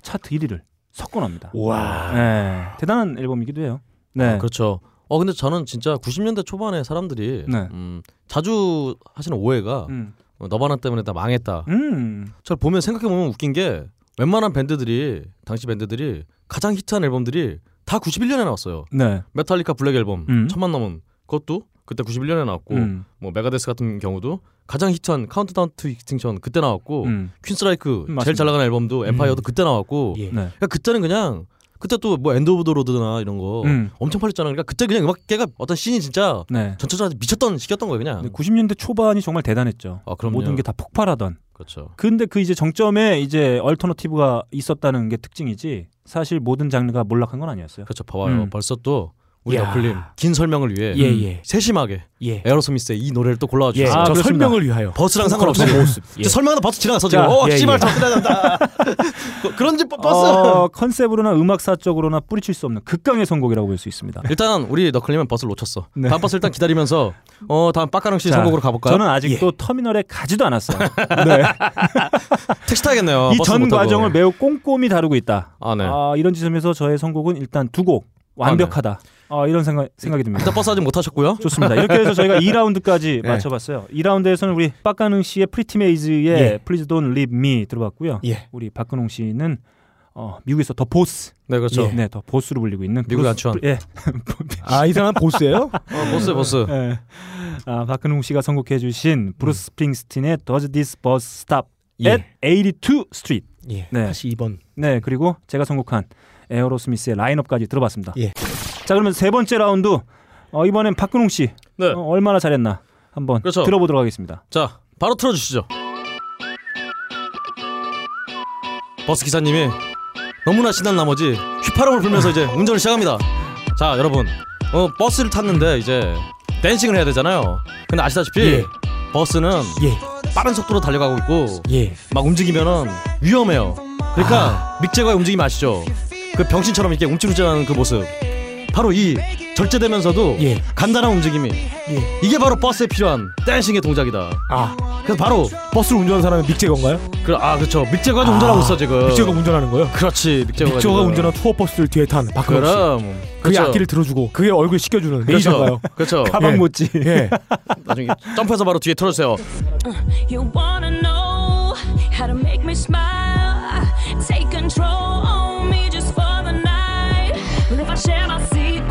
S2: 차트 1위를 석권합니다.
S3: 와.
S2: 네, 대단한 앨범이기도 해요. 네.
S4: 아. 그렇죠. 어 근데 저는 진짜 90년대 초반에 사람들이
S2: 네.
S4: 음, 자주 하시는 오해가
S2: 음.
S4: 어, 너바나 때문에 다 망했다.
S2: 음.
S4: 저를 보면 생각해 보면 웃긴 게 웬만한 밴드들이 당시 밴드들이 가장 히트한 앨범들이 다 91년에 나왔어요.
S2: 네.
S4: 메탈리카 블랙 앨범
S2: 음.
S4: 천만 넘은 그것도 그때 91년에 나왔고
S2: 음.
S4: 뭐 메가데스 같은 경우도 가장 히트한 카운트다운 투 익스팅션 그때 나왔고
S2: 음.
S4: 퀸스라이크
S2: 맞습니다. 음.
S4: 제일 잘 나가는 앨범도 엠파이어도 그때 나왔고
S3: 예.
S2: 네.
S4: 그러니까 그때는 그냥 그때 또 뭐 엔드 오브 더 로드나 이런 거
S2: 음.
S4: 엄청 팔렸잖아요. 그러니까 그때 그냥 음악계가 어떤 씬이 진짜
S2: 네.
S4: 전체적으로 미쳤던 시기였던 거예요, 그냥.
S2: 근데 90년대 초반이 정말 대단했죠.
S4: 아, 그럼요.
S2: 모든 게 다 폭발하던.
S4: 그렇죠.
S2: 근데 그 이제 정점에 이제 얼터너티브가 있었다는 게 특징이지. 사실 모든 장르가 몰락한 건 아니었어요.
S4: 그렇죠. 봐봐요.
S2: 음.
S4: 벌써 또 우리
S3: 야.
S4: 너클님 긴 설명을 위해
S3: 예, 예.
S4: 세심하게
S3: 예.
S4: 에어로스미스의 이 노래를 또 골라와
S3: 예.
S4: 주셨어요.
S2: 아,
S3: 저
S2: 그렇습니다.
S3: 설명을 위하여. 그렇죠.
S4: 버스랑 상관없이 예. 이제 설명하다 버스 지나갔어 지금.
S2: 자,
S4: 어,
S3: 예,
S4: 씨발
S3: 예.
S4: 저 끝나간다. 그- 그런지 버- 버스.
S2: 어, 컨셉으로나 음악사 쪽으로나 뿌리칠 수 없는 극강의 선곡이라고 볼 수 있습니다.
S4: <laughs> 일단 우리 너클님은 버스를 놓쳤어.
S2: 네.
S4: 다음 버스 일단 기다리면서 어 다음 빡가릉 씨
S2: 자,
S4: 선곡으로 가볼까요? 예.
S2: 저는 아직도 터미널에 가지도
S4: <laughs>
S2: 않았어요. 네.
S4: 택시 타야겠네요. 버스
S2: 이 전
S4: 어, 못 타고.
S2: 과정을 매우 꼼꼼히 다루고 있다.
S4: 아 네.
S2: 아, 이런 지점에서 저의 선곡은 일단 두 곡 완벽하다. 아, 이런 생각, 생각이 듭니다.
S4: 일단 버스 네. 아직 못 타셨고요.
S2: 좋습니다. 이렇게 해서 저희가 2라운드까지
S4: <laughs>
S3: 네.
S2: 맞춰봤어요. 2라운드에서는 우리 빡가능 씨의 프리티 메이즈의
S3: 예.
S2: Please Don't Leave Me 들어봤고요.
S3: 예.
S2: 우리 박근홍 씨는 어, 미국에서 더 보스,
S4: 네 그렇죠.
S2: 네, 더 보스로 불리고 있는
S4: 미국의
S2: 보스-
S4: 안치환.
S2: 예, <laughs>
S3: 아, 이 사람 보스예요?
S4: 어, 버스 버스.
S2: 예. 아, 박근홍 씨가 선곡해주신
S4: 음.
S2: 브루스 스프링스틴의 Does This Bus Stop
S4: 예.
S2: at 82 Street.
S3: 예.
S2: 네.
S3: 다시 2번.
S2: 네, 그리고 제가 선곡한 에어로스미스의 라인업까지 들어봤습니다.
S3: 예.
S2: 자, 그러면 세 번째 라운드 어, 이번엔 박근홍 씨
S4: 네.
S2: 어, 얼마나 잘했나 한번
S4: 그렇죠.
S2: 들어보도록 하겠습니다.
S4: 자 바로 틀어주시죠. 버스 기사님이 너무나 신난 나머지 휘파람을 불면서 이제 운전을 시작합니다. 자 여러분 어, 버스를 탔는데 이제 댄싱을 해야 되잖아요. 근데 아시다시피
S3: 예.
S4: 버스는
S3: 예.
S4: 빠른 속도로 달려가고 있고
S3: 예.
S4: 막 움직이면은 위험해요. 그러니까
S3: 아.
S4: 믹재가 움직임 아시죠? 그 병신처럼 이렇게 움찔움찔하는 그 모습. 바로 이 절제되면서도
S3: 예.
S4: 간단한 움직임이
S3: 예.
S4: 이게 바로 버스에 필요한 댄싱의 동작이다.
S3: 아,
S4: 그래서 바로
S3: 버스를 운전하는 사람은 믹재건가요?
S4: 그, 아 그렇죠 믹재가 지금 운전하고 있어 지금.
S3: 믹재가 운전하는 거예요?
S4: 그렇지 믹재가
S3: 믹재가 운전한 투어 버스를 뒤에 탄 박근홍 씨.
S4: 그럼
S3: 그의
S4: 그렇죠.
S3: 악기를 들어주고 그의 얼굴 씻겨주는 <laughs>
S4: 그렇죠.
S3: 메이저가요.
S4: 그렇죠.
S3: 예.
S2: 못지.
S3: 예.
S4: 나중에 점프해서 바로 뒤에 틀어주세요.
S7: You wanna know how to make me smile? Take control on me just for the night. Well, if I share my secret,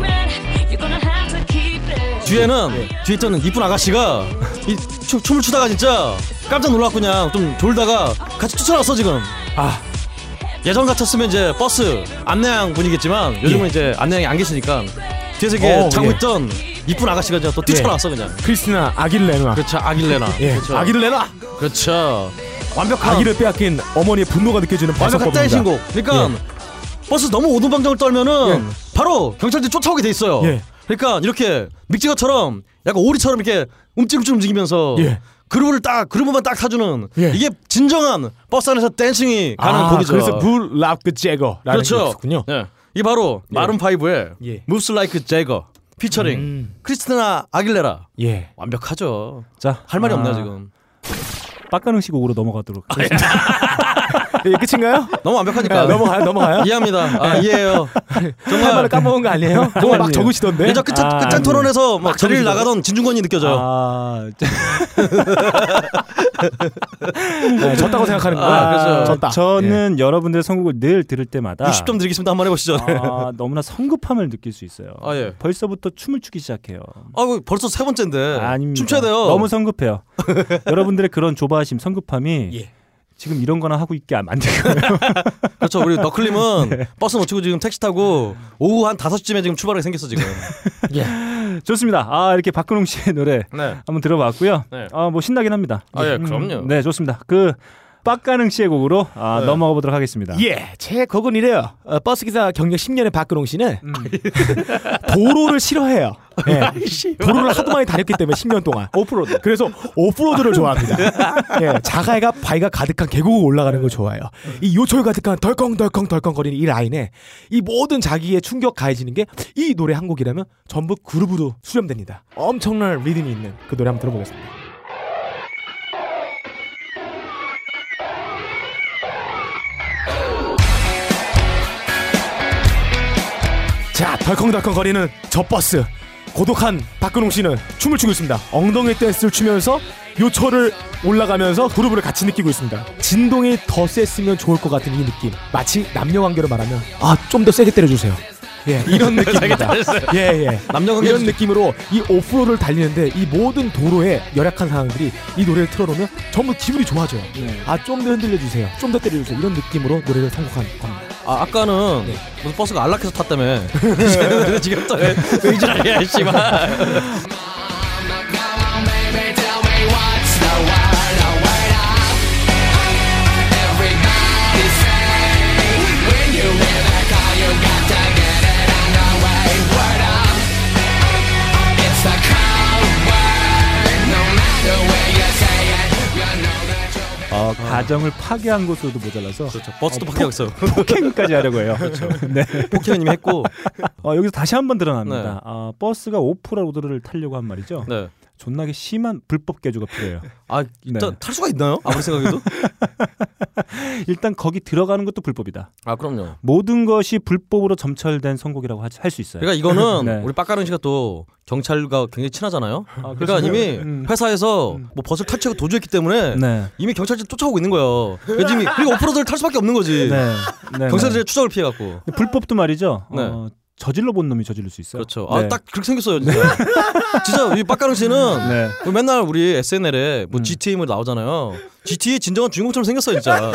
S7: you're gonna have to keep it.
S4: 뒤에는
S3: 예.
S4: 뒤에 있던 이쁜 아가씨가 이 추- 춤을 추다가 진짜 깜짝 놀랐고 그냥 좀 졸다가 같이 쫓아왔어 지금.
S3: 아,
S4: 예전 같았으면 이제 버스 안내양 분이겠지만 요즘은
S3: 예.
S4: 이제 안내양이 안 계시니까 뒤에서 이게
S3: 어,
S4: 자고
S3: 예.
S4: 있던 이쁜 아가씨가 그냥 또 뛰쳐나왔어 그냥.
S3: 크리스티나 아길레나.
S4: 그렇죠 아길레나.
S3: 예.
S4: 그렇죠.
S3: 아기를 내놔.
S4: 그렇죠. 완벽한
S3: 아기를 빼앗긴 어머니의 분노가 느껴지는
S4: 완벽한
S3: 발성법입니다. 예.
S4: 댄싱곡. 그러니까 버스 너무 오동방정을 떨면은 바로 경찰들이 쫓아오게 돼 있어요.
S3: 예.
S4: 그러니까 이렇게 믹지거처럼 약간 오리처럼 이렇게 움찔움찔 움직이면서
S3: 예.
S4: 그루브를 딱 그루브만 딱 타주는
S3: 예.
S4: 이게 진정한 버스 안에서 댄싱이 가능한
S3: 아,
S4: 곡이죠.
S3: 그래서 물 랍그 제거라는 게
S4: 그렇죠.
S3: 있었군요.
S4: 예. 이 바로 마룬 파이브의
S3: 예.
S4: Moves Like Jagger 피처링
S3: 음.
S4: 크리스티나 아길레라
S3: 예.
S4: 완벽하죠.
S2: 자,
S4: 할 말이
S2: 아,
S4: 없나 지금.
S2: 빡가능 씨 곡으로 넘어가도록
S4: 아,
S2: 하겠습니다.
S3: 예, 끝인가요?
S4: 너무 완벽하니까.
S3: 네, 넘어가요, 넘어가요.
S4: <laughs>
S3: 네.
S4: 이해합니다. 아,
S3: <laughs>
S4: 이해해요.
S3: 한 말을 네. 까먹은 거 아니에요? 너무 막 적으시던데.
S4: 예전 끝장,
S2: 아,
S4: 끝장 토론에서 막 자리를
S2: 그러시더라고요.
S4: 나가던 진중권이 느껴져요.
S2: 아,
S3: 네, 졌다고 생각하는 거야.
S4: 아, 그렇죠.
S3: 졌다.
S2: 저는 여러분들의 선곡을 늘 들을 때마다
S4: 60점 드리겠습니다. 한번 해보시죠.
S2: 아, 너무나 성급함을 느낄 수 있어요.
S4: 아, 예.
S2: 벌써부터 춤을 추기 시작해요.
S4: <laughs> 아, 이거 벌써 세 번째인데.
S2: 아닙니다.
S4: 네. 춤춰야 돼요.
S2: 너무
S4: <laughs>
S2: 성급해요. 여러분들의 그런 조바심, 성급함이
S3: 예.
S2: 지금 이런 거나 하고 있게 안 만들어요.
S4: 그렇죠. 우리
S3: <laughs>
S4: 너클림은
S3: 네.
S4: 버스 못 치고 지금 택시 타고 오후 한 5시쯤에 지금 출발하게 생겼어, 지금.
S2: 좋습니다. 아, 이렇게 박근홍 씨의 노래
S4: 네.
S2: 한번 들어봤고요.
S4: 네.
S2: 아, 뭐 신나긴 합니다.
S4: 아, 예,
S2: 음,
S4: 그럼요. 네.
S2: 네, 좋습니다. 그 빡가능 씨의 곡으로 아, 넘어가 보도록 하겠습니다.
S3: 예, 제 곡은 이래요. 어, 버스 기사 경력 10년의 박근홍 씨는 <laughs> 도로를 <laughs> 싫어해요. 예. 도로를 하도 많이 다녔기 때문에 10년 동안 오프로드. 그래서 오프로드를 좋아합니다. 예, 자갈과 바위가 가득한 계곡을 올라가는 걸 좋아해요. 이 요철 가득한 덜컹덜컹 덜컹거리는 이 라인에 이 모든 자기의 충격 가해지는 게 이 노래 한 곡이라면 전부 그루브로 수렴됩니다. 엄청난 리듬이 있는 그 노래 한번 들어보겠습니다. 자 덜컹덜컹 거리는 저 버스 고독한 박근홍 씨는 춤을 추고 있습니다 엉덩이 댄스를 추면서 요철을 올라가면서 그룹을 같이 느끼고 있습니다 진동이 더 셌으면 좋을 것 같은 이 느낌 마치 남녀 관계로 말하면 아 좀 더 세게 때려주세요 예 이런 <laughs>
S4: <laughs>
S3: 느낌입니다 예예
S4: 남녀 관계
S3: 이런 느낌으로 이 오프로드를 달리는데 이 모든 도로에 열악한 상황들이 이 노래를 틀어놓으면 전부 기분이 좋아져요
S4: 네.
S3: 아 좀 더 흔들려주세요 좀 더 때려주세요 이런 느낌으로 노래를 선곡한 겁니다
S4: 아, 아까는 무슨 버스가 안락해서 <laughs> 탔다며. 이제는 왜 지금 또 왜- <laughs> 의지랄이야, 씨발.
S2: 어, 가정을 파괴한 것으로도 모자라서
S4: 그렇죠. 버스도 파괴했어요.
S2: 폭행까지 하려고 해요. <laughs> 네.
S4: 폭행님이 했고.
S2: 어, 여기서 다시 한 번 드러납니다.
S4: 네.
S2: 아, 버스가 오프로드를 타려고 한 말이죠.
S4: <laughs> 네.
S2: 존나게 심한 불법 개조가 필요해요.
S4: 아, 일단
S2: 네.
S4: 탈 수가 있나요? 아무리 생각해도?
S2: 일단 거기 들어가는 것도 불법이다.
S4: 아, 그럼요.
S2: 모든 것이 불법으로 점철된 선곡이라고 할 수 있어요.
S4: 그러니까 이거는
S2: 네.
S4: 우리 빡가는 씨가 또 경찰과 굉장히 친하잖아요. 그러니까
S2: 그렇습니다.
S4: 이미
S2: 음.
S4: 회사에서 뭐 버스를 탈취하고 도주했기 때문에
S2: 네.
S4: 이미 경찰이 쫓아오고 있는 거예요. 왜냐면 이미 그리고 오프로드를 탈 수밖에 없는 거지.
S2: 네. 네.
S4: 경찰들의 추적을 피해갖고.
S2: 네. 불법도 말이죠.
S4: 네.
S2: 어, 저질러 본 놈이 저질러 수 있어요.
S4: 그렇죠.
S2: 네.
S4: 아 딱 그렇게 생겼어요. <laughs> 진짜. 진짜 이 빡가릉 씨는
S2: 네.
S4: 그 맨날 우리 SNL에
S2: 음.
S4: 뭐 GTA 뭐 나오잖아요. GTA의 진정한 주인공처럼 생겼어요,
S2: <laughs>
S4: 진짜.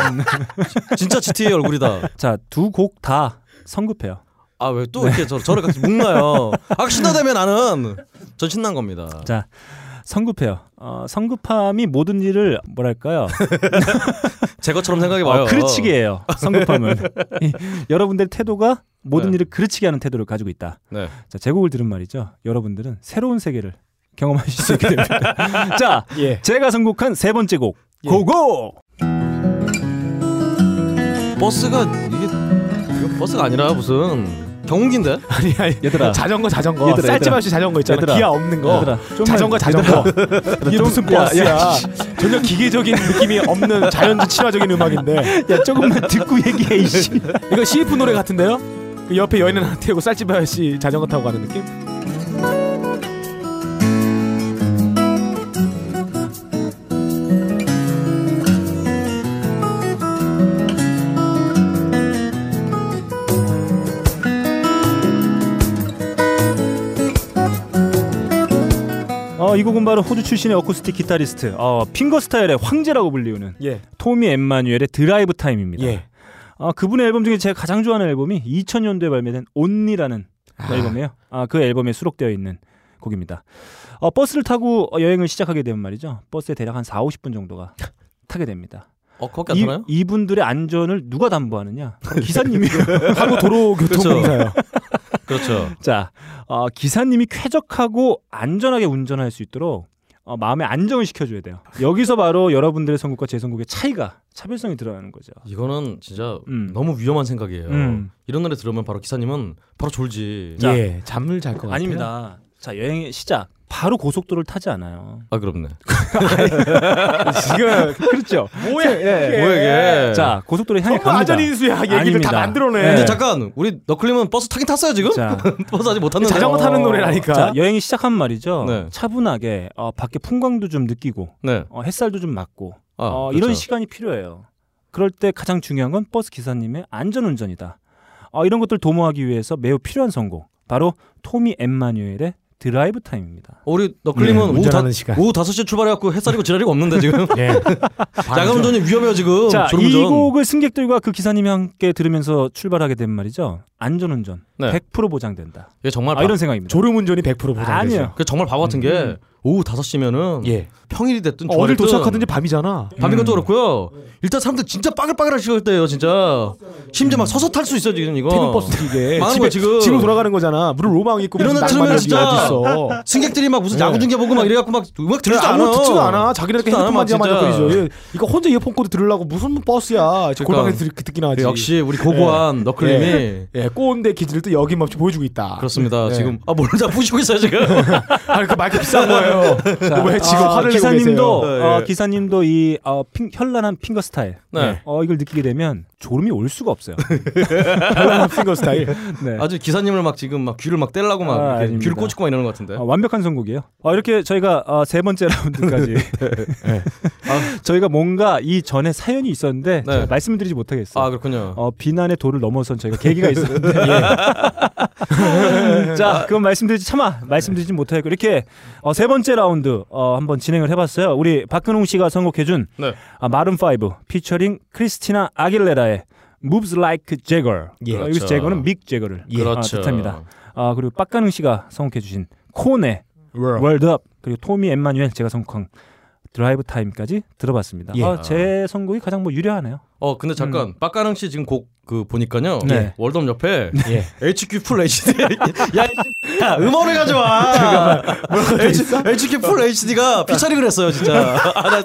S4: 진짜 GTA 얼굴이다.
S2: 자, 두 곡 다 성급해요.
S4: 아 왜 또 이렇게 저, 저를 같이 묵나요? 아 신나다면 나는 전 신난 겁니다.
S2: 자, 성급해요. 어, 성급함이 모든 일을
S4: <laughs>
S2: 뭐랄까요?
S4: 제 것처럼 생각해 봐요.
S2: 어, 그르치기예요.
S4: <laughs>
S2: 성급함은 이, 여러분들의 태도가 모든
S4: 네.
S2: 일을 그르치게 하는 태도를 가지고 있다.
S4: 네.
S2: 자, 제곡을 들은 말이죠. 여러분들은 새로운 세계를 경험하실 수 있게
S4: <laughs>
S2: 됩니다. 자,
S3: 예.
S2: 제가 선곡한 세 번째 곡
S4: 예.
S2: 고고.
S4: 버스가 이게 이거 버스가 아니라 무슨 경운기인데?
S3: 아니 아니
S2: 얘들아.
S3: 자전거 자전거
S2: 얘들아, 얘들아.
S3: 쌀집아저씨 자전거 있잖아
S2: 얘들아.
S3: 기아 없는 거
S2: 얘들아, 좀만-
S3: 자전거 자전거 이게 무슨
S2: 야,
S3: 버스야
S2: 야,
S3: 전혀 기계적인 느낌이 없는 자연주 친화적인 음악인데
S2: 야, 조금만 듣고 얘기해 이씨.
S3: 이거 CF 노래 같은데요? 그 옆에 여인은 안 태우고 쌀집아저씨 자전거 타고 가는 느낌?
S2: 어, 이 곡은 바로 호주 출신의 어쿠스틱 기타리스트 어, 핑거 스타일의 황제라고 불리우는
S3: 예.
S2: 토미 엠마뉴엘의 드라이브 타임입니다.
S3: 예.
S2: 아, 그분의 앨범 중에 제가 가장 좋아하는 앨범이 2000년도에 발매된 온니라는 앨범이에요. 아, 그 앨범에 수록되어 있는 곡입니다. 어, 버스를 타고 여행을 시작하게 되면 말이죠. 버스에 대략 한 4, 50분 정도가 <laughs> 타게 됩니다.
S4: 어 그밖에 안 타나요?
S2: 이, 분들의 안전을 누가 담보하느냐? 바로 기사님이에요.
S3: 한국 도로교통공사요.
S4: 그렇죠.
S2: <laughs> 자, 어, 기사님이 쾌적하고 안전하게 운전할 수 있도록 어, 마음의 안정을 시켜줘야 돼요. 여기서 바로 여러분들의 선곡과 제 선곡의 차이가 차별성이 들어가는 거죠.
S4: 이거는 진짜
S2: 음.
S4: 너무 위험한 생각이에요.
S2: 음.
S4: 이런 노래 들으면 바로 기사님은 바로 졸지.
S2: 자.
S3: 예, 잠을 잘 것 같아요.
S2: 아닙니다. 자 여행의 시작. 바로 고속도로를 타지 않아요.
S4: 아 그렇네.
S3: 지금 그렇죠. 뭐야, 예.
S4: 뭐야 이게?
S2: 자 고속도로에 향해
S3: 정말
S2: 갑니다.
S3: 아전인수야 얘기를
S2: 아닙니다.
S3: 다 예. 만들어내.
S2: 네.
S4: 근데 잠깐 우리 너클림은 버스 타긴 탔어요 지금?
S2: 자,
S4: <laughs> 버스 아직 못 탔는데.
S3: 자전거 타는 노래라니까.
S2: 어. 자 여행이 시작한 말이죠.
S4: 네.
S2: 차분하게 어, 밖에 풍광도 좀 느끼고
S4: 네.
S2: 어, 햇살도 좀 맞고
S4: 아,
S2: 어,
S4: 그렇죠.
S2: 이런 시간이 필요해요. 그럴 때 가장 중요한 건 버스 기사님의 안전운전이다. 어, 이런 것들 도모하기 위해서 매우 필요한 선곡 바로 토미 엠마뉴엘의 드라이브 타임입니다.
S4: 어, 우리 너클림은 오후, 다,
S3: 네, 운전하는 시간.
S4: 오후 5시에 출발해갖고 햇살이고 지랄이고
S3: <laughs>
S4: 없는데 <laughs> 지금
S3: 예.
S4: 야간 운전이 위험해요
S3: 어,
S4: 지금
S2: 자,
S4: 졸음
S2: 이
S4: 운전.
S2: 곡을 승객들과 그 기사님이 함께 들으면서 출발하게 된 말이죠. 안전운전
S4: 네.
S2: 100% 보장된다.
S4: 이게 정말
S2: 아,
S4: 바,
S2: 이런 생각입니다.
S3: 졸음 운전이 100% 보장되죠.
S2: 아니에요.
S4: 그게 정말 바보 같은 게 오후 5시면은
S3: 음, 예.
S4: 평일이 됐든
S3: 어딜
S4: 주말이든
S3: 도착하든지 음. 밤이잖아.
S4: 밤인 것도 그렇고요. 일단 사람들 진짜 빠글빠글할 시간 때예요 진짜. 심지어 막 서서 탈 수 있어 지금 이거.
S3: 퇴근 버스 이게
S4: 망하는
S3: 집에
S4: 거야, 지금.
S3: 집으로 돌아가는 거잖아. 무슨 로망 있고
S4: 이런
S3: 무슨
S4: 애
S3: 낭만
S4: 틀면
S3: 있는 게
S4: 진짜
S3: 어딨어.
S4: <laughs> 승객들이 막 무슨
S3: 네.
S4: 야구 중계 보고 막 이래갖고 막 음악
S3: 그래,
S4: 들지도 않아.
S3: 아무도 듣지도 않아. 자기네들
S4: 듣지도 않아,
S3: 핸드폰만
S4: 진짜.
S3: 지만져버리죠 이거 혼자 이어폰 꽂고 들으려고 무슨 버스야.
S4: 그러니까.
S3: 골방에서 듣- 듣기나 하지.
S4: 역시 우리
S3: 네.
S4: 고고한 너클림이
S3: 예, 꼬운데 기질을 또 여김없이 보여주고 있다.
S4: 그렇습니다.
S3: 네.
S4: 지금 아 뭘로 다 부시고 있어요 <laughs> 지금.
S3: 아니 그 마이크 비싼
S4: <laughs>
S3: 거예요. 왜 지금
S2: 아,
S3: 화를 내고
S2: 기사님도
S3: 계세요? 예.
S2: 어, 기사님도 이 어, 핑- 현란한 핑거 스타일
S4: 네.
S2: 어, 이걸 느끼게 되면 졸음이 올 수가
S3: <laughs>
S2: 없어요.
S3: 발랄한 핑거 스타일.
S2: 네.
S4: 아주 기사님을 막 지금 막 귀를 막 떼려고 막
S2: 아,
S4: 이렇게
S2: 아닙니다.
S4: 귀를 꽂히고 막 이러는 것 같은데.
S2: 어, 완벽한 선곡이에요. 어, 이렇게 저희가 어, 세 번째
S3: <laughs>
S2: 라운드까지
S3: 네.
S2: <laughs> 아, 저희가 뭔가 이 전에 사연이 있었는데
S4: 네.
S2: 제가 말씀드리지 못하겠어요.
S4: 아 그렇군요.
S2: 어, 비난의 도를 넘어선 저희가 계기가
S3: <laughs>
S2: 있었는데
S3: 예.
S2: 자 그건 말씀드리지 참아 말씀드리지 못하겠고 이렇게 어, 세 번째 라운드 어, 한번 진행을 해봤어요. 우리 박근홍 씨가 선곡해준
S4: 네.
S2: 아, 마룬 5 피처링 크리스티나 아길레라의 Moves Like Jagger
S3: 예.
S2: 어, 여기서
S4: 그렇죠.
S2: 제거는 믹 제거를
S4: 그렇죠.
S2: 아, 뜻합니다. 아, 그리고 박근홍 씨가 선곡해주신 콘의
S3: 월.
S2: 월드업 그리고 토미 엠마뉴엘 제가 선곡한 드라이브 타임까지 들어봤습니다.
S3: 예.
S2: 아, 제 선곡이 가장 뭐 유려하네요.
S4: 어 근데 잠깐 빡가릉 씨 지금 곡 그 보니까요.
S2: 네.
S4: 월덤 옆에
S3: 예.
S4: HQ 풀 HD. <laughs> 야, 이- 야 음원을 가져와. H, HQ 풀 HD가 피처링을 했어요 진짜. <laughs> 아, 나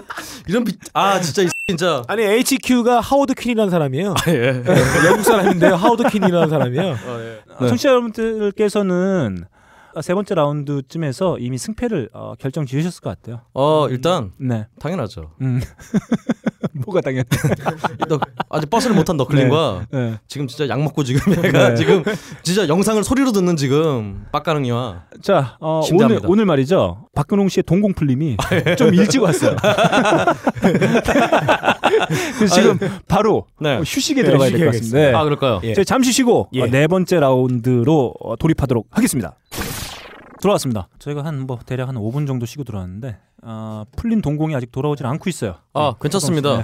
S4: 이런 비, 아 진짜 이 진짜.
S3: 아니 HQ가 하워드 퀸이라는 사람이에요.
S4: 아, 예.
S3: 영국 사람인데 하워드 퀸이라는 사람이에요.
S4: 네.
S2: 아, 청취자 여러분들께서는 아, 세 번째 라운드쯤에서 이미 승패를 어, 결정 지으셨을 것 같아요.
S4: 어 일단
S2: 네,
S4: 당연하죠.
S2: 뭐가 당연해.
S4: 너, 아직 버스를 못탄 너클린과
S2: 네.
S4: 지금 진짜 약 먹고 지금 <laughs> 얘가 지금 진짜 영상을 소리로 듣는 지금 빡가릉이와
S2: 자, 어, 오늘
S4: 신기합니다.
S2: 오늘 말이죠. 박근홍 씨의 동공 풀림이 좀 일찍 왔어요. 그래서 지금 바로
S4: 네.
S2: 어, 휴식에
S3: 네,
S2: 들어가야 될 것
S3: 휴식해야겠습니다.
S2: 같습니다. 네.
S4: 아 그럴까요?
S3: 예.
S2: 저희 잠시 쉬고
S3: 예.
S2: 어, 네 번째 라운드로 어, 돌입하도록 하겠습니다. 돌아왔습니다. 저희가 한 뭐 대략 한 5분 정도 쉬고 들어왔는데 아, 풀린 동공이 아직 돌아오질 않고 있어요.
S4: 아 예. 괜찮습니다.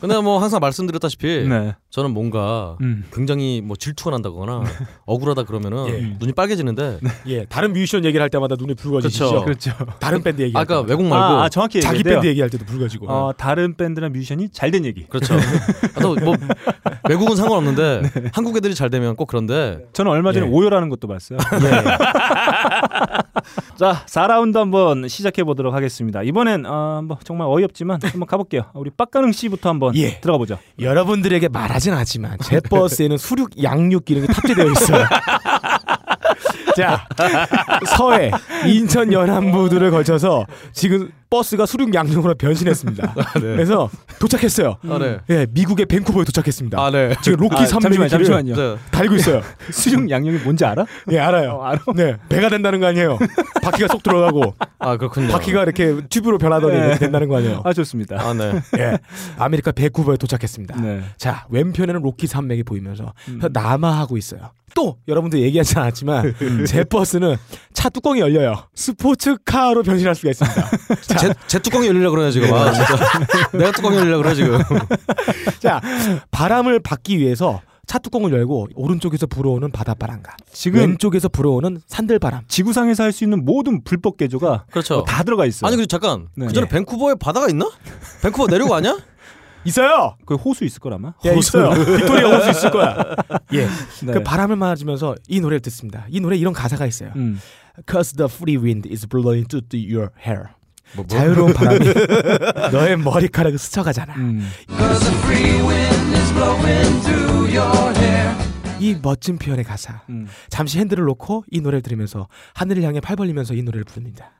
S4: 근데 뭐 항상
S2: <laughs>
S4: 말씀드렸다시피
S2: 네.
S4: 저는 뭔가
S2: 음.
S4: 굉장히 뭐 질투가 난다거나 억울하다 그러면은
S3: 예.
S4: 눈이 빨개지는데
S3: 예, 다른 뮤지션 얘기를 할 때마다 눈이 붉어지시죠.
S4: 그렇죠.
S2: 그렇죠.
S3: 다른 밴드 얘기.
S4: 아까 외국 말고
S2: 아, 아, 정확히
S3: 자기
S2: 얘기해야
S3: 밴드
S2: 돼요.
S3: 얘기할 때도 붉어지고.
S2: 어, 다른 밴드나 뮤지션이 잘 된 얘기.
S4: 그렇죠. 아, 또뭐 외국은 상관없는데 한국 애들이 잘 되면 꼭 그런데
S2: 저는 얼마 전에
S3: 예.
S2: 오열하는 것도
S3: <laughs>
S2: 봤어요. 자, 4라운드 한번 시작해 보도록 하겠습니다. 이번엔 아, 뭐 정말 어이없지만 한번 가볼게요. 우리 빡가능 씨부터 한번
S3: 예.
S2: 들어가 보죠.
S3: 여러분들에게 말하진 않지만 제 버스에는 수륙 양육 기능이 탑재되어 있어요. <laughs> 자, 서해 인천 연안부두를 거쳐서 지금 버스가 수륙 양육으로
S2: <laughs>
S3: 변신했습니다.
S2: 아, 네.
S3: 그래서 도착했어요.
S4: 아 네.
S3: 예, 미국의 밴쿠버에 도착했습니다.
S4: 아 네.
S3: 지금 로키
S2: 아,
S3: 산
S2: 잠시만요,
S3: 300을
S2: 잠시만요.
S4: 네.
S3: 달고 있어요.
S2: <laughs> 수중 양념이 뭔지 알아? 어,
S3: 예, 알아요.
S2: 알아?
S3: 네, 배가 된다는 거 아니에요. 바퀴가 쏙 들어가고
S4: 아 그렇군요.
S3: 바퀴가 이렇게 튜브로 변하더니
S2: 네.
S3: 이렇게 된다는 거 아니에요.
S2: 아, 좋습니다.
S4: 아 네.
S3: 예, 아메리카 밴쿠버에 도착했습니다.
S2: 네. 음.
S3: 자 왼편에는 로키 산맥이 보이면서 남하하고 있어요. 또 여러분들 얘기하지 않았지만
S2: 음.
S3: 제 버스는 차 뚜껑이 열려요. 스포츠카로 변신할 수가
S2: <laughs>
S3: 있습니다. 자,
S4: 제, 제 뚜껑이 열리려 그러네 지금. 아 진짜. 내가 뚜껑이 열리려 그래 지금.
S3: 자 바람을 받기 위해서 차 뚜껑을 열고 오른쪽에서 불어오는 바닷바람과
S2: 지금
S3: 왼쪽에서 불어오는 산들바람.
S2: 지구상에서 할 수 있는 모든 불법 개조가
S4: 그렇죠.
S2: 다 들어가 있어요.
S4: 아니 그 잠깐
S2: 네.
S4: 그 전에
S2: 예.
S4: 밴쿠버에 바다가 있나? 밴쿠버 내륙 아니야?
S3: 있어요.
S2: 그 호수 있을 거라마.
S3: 예, <laughs> 있어요. 빅토리아 올수 있을 거야.
S2: <laughs>
S3: 예.
S2: 네.
S3: 그 바람을 맞으면서 이 노래를 듣습니다. 이 노래 이런 가사가 있어요.
S2: 음.
S3: Cause the free wind is blowing through your hair.
S4: 뭐, 뭐.
S3: 자유로운 바람이
S4: <laughs>
S3: 너의 머리카락을 스쳐가잖아.
S4: 음.
S2: 음,
S3: 이 멋진 표현의
S2: 음.
S3: 가사.
S4: 음.
S3: 잠시 핸들을 놓고 이 노래를 들으면서 하늘을 향해 팔 벌리면서 이 노래를 부릅니다.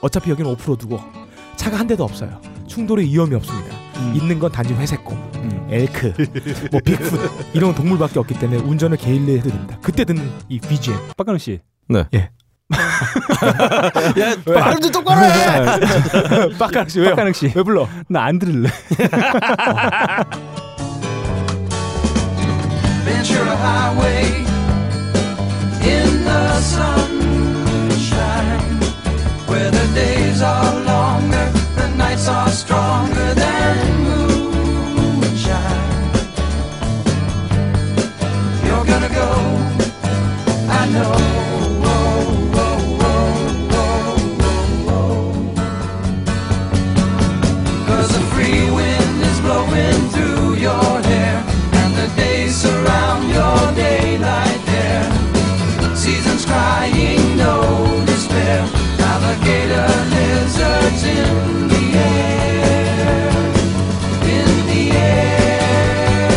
S3: 어차피 여기는 오프로드고 차가 한 대도 없어요. 충돌의 위험이 없습니다.
S4: 음.
S3: 있는 건 단지 회색곰, 엘크, 뭐 빅풋 이런 동물밖에 없기 때문에 운전을 게일리 해도 됩니다. 그때 듣는 이 BGM.
S2: 박가능 씨.
S4: 네.
S3: 예.
S4: 야, 발음 좀 <laughs>
S3: <laughs>
S4: 똑바로 해.
S3: 빡가릉 씨 왜요?
S2: 박가능 씨.
S3: 왜 불러? 네.
S2: 나 안 들을래.
S6: Ventura Highway in the sunshine, where the days are longer, the nights are stronger than moonshine. You're gonna go, I know. Oh, oh, oh, oh, oh, oh. 'Cause the free wind is blowing through your hair, and the days surround your daylight there. Seasons crying, no despair. Alligator lizards in the air, in the air.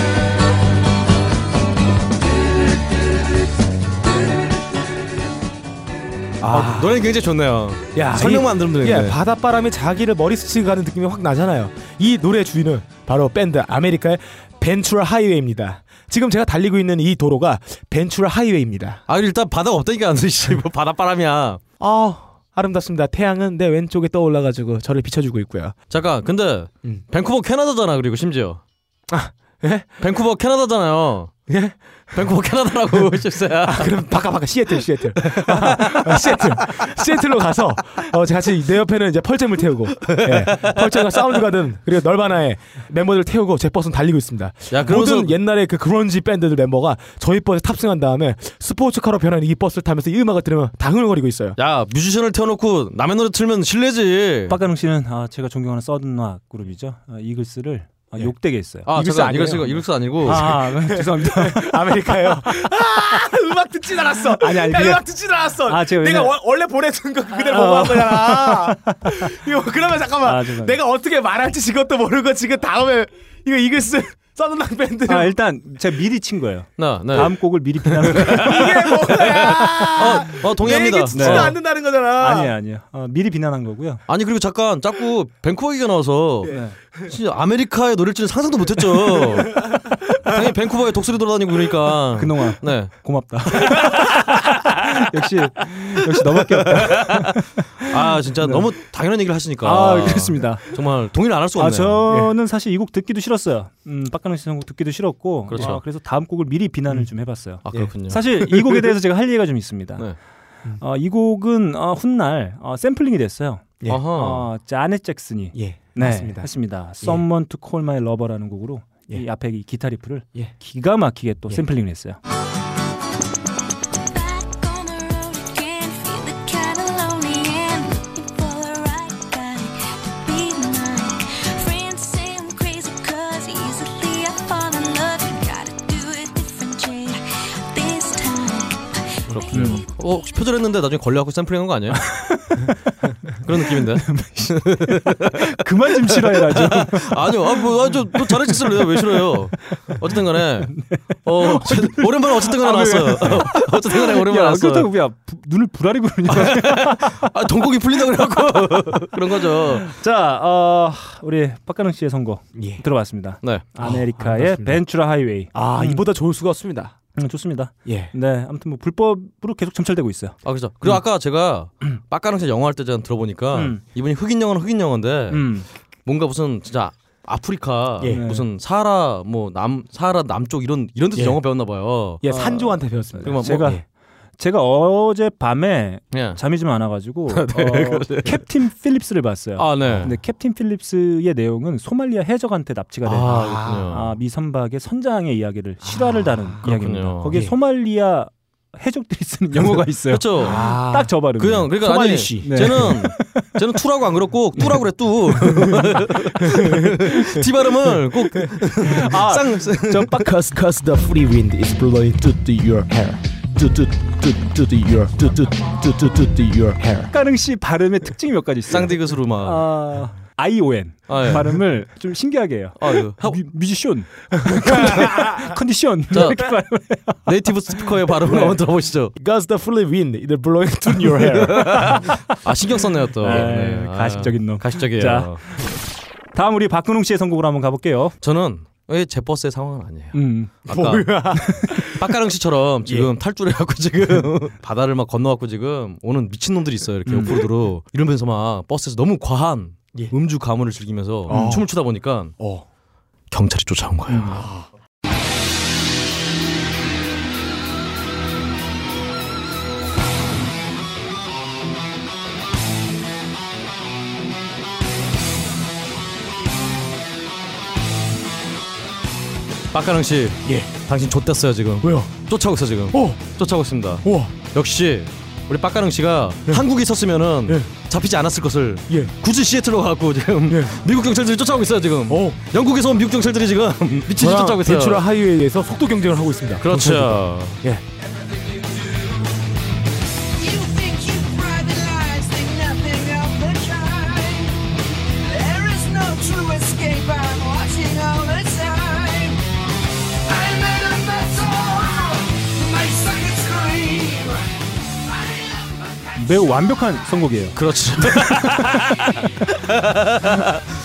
S4: 아, 노래 굉장히 좋네요.
S3: 야,
S4: 설명만 안 들으면 되는데.
S3: 예, 바닷바람이 자기를 머리 스치고 가는 느낌이 확 나잖아요. 이 노래의 주인은 바로 밴드 아메리카의 벤츄라 하이웨이입니다. 지금 제가 달리고 있는 이 도로가 벤츄라 하이웨이입니다.
S4: 아 일단 바다가 없다니까 <laughs> 안 되지. 뭐 바닷바람이야.
S3: 아, 아름답습니다. 태양은 내 왼쪽에 떠올라가지고 저를 비춰주고 있고요.
S4: 잠깐. 근데
S3: 음.
S4: 밴쿠버 캐나다잖아. 그리고 심지어.
S3: 아, 예?
S4: 밴쿠버 캐나다잖아요.
S3: 예? <laughs>
S4: 밴쿠버 캐나다라고 실세야.
S3: 그럼 바까 바까 시애틀 시애틀 아, 시애틀 시애틀로 가서 어, 제가 같이 내 옆에는 이제 펄잼을 태우고 예, 펄잼과 사운드 가든 그리고 널바나의 멤버들 태우고 제 버스는 달리고 있습니다.
S4: 야, 그러면서-
S3: 모든 옛날에 그 그런지 밴드들 멤버가 저희 버스 에 탑승한 다음에 스포츠카로 변한 이 버스를 타면서 이 음악을 들으면
S2: <laughs>
S3: 당흥거리고 있어요.
S4: 야 뮤지션을 태워놓고 남의 노래 틀면 실례지.
S2: 박가능 씨는 아, 제가 존경하는 서든락 그룹이죠. 아, 이글스를 아,
S3: 예.
S2: 욕되게 했어요.
S4: 아
S3: 이글스
S4: 잠깐
S3: 아니에요?
S4: 이글스가 이글스 아니고.
S2: 아, 아, 죄송합니다.
S3: 아메리카요. 음악 듣진 않았어.
S2: 아니, 아니,
S3: 야,
S2: 그게-
S3: 음악 듣진 않았어.
S2: 아, 제가
S3: 내가
S2: 왜냐면- 어.
S3: 원- 원래 보내준 거 그대로 보고 한 거잖아. 이거 그러면 잠깐만.
S2: 아, 죄송합니다.
S3: 내가 어떻게 말할지 지금도 모르고 지금 다음에 이거 이글스 서든락 밴드
S2: 아, 일단 제가 미리 친 거예요.
S4: 네, 네.
S2: 다음 곡을 미리 피하는 <laughs> 거
S3: 이게 뭐야?
S4: 어, 어 동의합니다.
S3: 내 아, 얘기 듣지도
S4: 네.
S3: 않는다는 거잖아.
S2: 아니에요, 아니에요. 어, 미리 비난한 거고요.
S4: 아니 그리고 잠깐 자꾸 밴쿠버 얘기가 나와서
S2: 네.
S4: 진짜 아메리카의 노래를 줄은 상상도 못했죠. 당연히 밴쿠버에 독수리 돌아다니고 그러니까.
S2: 그동안
S4: 네.
S2: 고맙다. <laughs> 역시 역시 너밖에 없다.
S4: 아 진짜 너무 당연한 얘기를 하시니까.
S2: 네. 아, 그렇습니다.
S4: 정말 동의를 안 할 수가
S2: 아,
S4: 없네요.
S2: 저는 사실 이 곡 듣기도 싫었어요. 음, 박가능 씨 선곡 듣기도 싫었고.
S4: 그렇죠.
S2: 아, 그래서 다음 곡을 미리 비난을 좀 해봤어요.
S4: 아 그렇군요.
S2: 예. 사실 이 곡에 대해서 제가 할 얘기가 좀 있습니다.
S4: 네.
S2: 어, 이 곡은 어, 훗날 어, 샘플링이 됐어요.
S3: 예.
S4: 아하.
S2: 어, 자넷 잭슨이
S3: 예.
S2: 네,
S3: 맞습니다.
S2: 했습니다. 예. Someone to Call My Lover라는 곡으로 이 앞에 이 기타 리프를
S3: 예.
S2: 기가 막히게 또
S3: 예.
S2: 샘플링을 했어요.
S7: Back on the road again, feel the kind of lonely and looking for the right guy to be mine. Friends say I'm crazy 'cause easily I fall in love. You gotta do it different, Jane, this time.
S4: 그렇군요. 어, 혹시 표절했는데 나중에 걸려갖고 샘플링한 거
S2: <laughs>
S4: 아니에요? 그런 느낌인데.
S2: <laughs> 그만 좀 싫어해라 좀.
S4: 아니요, 아, 뭐, 아, 저, 뭐 잘해주실래요? 왜 싫어요?
S2: <laughs>
S4: 어쨌든 간에,
S2: 네.
S4: 어, 어쨌든- 오랜만에 어쨌든 간에 나왔어요. <laughs> 어쨌든 간에 오랜만에
S2: 아, 야, <laughs>
S4: 나왔어요.
S2: 그렇다고 야 부- 눈을 불아리고 그러냐.
S4: 아, 동공이 풀린다 그래갖고. <laughs> 그런 거죠.
S2: <laughs> 자, 어, 우리 박가능 씨의 선곡
S3: 예.
S2: 들어봤습니다.
S4: 네.
S2: 아메리카의
S3: 반갑습니다.
S2: 벤츄라 하이웨이.
S3: 아 이보다 좋을 수가 없습니다.
S2: 음, 좋습니다.
S3: 예.
S2: 네, 아무튼 뭐 불법으로 계속 점철되고 있어요.
S4: 아, 그죠. 그리고 아까 제가 빡가랑새 영어 할 때 제가 들어보니까
S2: 음.
S4: 이분이 흑인 영어는 흑인 영어인데
S2: 음,
S4: 뭔가 무슨 진짜 아프리카
S3: 예.
S4: 무슨 사하라 뭐 남 사하라 남쪽 이런 이런 데서
S3: 예.
S4: 영어 배웠나 봐요.
S3: 예 산조한테 배웠습니다.
S4: 그러면 뭐-
S2: 아. 제가
S3: 예.
S2: 제가 어제 밤에
S4: 예.
S2: 잠이 좀 안 <laughs> 와가지고 어, 캡틴 필립스를 봤어요.
S4: 아, 네.
S2: 근데 캡틴 필립스의 내용은 소말리아 해적한테 납치가 된 아,
S4: 아,
S2: 미 선박의 선장의 이야기를 실화를 다룬
S4: 그렇군요.
S2: 이야기입니다. 거기에
S3: 예.
S2: 소말리아 해적들이 쓰는 영어가 있어요.
S4: 그렇죠.
S3: 아,
S2: 딱 저 발음.
S4: 그냥 그러니까
S3: 소말리
S4: 아니
S3: 씨.
S2: 네.
S4: 쟤는 쟤는 투라고 안 그렇고 뚜라 그래 뚜. 티 발음을 꼭 쌍.
S3: Because cause the free wind is blowing through your hair. do do do do do your do do do do do do your hair.
S2: 깍가능 씨 발음의 특징이 몇 가지 있어요.
S4: 쌍디귿으로 막.
S2: 아, ION
S4: 아, 예.
S2: 발음을 좀 신기하게 해요.
S4: 아, 유
S2: 뮤,
S4: <laughs>
S2: 뮤지션 컨디션
S4: 자.
S2: 이렇게 발음을
S4: <laughs> 네이티브 스피커의 발음을 한번 들어보시죠.
S3: Because the fully wind is blowing to your hair.
S4: 아 신경 썼네요 또.
S2: 에이, 가식적인 놈.
S4: 가식적이에요.
S2: 자. 다음 우리 박근홍 씨의 선곡으로 한번 가볼게요.
S4: 저는 왜제 버스의 상황은 아니에요.
S2: 음.
S4: 아까 <laughs> 빡가릉
S3: 예.
S4: 씨처럼 지금 탈출해갖고 지금 <laughs> 바다를 막 건너갖고 지금 오는 미친 놈들이 있어요
S3: 음.
S4: 이렇게 옆으로 들어 이러면서 막 버스에서 너무 과한 음주 가문을 즐기면서
S3: 예. 어.
S4: 춤을 추다 보니까
S3: 어. 음.
S4: 경찰이 쫓아온 거예요. 빡가능 씨,
S3: <laughs> 예.
S4: 당신 좆됐어요 지금.
S3: 왜요?
S4: 쫓아오고 있어 지금.
S3: 어.
S4: 쫓아오고 있습니다.
S3: 우와.
S4: 역시 우리 빡가능 씨가 한국에 있었으면은 잡히지 않았을 것을
S3: 예.
S4: 굳이 시애틀로 가고 지금
S3: 예.
S4: 미국 경찰들이 쫓아오고 있어요 지금.
S3: 어. 음.
S4: 영국에서 온 미국 경찰들이 지금 미친 짓 쫓아오고 있어요.
S3: 대출한 하이웨이에서 속도 경쟁을 하고 있습니다.
S4: 그렇죠.
S3: 예.
S6: You think you private lies think nothing of the kind. There is no true escape. I'm watching all the time. I'm in a metal. My second scream. I love my
S2: 매우 완벽한 선곡이에요.
S3: <laughs>
S4: 그렇죠.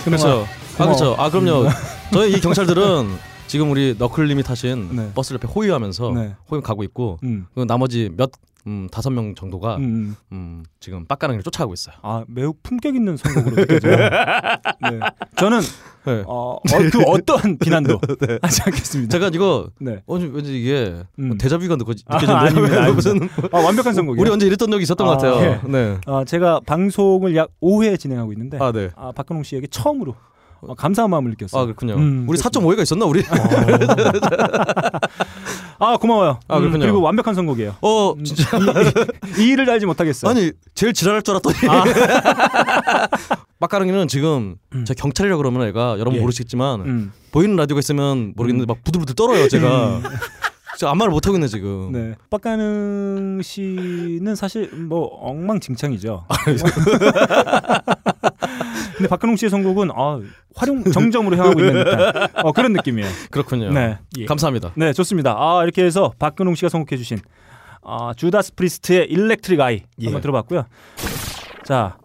S4: 그렇죠. 아 그렇죠. 아
S3: 음.
S4: 그럼요. 저희 이 경찰들은 지금 우리 너클님이 타신
S2: 네.
S4: 버스를 옆에 호위하면서
S2: 네.
S4: 호위 가고 있고
S2: 음.
S4: 그 나머지 몇 음, 다섯 명 정도가
S2: 음, 음.
S4: 음, 지금 빡가랑이를 쫓아가고 있어요.
S2: 아 매우 품격 있는 선곡으로
S4: <laughs>
S2: 느껴져요. 네. 저는
S4: 네.
S2: 어, 어, 그 어떠한
S4: <laughs>
S2: 비난도 하지 않겠습니다.
S4: 제가 이거
S2: 네.
S4: 언제 왠지 이게 뭐
S2: 음.
S4: 대자비가 느껴-
S2: 아,
S4: 느껴지는데 <laughs>
S2: 아닙니다, 아닙니다. <laughs>
S4: 무슨
S2: 아, 완벽한 선곡이에요.
S4: 우리 언제 이랬던 적이 있었던
S2: 아,
S4: 것 같아요.
S2: 예.
S4: 네.
S2: 아, 제가 방송을 약 5회 진행하고 있는데
S4: 아 네.
S2: 아, 박근홍 씨에게 처음으로 어, 감사한 마음을 느꼈어요.
S4: 아
S2: 아,
S4: 그렇군요.
S2: 음,
S4: 우리 4.5회가 있었나 우리?
S2: 고마워요. 음,
S4: 아, 그렇군요.
S2: 그리고 완벽한 선곡이에요.
S4: <laughs> 어 진짜
S2: 이 일을 알지 못하겠어요. 아.
S4: 아니 제일 지랄할 줄 알았더니 <laughs> 빡가릉이는 지금 제 경찰이라 그러면 애가 여러분
S3: 예.
S4: 모르시겠지만
S2: 음.
S4: 보이는 라디오가 있으면 모르겠는데 막 부들부들 떨어요 제가 <laughs> 진짜 아무 말을 못 하고 있네 지금
S2: 네. 박가능 씨는 사실 뭐 엉망진창이죠.
S4: 아,
S2: 근데 박근홍 씨의 선곡은 아, 활용 정점으로 향하고 있는 듯한 어, 그런 느낌이에요.
S4: 그렇군요
S2: 네.
S4: 감사합니다
S2: 네, 좋습니다. 아, 이렇게 해서 박근홍 씨가 선곡해 주신 아, 주다스 프리스트의 일렉트릭 아이
S4: 예.
S2: 한번 들어봤고요. 자,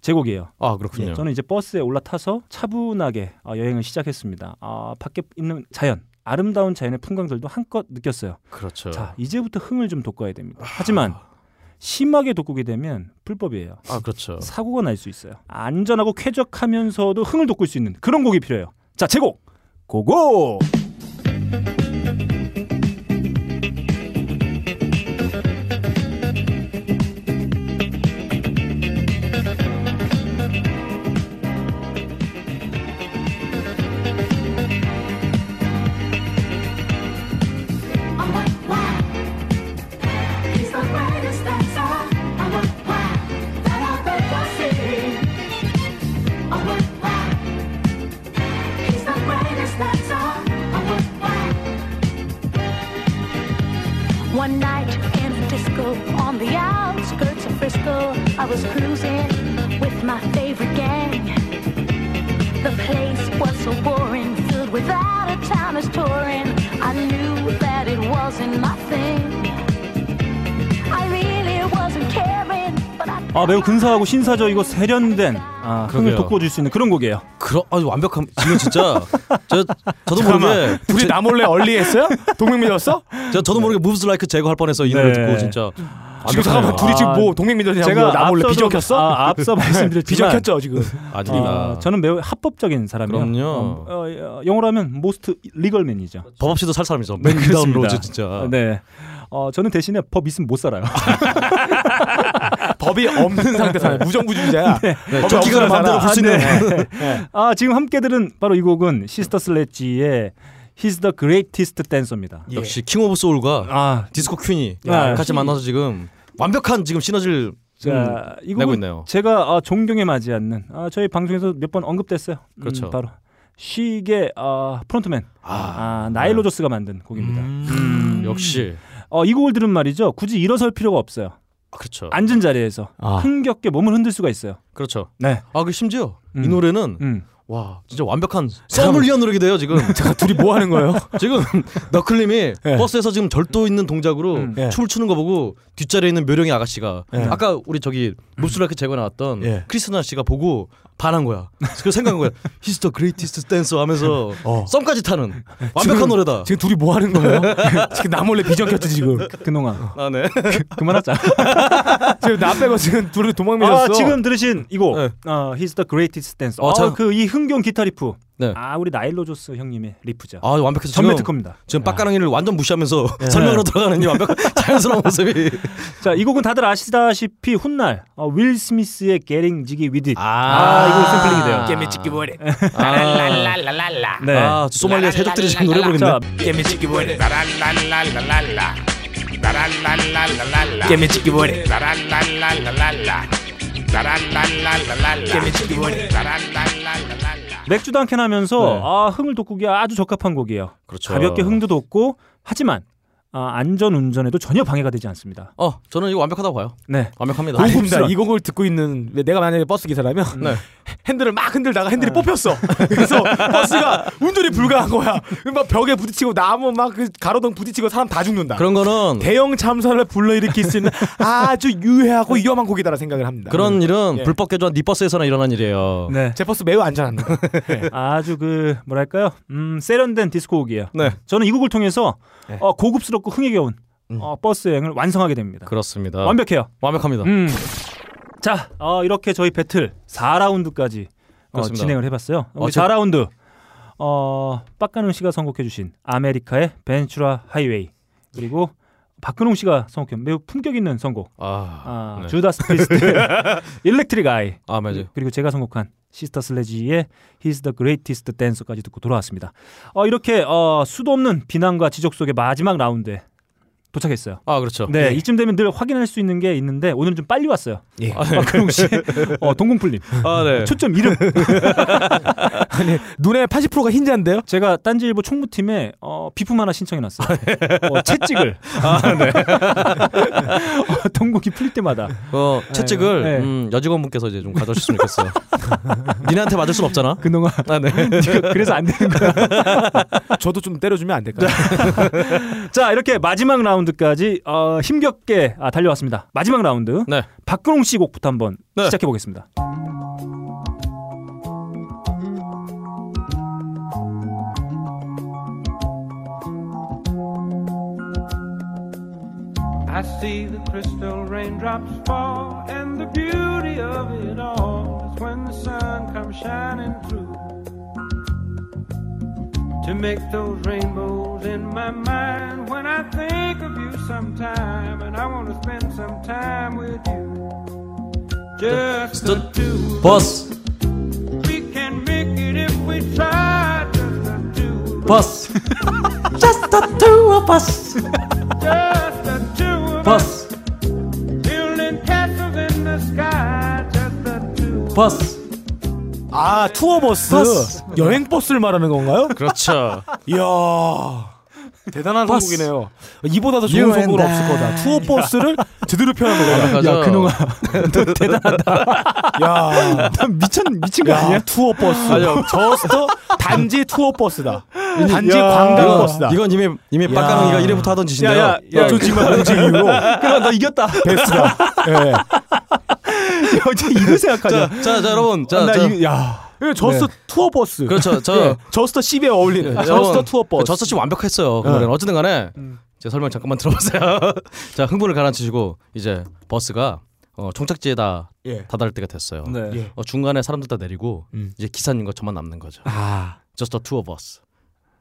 S2: 제 곡이에요.
S4: 아 그렇군요
S2: 예, 저는 이제 버스에 올라타서 차분하게 아, 여행을 시작했습니다. 아, 밖에 있는 자연, 아름다운 자연의 풍광들도 한껏 느꼈어요.
S4: 그렇죠
S2: 예. 자, 이제부터 흥을 좀 돋궈야 됩니다.
S4: 아.
S2: 하지만 심하게 돋구게 되면 불법이에요.
S4: 아 그렇죠
S2: 사고가 날 수 있어요. 안전하고 쾌적하면서도 흥을 돋굴 수 있는 그런 곡이 필요해요. 자, 제곡 고고.
S6: He's the greatest dancer on the planet that I've ever seen. On the planet. He's the greatest dancer on the planet.
S7: One night in Frisco, on the outskirts of Frisco, I was cruising with my favorite gang. The place was so boring, filled with out-of-towners touring. I knew that it wasn't my thing. I really wasn't caring, but I.
S2: 아 매우 근사하고 신사적이고 세련된 아, 흥을
S4: 그러게요.
S2: 돋궈줄 수 있는 그런 곡이에요.
S4: 그러 아주 완벽함 지금 진짜 저 저도 모르게
S3: 둘이 나 몰래 얼리했어요? 동맹 믿었어?
S4: 저, 저도 모르게 무브스 라이크 제거할 뻔해서 이
S2: 네.
S4: 노래 듣고 진짜
S3: 지금 잠깐만
S4: 완벽하네요.
S3: 둘이 지금 뭐 동맹 믿었냐고 나 몰래
S2: 앞서도-
S3: 비적혔어? 네.
S2: 아, 앞서 말씀드렸지만
S3: 비적혔죠 지금.
S4: <laughs> 아닙니다
S2: 아, 저는 매우 합법적인 사람이에요.
S4: 그럼요.
S2: 어, 어, 영어로 하면 most legalman이죠.
S4: 법 없이도 살 사람이죠
S2: 네,
S4: 맨다운
S2: 그렇습니다.
S4: 로즈 진짜
S2: 네. 어, 저는 대신에 법 있으면 못 살아요.
S3: 법이 없는 상태 사람 무정부주의자야. 법이
S4: 조끼가
S3: 없는 사람.
S4: 마음대로 볼수 있는
S2: 아, 지금 함께 들은 바로 이 곡은 시스터 슬래지의 He's the Greatest Dancer입니다.
S3: 예.
S4: 역시 킹 오브 소울과
S2: 아,
S4: 디스코 퀸이
S2: 야,
S4: 같이 만나서 지금 완벽한 지금 시너지를
S2: 네.
S4: 음,
S2: 자, 이
S4: 내고
S2: 곡은
S4: 있네요.
S2: 제가 아, 존경에 맞지 않는 아, 저희 방송에서 몇 번 언급됐어요. 음,
S4: 그렇죠.
S2: 바로 아,
S4: 네. 음.
S2: 쉬의 아, 프론트맨 아, 나일 로저스가 만든 곡입니다.
S4: 역시
S2: 어, 이 곡을 들은 말이죠. 굳이 일어설 필요가 없어요.
S4: 그렇죠.
S2: 앉은 자리에서
S4: 아.
S2: 흥겹게 몸을 흔들 수가 있어요.
S4: 그렇죠.
S2: 네.
S4: 아, 그 심지어
S2: 음.
S4: 이 노래는
S2: 음.
S4: 와, 진짜 완벽한 썸을 위한 노력이 돼요, 지금.
S3: 제가 둘이 뭐 하는 거예요?
S4: 지금 너클님이
S3: 예.
S4: 버스에서 지금 절도 있는 동작으로
S2: 음.
S3: 예.
S4: 춤을 추는 거 보고 뒷자리에 있는 묘령이 아가씨가
S3: 예.
S4: 아까 우리 저기 몹쓸하게 재고 나왔던
S3: 예.
S4: 크리스나 씨가 보고 반한 거야. 그래서 생각한 거야. He's the greatest dancer 하면서
S3: 어.
S4: 썸까지 타는 완벽한
S3: 지금-
S4: 노래다.
S3: 지금 둘이 뭐 하는 거예요? 지금 나 몰래 비전 켰지 지금.
S2: 그놈아.
S4: 아, 네.
S2: 그만하자. <laughs>
S3: 지금 나 빼고 지금 둘이 도망밀었어.
S2: 아, 지금 들으신 이 곡.
S4: 네.
S2: 어, He's the greatest dancer.
S4: 어,
S2: 어,
S4: 참.
S2: 그이 흥겨운 기타 리프.
S4: 네.
S2: 아, 우리 나일로 조스 형님의 리프죠.
S4: 아, 완벽해서
S2: 전매
S4: 지금
S2: 특허입니다.
S4: 지금 빡가랑이를 완전 무시하면서 설명으로 들어가는 이 완벽 자연스러운 모습이
S2: 자, 이 곡은 다들 아시다시피 훗날 어, 윌 스미스의 Getting Jiggy With It.
S4: 아,
S2: 이거 샘플링이 돼요.
S8: 깨미치기 뭐래
S4: 아,
S8: 랄랄랄라
S2: 네.
S4: 아, 소말리아 세족들이 지금 노래 부르겠네.
S2: 자,
S8: 깨미치기 뭐래
S6: 라랄랄랄랄라 라랄랄랄랄라
S8: 깨미치기 뭐래
S6: 라랄랄랄랄라 라랄랄랄랄라
S8: 깨미치기 뭐래
S6: 라랄랄랄랄라
S2: 맥주도 한 캔 하면서
S4: 네.
S2: 아, 흥을 돋구기에 아주 적합한 곡이에요.
S4: 그렇죠.
S2: 가볍게 흥도 돋고 하지만 아, 안전 운전에도 전혀 방해가 되지 않습니다.
S4: 어, 저는 이거 완벽하다고 봐요.
S2: 네.
S4: 완벽합니다.
S3: 고급스러. 이 곡을 듣고 있는 내가 만약에 버스 기사라면
S4: 네.
S3: 핸들을 막 흔들다가 핸들이 뽑혔어. 그래서 버스가 운전이 불가한 거야. 막 벽에 부딪히고 나무 막그 가로등 부딪히고 사람 다 죽는다.
S4: 그런 거는
S3: 음. 대형 참사를 불러일으킬 수 있는 아주 유해하고 위험한 곡이다라 생각을 합니다.
S4: 그런 일은
S3: 예.
S4: 불법 개조한 니버스에서나 일어난 일이에요.
S2: 음. 네.
S3: 제 버스 매우 안전합니다. 네.
S2: 아주 그 뭐랄까요? 음, 세련된 디스코 곡이에요.
S4: 네.
S2: 저는 이 곡을 통해서
S3: 네.
S2: 어, 고급스럽고 흥에 겨운 어, 버스 여행을 완성하게 됩니다.
S4: 음. 그렇습니다.
S2: 완벽해요.
S4: 완벽합니다.
S2: 음. 자, 어, 이렇게 저희 배틀 4라운드까지 어,
S4: 그렇습니다.
S2: 진행을 해봤어요. 우리
S4: 어, 제-
S2: 4라운드 어, 빡가능 씨가 선곡해주신 아메리카의 벤츄라 하이웨이 그리고 박근홍 씨가 선곡한 매우 품격 있는 선곡
S4: 아,
S2: 아,
S4: 네.
S2: 주다스 음. 프리스트
S4: <laughs>
S2: 일렉트릭 아이
S4: 아 맞아요.
S2: 그리고 제가 선곡한 시스터 슬래지의 He's the Greatest Dancer까지 듣고 돌아왔습니다. 어, 이렇게 어, 수도 없는 비난과 지적 속의 마지막 라운드에 도착했어요.
S4: 아 그렇죠.
S2: 네, 이쯤 되면 늘 확인할 수 있는 게 있는데 오늘은 좀 빨리 왔어요.
S3: 예.
S2: 박근홍 씨, 어, 동공풀님
S4: 아 네.
S2: 초점 이름.
S3: 아니, 눈에 80%가 흰자인데요.
S2: 제가 딴지일보 총무팀에 어, 비품 하나 신청해놨어요. 어, 채찍을. <laughs> 어, 동공이 풀릴 때마다.
S4: 어 채찍을
S2: 네.
S4: 음, 여직원분께서 이제 좀 가져오셨으면 좋겠어요. <laughs> 니네한테 맞을 순 없잖아.
S2: <laughs> 그놈아,
S4: 아 네. <laughs>
S2: 네가 그래서 안 되는 거야.
S3: 저도 좀 때려주면 안 될까요?
S2: 자, 이렇게 마지막 라운드까지 어, 힘겹게 아, 달려왔습니다. 마지막 라운드.
S4: 네.
S2: 박근홍 씨 곡부터 한번
S4: 네.
S2: 시작해 보겠습니다.
S9: I see the crystal raindrops fall, and the beauty of it all is when the sun comes shining through. To make those rainbows in my mind when I think of you sometime, and I want to spend some time with you. Just the two, of
S4: 버스
S9: us. we can make it if we try. Just the two, of us.
S4: 버스. Just the two of us.
S9: just the two of us.
S4: 버스
S9: Building castles in the sky, just the two.
S4: 버스.
S3: 아 투어 버스,
S4: 버스.
S3: 여행 버스를 말하는 건가요?
S4: 그렇죠.
S3: 이야 대단한
S4: 버스.
S3: 선곡이네요. 이보다 더 좋은
S4: You
S3: 선곡은
S4: and
S3: 없을 거다. 투어 버스를 제대로 표현한 거다.
S4: 맞아.
S2: 그놈아.
S3: 야,
S2: 미친, 미친 거
S3: 야
S2: 아니야?
S3: 투어 버스.
S4: 맞아.
S3: 저스터 단지 투어 버스다. 단지
S2: 야.
S3: 관광 버스다.
S4: 이건, 이건 이미 이미 빡가능이가 이래부터 하던 짓인데요. 어,
S2: 야, 그- 야,
S3: 야, 저 지금 단지 <laughs> 이후로
S2: 그럼 너 이겼다.
S3: 베스트다. <laughs> 예.
S2: 어제 이거 생각하냐?
S4: 자, 자, 자, 여러분, 자,
S2: 아, 나
S4: 자.
S2: 이거- 야.
S3: 아, 이거 예, 저스터 투어 버스.
S4: 그렇죠. 저
S3: 예, 저스터 씹에 어울리는 아, 저스터
S4: 여러분,
S3: 투어 버스. 네.
S4: 저스터 씨 완벽했어요. 그 노래는 어쨌든 간에 제 설명 잠깐만 들어보세요. <laughs> 자 흥분을 가라앉히시고 이제 버스가 어, 종착지에다
S3: 예.
S4: 다다를 때가 됐어요.
S2: 네.
S3: 예.
S4: 어, 중간에 사람들 다 내리고
S3: 음.
S4: 이제 기사님과 저만 남는 거죠.
S3: 아,
S4: 저스터 투어 버스.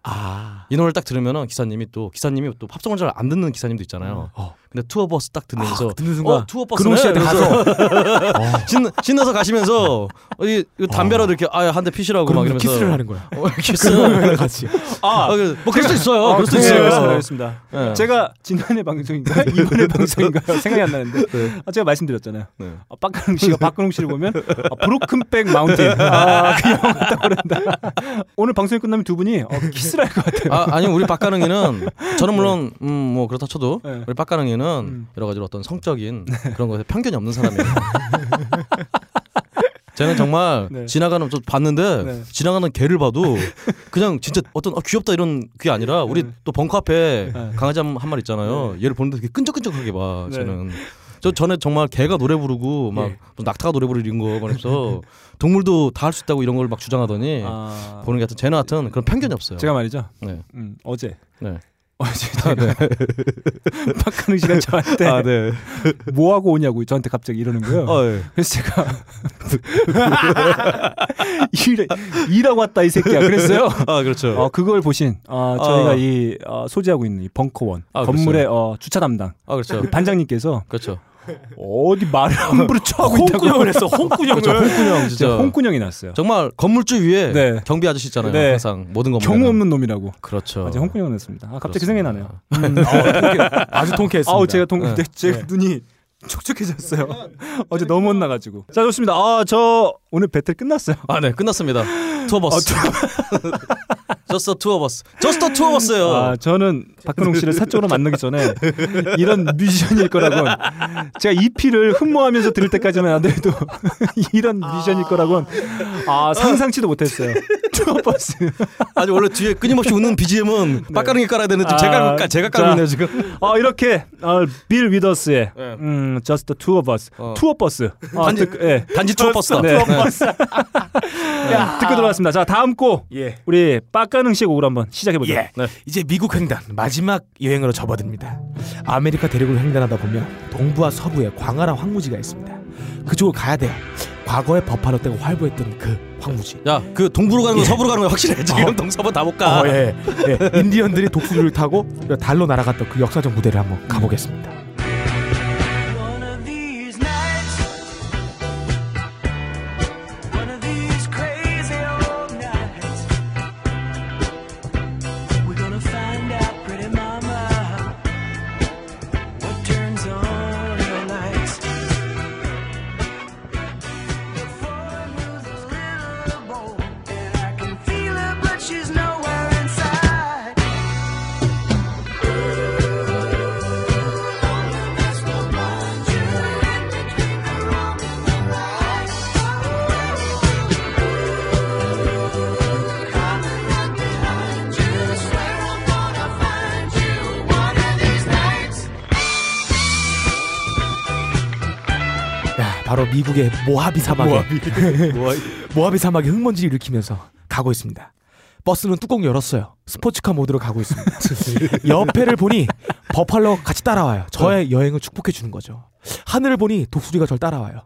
S3: 아,
S4: 이 노래를 딱 들으면은 기사님이 또 기사님이 또 팝송을 잘 안 듣는 기사님도 있잖아요.
S3: 어. 아,
S4: 근데 투어 버스 딱 듣면서
S3: 듣는 순간
S4: 어, 투어 버스
S3: 근홍 씨한테 가서 <laughs> 어.
S4: <laughs> 신, 신나서 가시면서 어, 이, 이 담배라도 이렇게 아한 대 피시라고 막
S3: 그럼
S4: 이러면서
S3: 키스를 하는 거야.
S4: 어, <laughs> 키스.
S3: 같이.
S4: 아, 그- 뭐 그럴 수도 있어요. 그럴 수도
S3: 네.
S4: 있어요.
S2: 알겠습니다. 네.
S4: 예.
S2: 제가 지난해 방송인가
S3: 네.
S2: 이번에 방송인가 생각이 안 나는데 아, 제가 말씀드렸잖아요.
S4: 네.
S2: 아, 박근홍 씨가 박근홍 씨를
S3: <laughs>
S2: 보면 아, 브로큰백 마운틴 아, 그 영화 같다고 그런다. 오늘 방송이 끝나면 두 분이 어, 키스 쓸쓸할 것 같아요.
S4: 아, 아니 우리 박가능이는 저는 물론 음 뭐 그렇다 쳐도
S2: 네.
S4: 우리 박가능이는 여러 가지로 어떤 성적인 그런 것에 편견이 없는 <laughs> 사람이에요. 쟤는 정말
S2: 네.
S4: 지나가는 저 봤는데
S2: 네.
S4: 지나가는 개를 <laughs> 봐도 그냥 진짜 어떤 어, 귀엽다 이런 그게 아니라 우리 또 벙커 앞에
S2: 네.
S4: 강아지 한 마리 있잖아요. 얘를 보는데 되게 끈적끈적하게 봐.
S2: 네.
S4: 쟤는 저 전에 정말 개가 노래 부르고 막
S2: 예.
S4: 무슨 낙타가 노래 부르는 거 말해서 동물도 다 할 수 있다고 이런 걸 막
S3: 네.
S4: 주장하더니
S2: 아,
S4: 보는 게 하여튼 쟤는 하여튼 그런 편견이 없어요.
S2: 제가 말이죠.
S4: 네.
S2: 음, 어제
S4: 네.
S2: 어제 제가
S3: 아, 네.
S2: <laughs> 박근혜 씨가 저한테
S4: 네.
S2: 뭐 하고 오냐고 저한테 갑자기 이러는 거예요.
S4: 어, 예.
S2: 그래서 제가 <laughs> 일, 일하고 왔다 이 새끼야. 그랬어요.
S4: 아, 그렇죠.
S2: 어, 그걸 보신 어, 저희가
S4: 아.
S2: 이 어, 소지하고 있는 이 벙커원
S4: 아,
S2: 건물의 어, 주차 담당
S4: 아, 그렇죠.
S2: 반장님께서
S4: 그렇죠.
S2: 어디 말을 <laughs> 함부로
S3: 아, <laughs>
S2: 쳐하고 있다고
S4: 홍군형을 했어. 홍군형을. 그렇죠. 홍군형
S2: 진짜
S4: 진짜.
S2: 네. 홍군형이 났어요.
S4: 정말 건물주 위에
S2: 네.
S4: 경비 아저씨 있잖아요.
S2: 네.
S4: 항상 모든 건물.
S2: 경우 없는 놈이라고.
S4: 그렇죠.
S2: 맞아 홍군형을 했습니다. 아, 갑자기 그 생각이 나네요.
S3: 아주 통쾌했습니다.
S2: 아우 제가 동 네. 제 눈이 촉촉해졌어요. <laughs> 어제 너무 혼나가지고. 자 좋습니다. 아 저 오늘 배틀 끝났어요.
S4: 아, 네. 끝났습니다. 투어버스.
S2: 아,
S4: <laughs> 저스터 투어버스. 저스터 투어버스예요.
S2: 아 저는 박근홍 씨를 사적으로 만나기 전에 이런 뮤지션일 거라고는 제가 EP를 흠모하면서 들을 때까지만 하더라도 <laughs> 이런 뮤지션일 거라고는 아 상상치도 못했어요. 투어버스.
S4: 아니 원래 뒤에 끊임없이 웃는 BGM은 빡가릉이 깔아야 되는데
S2: 아,
S4: 지금 제가 깔- 제가 깔고
S2: 자.
S4: 있네요, 지금.
S2: 아 이렇게 어, 빌 위더스의 음, Just the Two of Us
S4: 어.
S2: 투어 버스. 아,
S4: 단지-
S2: 듣- 예.
S4: 단지 투어버스다.
S2: <laughs> 네. 야, 듣고 들어왔습니다. 자 다음 곡
S3: 예.
S2: 우리 빡가능식 곡으로 한번 시작해보죠. 네.
S3: 예. 이제 미국 횡단 마지막 여행으로 접어듭니다. 아메리카 대륙을 횡단하다 보면 동부와 서부에 광활한 황무지가 있습니다. 그쪽으로 가야 돼요. 과거에 버팔로 때가 활보했던 그 황무지.
S4: 야, 그 동부로 가는 거 서부로 가는 거 확실해. 지금 동서부 다 못 가.
S3: 어, 예. 예. 인디언들이 독수리를 타고 달로 날아갔던 그 역사적 무대를 한번 가보겠습니다.
S6: One of these nights, one of these crazy old nights, we're gonna find out, pretty mama, what turns on your lights. The foreign moves a little bold, and I can feel her, but she's nowhere inside.
S3: 야, 바로 미국의 모하비 사막에
S4: 뭐,
S3: 모하비, 사막에 흙먼지를 일으키면서 가고 있습니다. 버스는 뚜껑 열었어요. 스포츠카 모드로 가고 있습니다. 옆에를 보니 버팔로가 같이 따라와요. 저의 여행을 축복해 주는 거죠. 하늘을 보니 독수리가 저를 따라와요.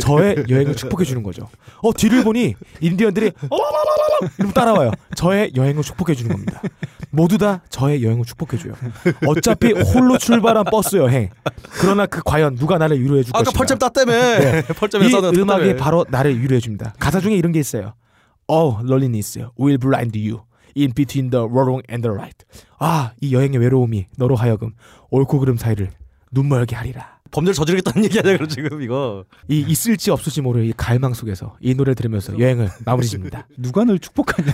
S3: 저의 여행을 축복해 주는 거죠. 어 뒤를 보니 인디언들이 어라라라라 이러면 따라와요. 저의 여행을 축복해 주는 겁니다. 모두 다 저의 여행을 축복해 줘요. 어차피 홀로 출발한 버스 여행. 그러나 그 과연 누가 나를 위로해 줄
S4: 아까 그
S3: 것인가?
S4: 펄잼 땄다며.
S2: 네.
S4: 펄잼에서
S3: 이
S4: 땄다며.
S3: 음악이 바로 나를 위로해 줍니다. 가사 중에 이런 게 있어요. Oh, loneliness will blind you in between the wrong and the right. 아, 이 여행의 외로움이 너로 하여금 옳고 그름 사이를 눈멀게 하리라.
S4: 범죄를 저지르겠다는 <laughs> 얘기 아니야, 그럼 지금 이거.
S3: 이 있을지 없을지 모를 이 갈망 속에서 이 노래 를 들으면서 여행을 마무리 짓니다.
S2: 누가 널 축복하냐?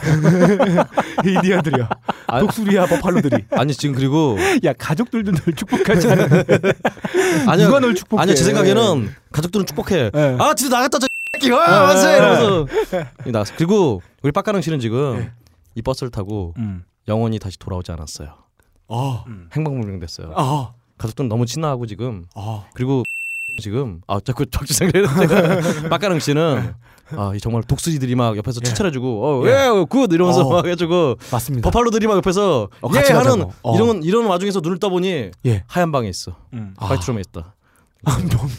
S3: 인디언들이요. 아, 독수리야 버팔로들이.
S4: 아니 지금
S3: <laughs>
S4: 그리고
S2: 야 가족들도 널 축복하지 않아.
S4: 아니야,
S2: 누가 널 축복해?
S4: 아니야 제
S3: 네.
S4: 생각에는 가족들은 축복해.
S2: 네.
S4: 아 진짜 나갔다 저 <laughs> 끼가 와세 이러면서
S3: 네.
S4: 이 나갔어. 그리고 우리 빡가릉 씨는 지금 이 버스를 타고
S2: 음.
S4: 영원히 다시 돌아오지 않았어요.
S3: 어,
S4: 행방불명 됐어요.
S3: 어,
S4: 가족들은 너무 친하고 지금
S3: 어. <laughs>
S4: 그리고 지금 아 자꾸 적지 생각해요. 빡가릉 씨는
S3: 네.
S4: 아, 이 정말 독수리들이 막 옆에서 추천해주고 어예굿 이러면서
S3: 어.
S4: 막 해주고
S3: 맞습니다.
S4: 버팔로들이 막 옆에서
S3: 어,
S4: 예
S3: 같이 가자고.
S4: 하는
S3: 어.
S4: 이런 이런 와중에서 눈을 떠보니
S3: 예.
S4: 하얀 방에 있어
S2: 음.
S4: 화이트 룸에 있다. 어?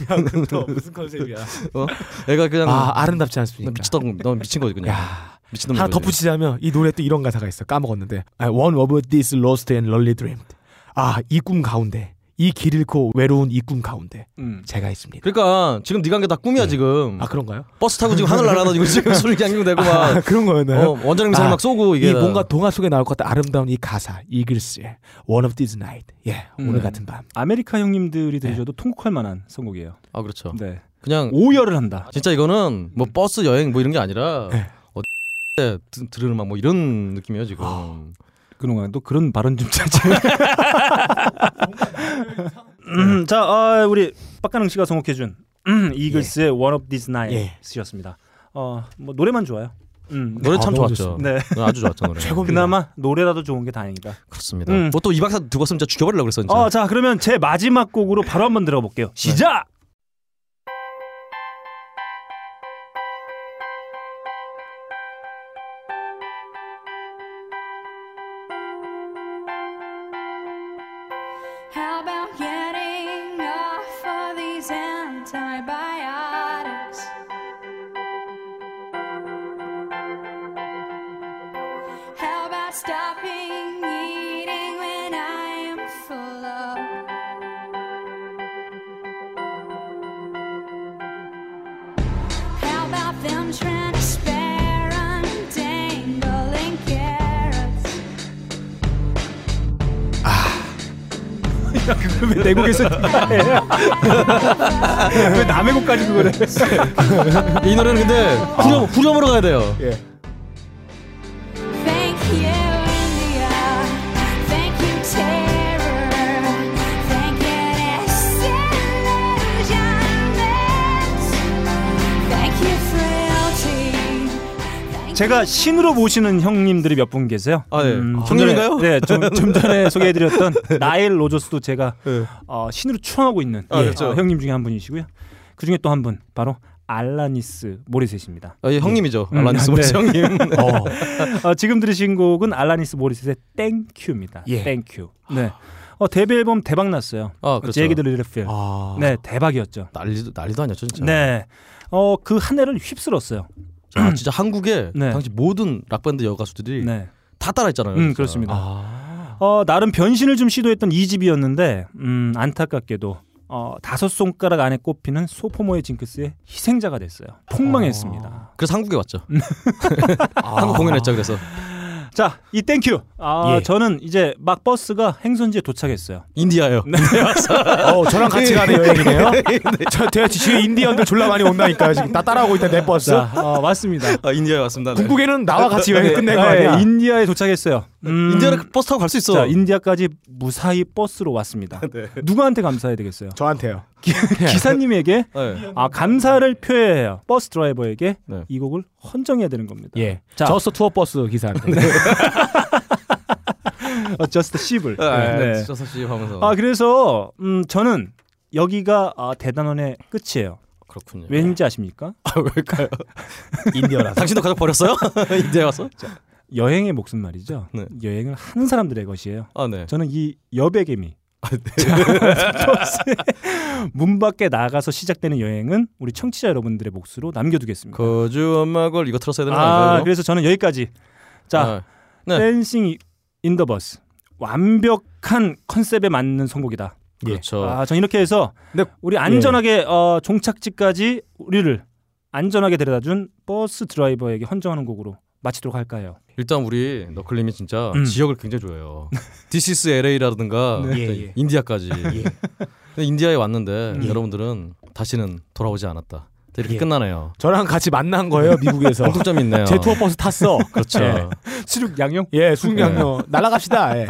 S3: 명량도 무슨 컨셉이야.
S4: 애가 그냥
S3: 아, 아름답지
S4: 나
S3: 않습니까?
S4: 미쳤던 거, 너무 미친 거지 네. 그냥.
S3: 야.
S4: 미친 놈.
S3: 하나 덧붙이자면 이 노래 또 이런 가사가 있어 까먹었는데 I One of these lost and lonely dream 아이 꿈 가운데 이 길 잃고 외로운 이 꿈 가운데
S2: 음.
S3: 제가 있습니다
S4: 그러니까 지금 네가 한 게 다 꿈이야 지금.
S3: 아 그런가요?
S4: 버스 타고 지금 하늘 날아다니고 지금 소리 냥냥대고
S3: 아, <laughs>
S4: 막.
S3: 그런 거였나요?
S4: 어, 원자력 미사일
S3: 아,
S4: 막 쏘고 이게
S3: 이
S4: 다.
S3: 뭔가 동화 속에 나올 것 같은 아름다운 이 가사 이글스의 One of these night 예
S2: 음.
S3: 오늘 같은 밤
S2: 아메리카 형님들이 들으셔도 통곡할 만한 선곡이에요.
S4: 아 그렇죠.
S2: 네.
S4: 그냥
S2: 오열을 한다.
S4: 진짜 이거는 뭐 버스 여행 뭐 이런 게 아니라
S3: 네.
S4: 어, 때 드- 들으는 막 뭐 이런 느낌이에요 지금.
S2: 그런가 또 그런 발언 좀 자제. 음, 자, 아, 우리 박가능 씨가 선곡해준 음, 이글스의 One of These
S3: 예.
S2: Nights였습니다. 어, 뭐 노래만 좋아요. 음,
S4: 노래 참
S3: 아, 너무
S4: 좋았죠.
S2: 네.
S4: 아주 좋았죠 노래.
S2: 그나마 노래라도 좋은 게 다행이다.
S4: 그렇습니다.
S2: 음.
S4: 뭐또 이 박사 두고 으면 진짜 죽여버리려고 그랬어 진짜.
S2: 어, 자, 그러면 제 마지막 곡으로 바로 한번 들어볼게요. 시작.
S7: How about getting off all these antibiotics? How about stopping eating when I am full of? How about them trying to spare undangling carrots?
S2: 내 곡에서 왜 남의 곡까지 그거래?
S4: 이 노래는 근데 후렴 후렴으로 가야 돼요.
S7: Thank you, India. Thank you, terror. Thank you, disillusionment. Thank you, frailty.
S2: 제가 신으로 모시는 형님들이 몇 분 계세요.
S4: 아, 예.
S2: 좀
S4: 형님인가요? 네.
S2: 전에, 네, 좀, 좀
S4: <laughs>
S2: 전에 소개해드렸던 나일 로저스도 제가 어, 신으로 추앙하고 있는
S4: 아,
S2: 예,
S4: 그렇죠.
S2: 어, 형님 중에 한 분이시고요. 그 중에 또 한 분 바로 알라니스 모리셋입니다.
S4: 아, 예, 형님이죠.
S2: 음,
S4: 알라니스 모스
S2: 네.
S4: 형님.
S2: 어, 지금 들으신 곡은 알라니스 모리셋의 땡큐입니다.
S3: 예.
S2: 땡큐. 네. 어, 데뷔 앨범 대박 났어요.
S4: 아, 그렇죠.
S2: 제기들리레필
S4: 아,
S2: 네, 대박이었죠.
S4: 난리도 난리도 아니었죠 진짜.
S2: 네. 어, 그 한 해를 휩쓸었어요.
S4: 아, 진짜 한국의
S2: 음. 네.
S4: 당시 모든 락밴드 여가수들이
S2: 네.
S4: 다 따라했잖아요.
S2: 음,
S4: 진짜.
S2: 그렇습니다.
S4: 그렇죠. 아,
S2: 어, 나름 변신을 좀 시도했던 이 집이었는데 음, 안타깝게도 어, 다섯 손가락 안에 꼽히는 소포모의 징크스의 희생자가 됐어요. 폭망했습니다.
S4: 아, 그래서 한국에 왔죠.
S2: 음.
S4: <laughs> 한국 공연했죠. 그래서
S2: 자, 이 땡큐. 아,
S3: 예.
S2: 저는 이제 막 버스가 행선지에 도착했어요.
S4: 인디아요.
S3: 어, 저랑 같이 가는
S4: <laughs>
S3: 여행이네요. 저 대체 지금 인디언들 졸라 많이 온다니까요. 지금 다 따라오고 있다 내 버스.
S2: 자, 어, 맞습니다.
S4: 아, 인디아에 왔습니다. 네.
S3: 중국에는 나와 같이 여행 끝낸 거 아니야?
S2: 네, 인디아에 도착했어요. 음,
S4: 인디아를 버스 타고 갈 수 있어.
S2: 자, 인디아까지 무사히 버스로 왔습니다. 누구한테 감사해야 되겠어요?
S3: 저한테요.
S2: 기사님에게
S4: 네.
S2: 아, 감사를 표해요. 버스 드라이버에게
S4: 네.
S2: 이 곡을 헌정해야 되는 겁니다.
S3: 예.
S2: 자. 네.
S3: 저스 투어
S2: <laughs>
S3: 버스 기사한테.
S2: 저스트 씹을.
S4: 아,
S2: 네.
S4: 네. 씨 하면서.
S2: 아 그래서 음 저는 여기가 아, 대단원의 끝이에요.
S4: 그렇군요. <laughs>
S2: 왠지 아십니까?
S4: 아, 왜일까요?
S3: 인디언라서.
S4: 당신도 가족 버렸어요? <laughs> 인디아에 와서?
S2: 여행의 몫은 말이죠.
S4: 네.
S2: 여행을 하는 사람들의 것이에요.
S4: 아, 네.
S2: 저는 이 여백의미 문 밖에 나가서 시작되는 여행은 우리 청취자 여러분들의 몫으로 남겨두겠습니다.
S4: 거주엄마걸 이거 틀었어야 되는 거
S2: 아
S4: 아닌가요?
S2: 그래서 저는 여기까지. 자,
S4: 네.
S2: 댄싱 인더 버스 완벽한 컨셉에 맞는 선곡이다.
S4: 그렇죠.
S2: 아, 전 이렇게 해서
S3: 근데-
S2: 우리 안전하게 어, 종착지까지 우리를 안전하게 데려다준 버스 드라이버에게 헌정하는 곡으로 마치도록 할까요?
S4: 일단 우리 너클림이 진짜
S2: 음.
S4: 지역을 굉장히 좋아해요. 디시스 LA라든가
S3: 네. 예, 예.
S4: 인디아까지. 근데 인디아에 왔는데
S2: 음.
S4: 여러분들은 다시는 돌아오지 않았다. 이렇게
S3: 예.
S4: 끝나네요.
S3: 저랑 같이 만난 거예요 미국에서.
S4: <laughs> 공통점이 있네요.
S3: 제 투어 버스 탔어.
S4: 그렇죠.
S3: 예.
S2: 칠육 양용.
S3: 예, 숙양요 날아갑시다. 예.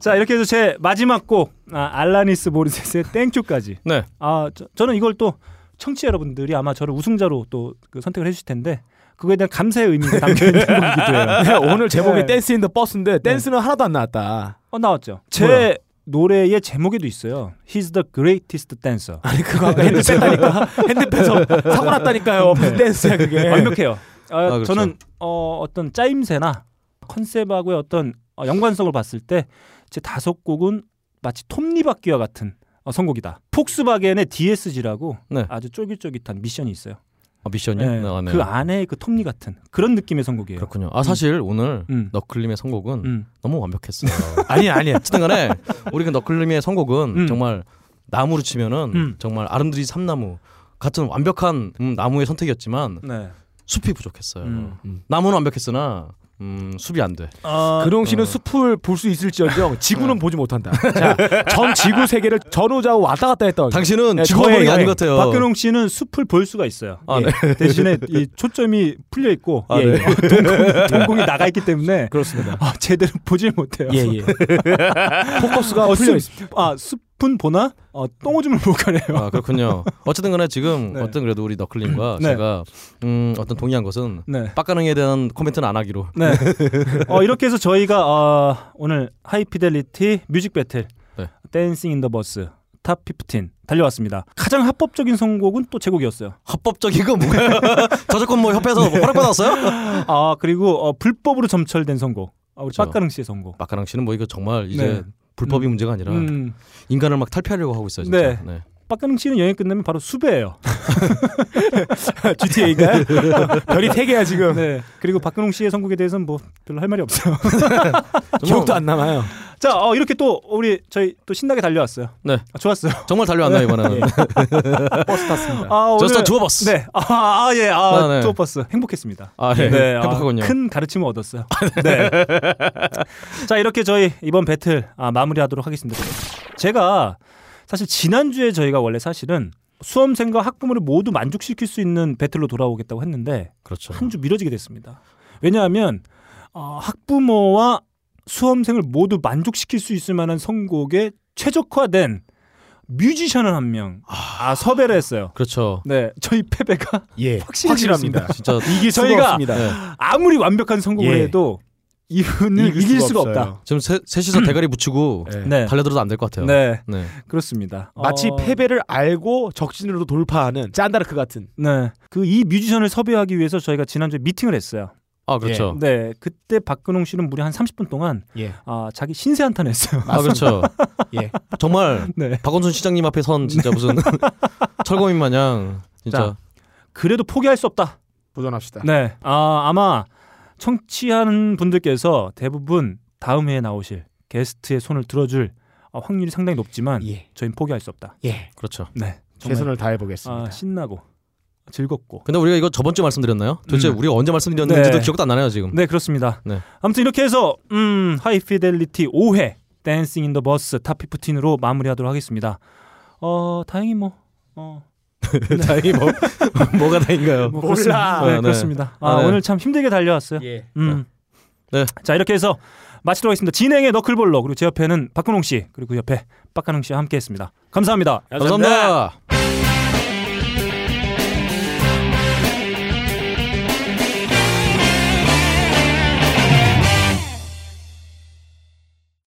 S2: 자 이렇게 해서 제 마지막 곡 아, 알라니스 모리세스의 땡큐까지.
S4: 네.
S2: 아 저, 는 이걸 또 청취자 여러분들이 아마 저를 우승자로 또그 선택을 해주실 텐데 그거에 대한 감사의 의미가 담겨 있는 곡이기도 해요.
S3: 네, 오늘 제목이
S2: 네.
S3: 댄스 인 더 버스인데 댄스는 하나도 안 나왔다.
S2: 어 나왔죠. 제
S3: 뭐야?
S2: 노래의 제목에도 있어요. He's the greatest dancer.
S3: 아니 그거
S2: <laughs>
S3: 아까 네. 핸드패다니까 핸드패서 사고 났다니까요. 무슨 댄스야 그게.
S2: 완벽해요. 어,
S4: 예. 그렇죠.
S2: 저는 어, 어떤 짜임새나 컨셉하고의 어떤 어, 연관성을 봤을 때 제 다섯 곡은 마치 톱니바퀴와 같은 어, 선곡이다. 폭스바겐의 DSG라고
S4: 네.
S2: 아주 쫄깃쫄깃한 미션이 있어요.
S4: 아, 미션이요?
S2: 네,
S4: 네. 아, 네.
S2: 그 안에 그 톱니 같은 그런 느낌의 선곡이에요.
S4: 그렇군요. 아 사실 오늘
S2: 음.
S4: 너클림의 선곡은
S2: 음.
S4: 너무 완벽했어요.
S3: 아니 아니.
S4: 어쨌든 간에 우리 그 너클림의 선곡은
S2: 음.
S4: 정말 나무로 치면은
S2: 음.
S4: 정말 아름드리 삼나무 같은 완벽한 음, 나무의 선택이었지만
S2: 네.
S4: 숲이 부족했어요.
S2: 음.
S4: 나무는 완벽했으나 음, 수비 안 돼.
S3: 근홍 씨는 숲을 볼 수 있을지언정 지구는 보지 <laughs> 못한다. 자, 전 지구 세계를 전후좌우 왔다 갔다 했던
S4: 당신은
S3: 네,
S4: 지구가
S3: 저의
S4: 보는 게 아닌
S3: 여행.
S4: 것 같아요.
S2: 아, 어, 박근홍 씨는 숲을 볼 수가 있어요.
S4: 아,
S2: 예.
S3: <laughs>
S2: 대신에 이 초점이 풀려 있고
S4: 아,
S2: 예,
S4: 네.
S2: 예. 동공이, 동공이 나가 있기 때문에
S3: 그렇습니다.
S2: 아, 제대로 보질 못해요.
S3: 예, <laughs> 예. 포커스가
S2: 어, 숲,
S3: 풀려 있습니다.
S2: 아 숲은 보나? 어, 똥오줌을 못 가려요.
S4: 아,
S2: <laughs>
S4: 그렇군요. 어쨌든 간에 지금
S2: 네.
S4: 어떤 그래도 우리 너클님과
S2: 네.
S4: 제가 음, 어떤 동의한 것은
S2: 네.
S4: 빡가능에 대한 코멘트는
S2: <laughs>
S4: 안 하기로.
S3: <laughs>
S2: 네. 어, 이렇게 해서 저희가 어, 오늘 하이피델리티 뮤직 배틀
S4: 네.
S2: 댄싱 인 더 버스 탑 15 달려왔습니다. 가장 합법적인 선곡은 또 제곡이었어요.
S4: 합법적인 건 뭐예요? <laughs> 저작권 뭐 협회에서
S2: <laughs>
S4: 뭐 허락받았어요?
S2: 아 그리고 어, 불법으로 점철된 선곡. 아, 우리
S4: 그렇죠.
S2: 빡가릉 씨의 선곡.
S4: 빡가능 씨는 뭐 이거 정말 이제
S2: 네.
S4: 불법이 문제가 아니라
S2: 음,
S4: 인간을 막 탈피하려고 하고 있어요. 진짜.
S2: 네.
S4: 네.
S2: 빡가릉 씨는 여행 끝나면 바로
S3: <laughs>
S2: 수배예요. <laughs>
S3: GTA인가요? 별이 세 개야 지금.
S2: 네. 그리고 박근홍 씨의 선곡에 대해서는 뭐 별로 할 말이 없어요. <laughs>
S3: 기억도 안 남아요.
S2: 자, 어, 이렇게 또 우리 저희 또 신나게 달려왔어요.
S4: 네.
S2: 아, 좋았어요.
S4: 정말 달려왔나 이번에는.
S3: 버스 탔습니다.
S2: 아, 네. 오늘
S4: 저스타 주어버스.
S2: 네. 아, 아, 예. 아,
S4: 아, 네.
S2: 투어버스 행복했습니다.
S4: 아, 예.
S2: 네, 아,
S4: 행복하군요.
S2: 큰 가르침을 얻었어요. <laughs> 네. 자, 이렇게 저희 이번 배틀 아, 마무리하도록 하겠습니다. 제가 사실 지난주에 저희가 원래 사실은 수험생과 학부모를 모두 만족시킬 수 있는 배틀로 돌아오겠다고 했는데
S4: 그렇죠.
S2: 한 주 미뤄지게 됐습니다. 왜냐하면 어, 학부모와 수험생을 모두 만족시킬 수 있을 만한 선곡에 최적화된 뮤지션을 한 명 아, 섭외를 했어요.
S4: 그렇죠.
S2: 네, 저희 패배가
S3: 예,
S2: 확실합니다.
S3: 확실합니다.
S4: 진짜
S3: 이길 수가
S2: 저희가-
S3: 없습니다.
S4: 네.
S2: 아무리 완벽한 선곡을
S3: 예.
S2: 해도 이분을 이길, 수가 없다.
S3: 없어요.
S4: 지금 세, 셋이서 대가리 붙이고
S3: 예.
S2: 음. 네,
S4: 달려들어도 안 될 것 같아요.
S2: 네,
S4: 네.
S2: 그렇습니다.
S3: 마치
S2: 어,
S3: 패배를 알고 적진으로 돌파하는 짠다르크 같은.
S2: 네, 그 이 뮤지션을 섭외하기 위해서 저희가 지난주에 미팅을 했어요.
S4: 아 그렇죠.
S2: 네, 그때 박근홍 씨는 무려 한 30분 동안
S3: 예.
S2: 아, 자기 신세 한탄했어요.
S4: 아 그렇죠.
S3: 예.
S4: 정말
S2: <laughs> 네,
S4: 박원순 시장님 앞에 선 진짜 무슨 <laughs> 철거민 마냥 진짜
S2: 그래도 포기할 수 없다.
S3: 도전합시다.
S2: 네. 아, 아마 청취하는 분들께서 대부분 다음 회에 나오실 게스트의 손을 들어줄 어, 확률이 상당히 높지만
S3: 예,
S2: 저희는 포기할 수 없다.
S3: 예.
S4: 그렇죠.
S2: 네. 정말
S3: 최선을 다해 보겠습니다.
S2: 아, 신나고 즐겁고.
S4: 근데 우리가 이거 저번 주에 말씀드렸나요? 도대체
S2: 음.
S4: 우리가 언제 말씀드렸는지도
S2: 네.
S4: 기억도 안 나네요 지금.
S2: 네, 그렇습니다.
S4: 네.
S2: 아무튼 이렇게 해서 음, 하이피델리티 5회 댄싱 인 더 버스 탑 15으로 마무리하도록 하겠습니다. 어, 다행히 뭐 어, <laughs>
S4: 다행히 뭐 뭐가 다행인가요?
S2: 뭐 그렇습니다. 네,
S4: 아, 네.
S2: 그렇습니다. 아,
S4: 아, 네.
S2: 오늘 참 힘들게 달려왔어요.
S3: 예.
S2: 음.
S4: 네.
S2: 자 이렇게 해서 마치도록 하겠습니다. 진행의 너클볼러 그리고 제 옆에는 박근홍 씨 그리고 그 옆에 박가능 씨와 함께했습니다. 감사합니다.
S4: 감사합니다.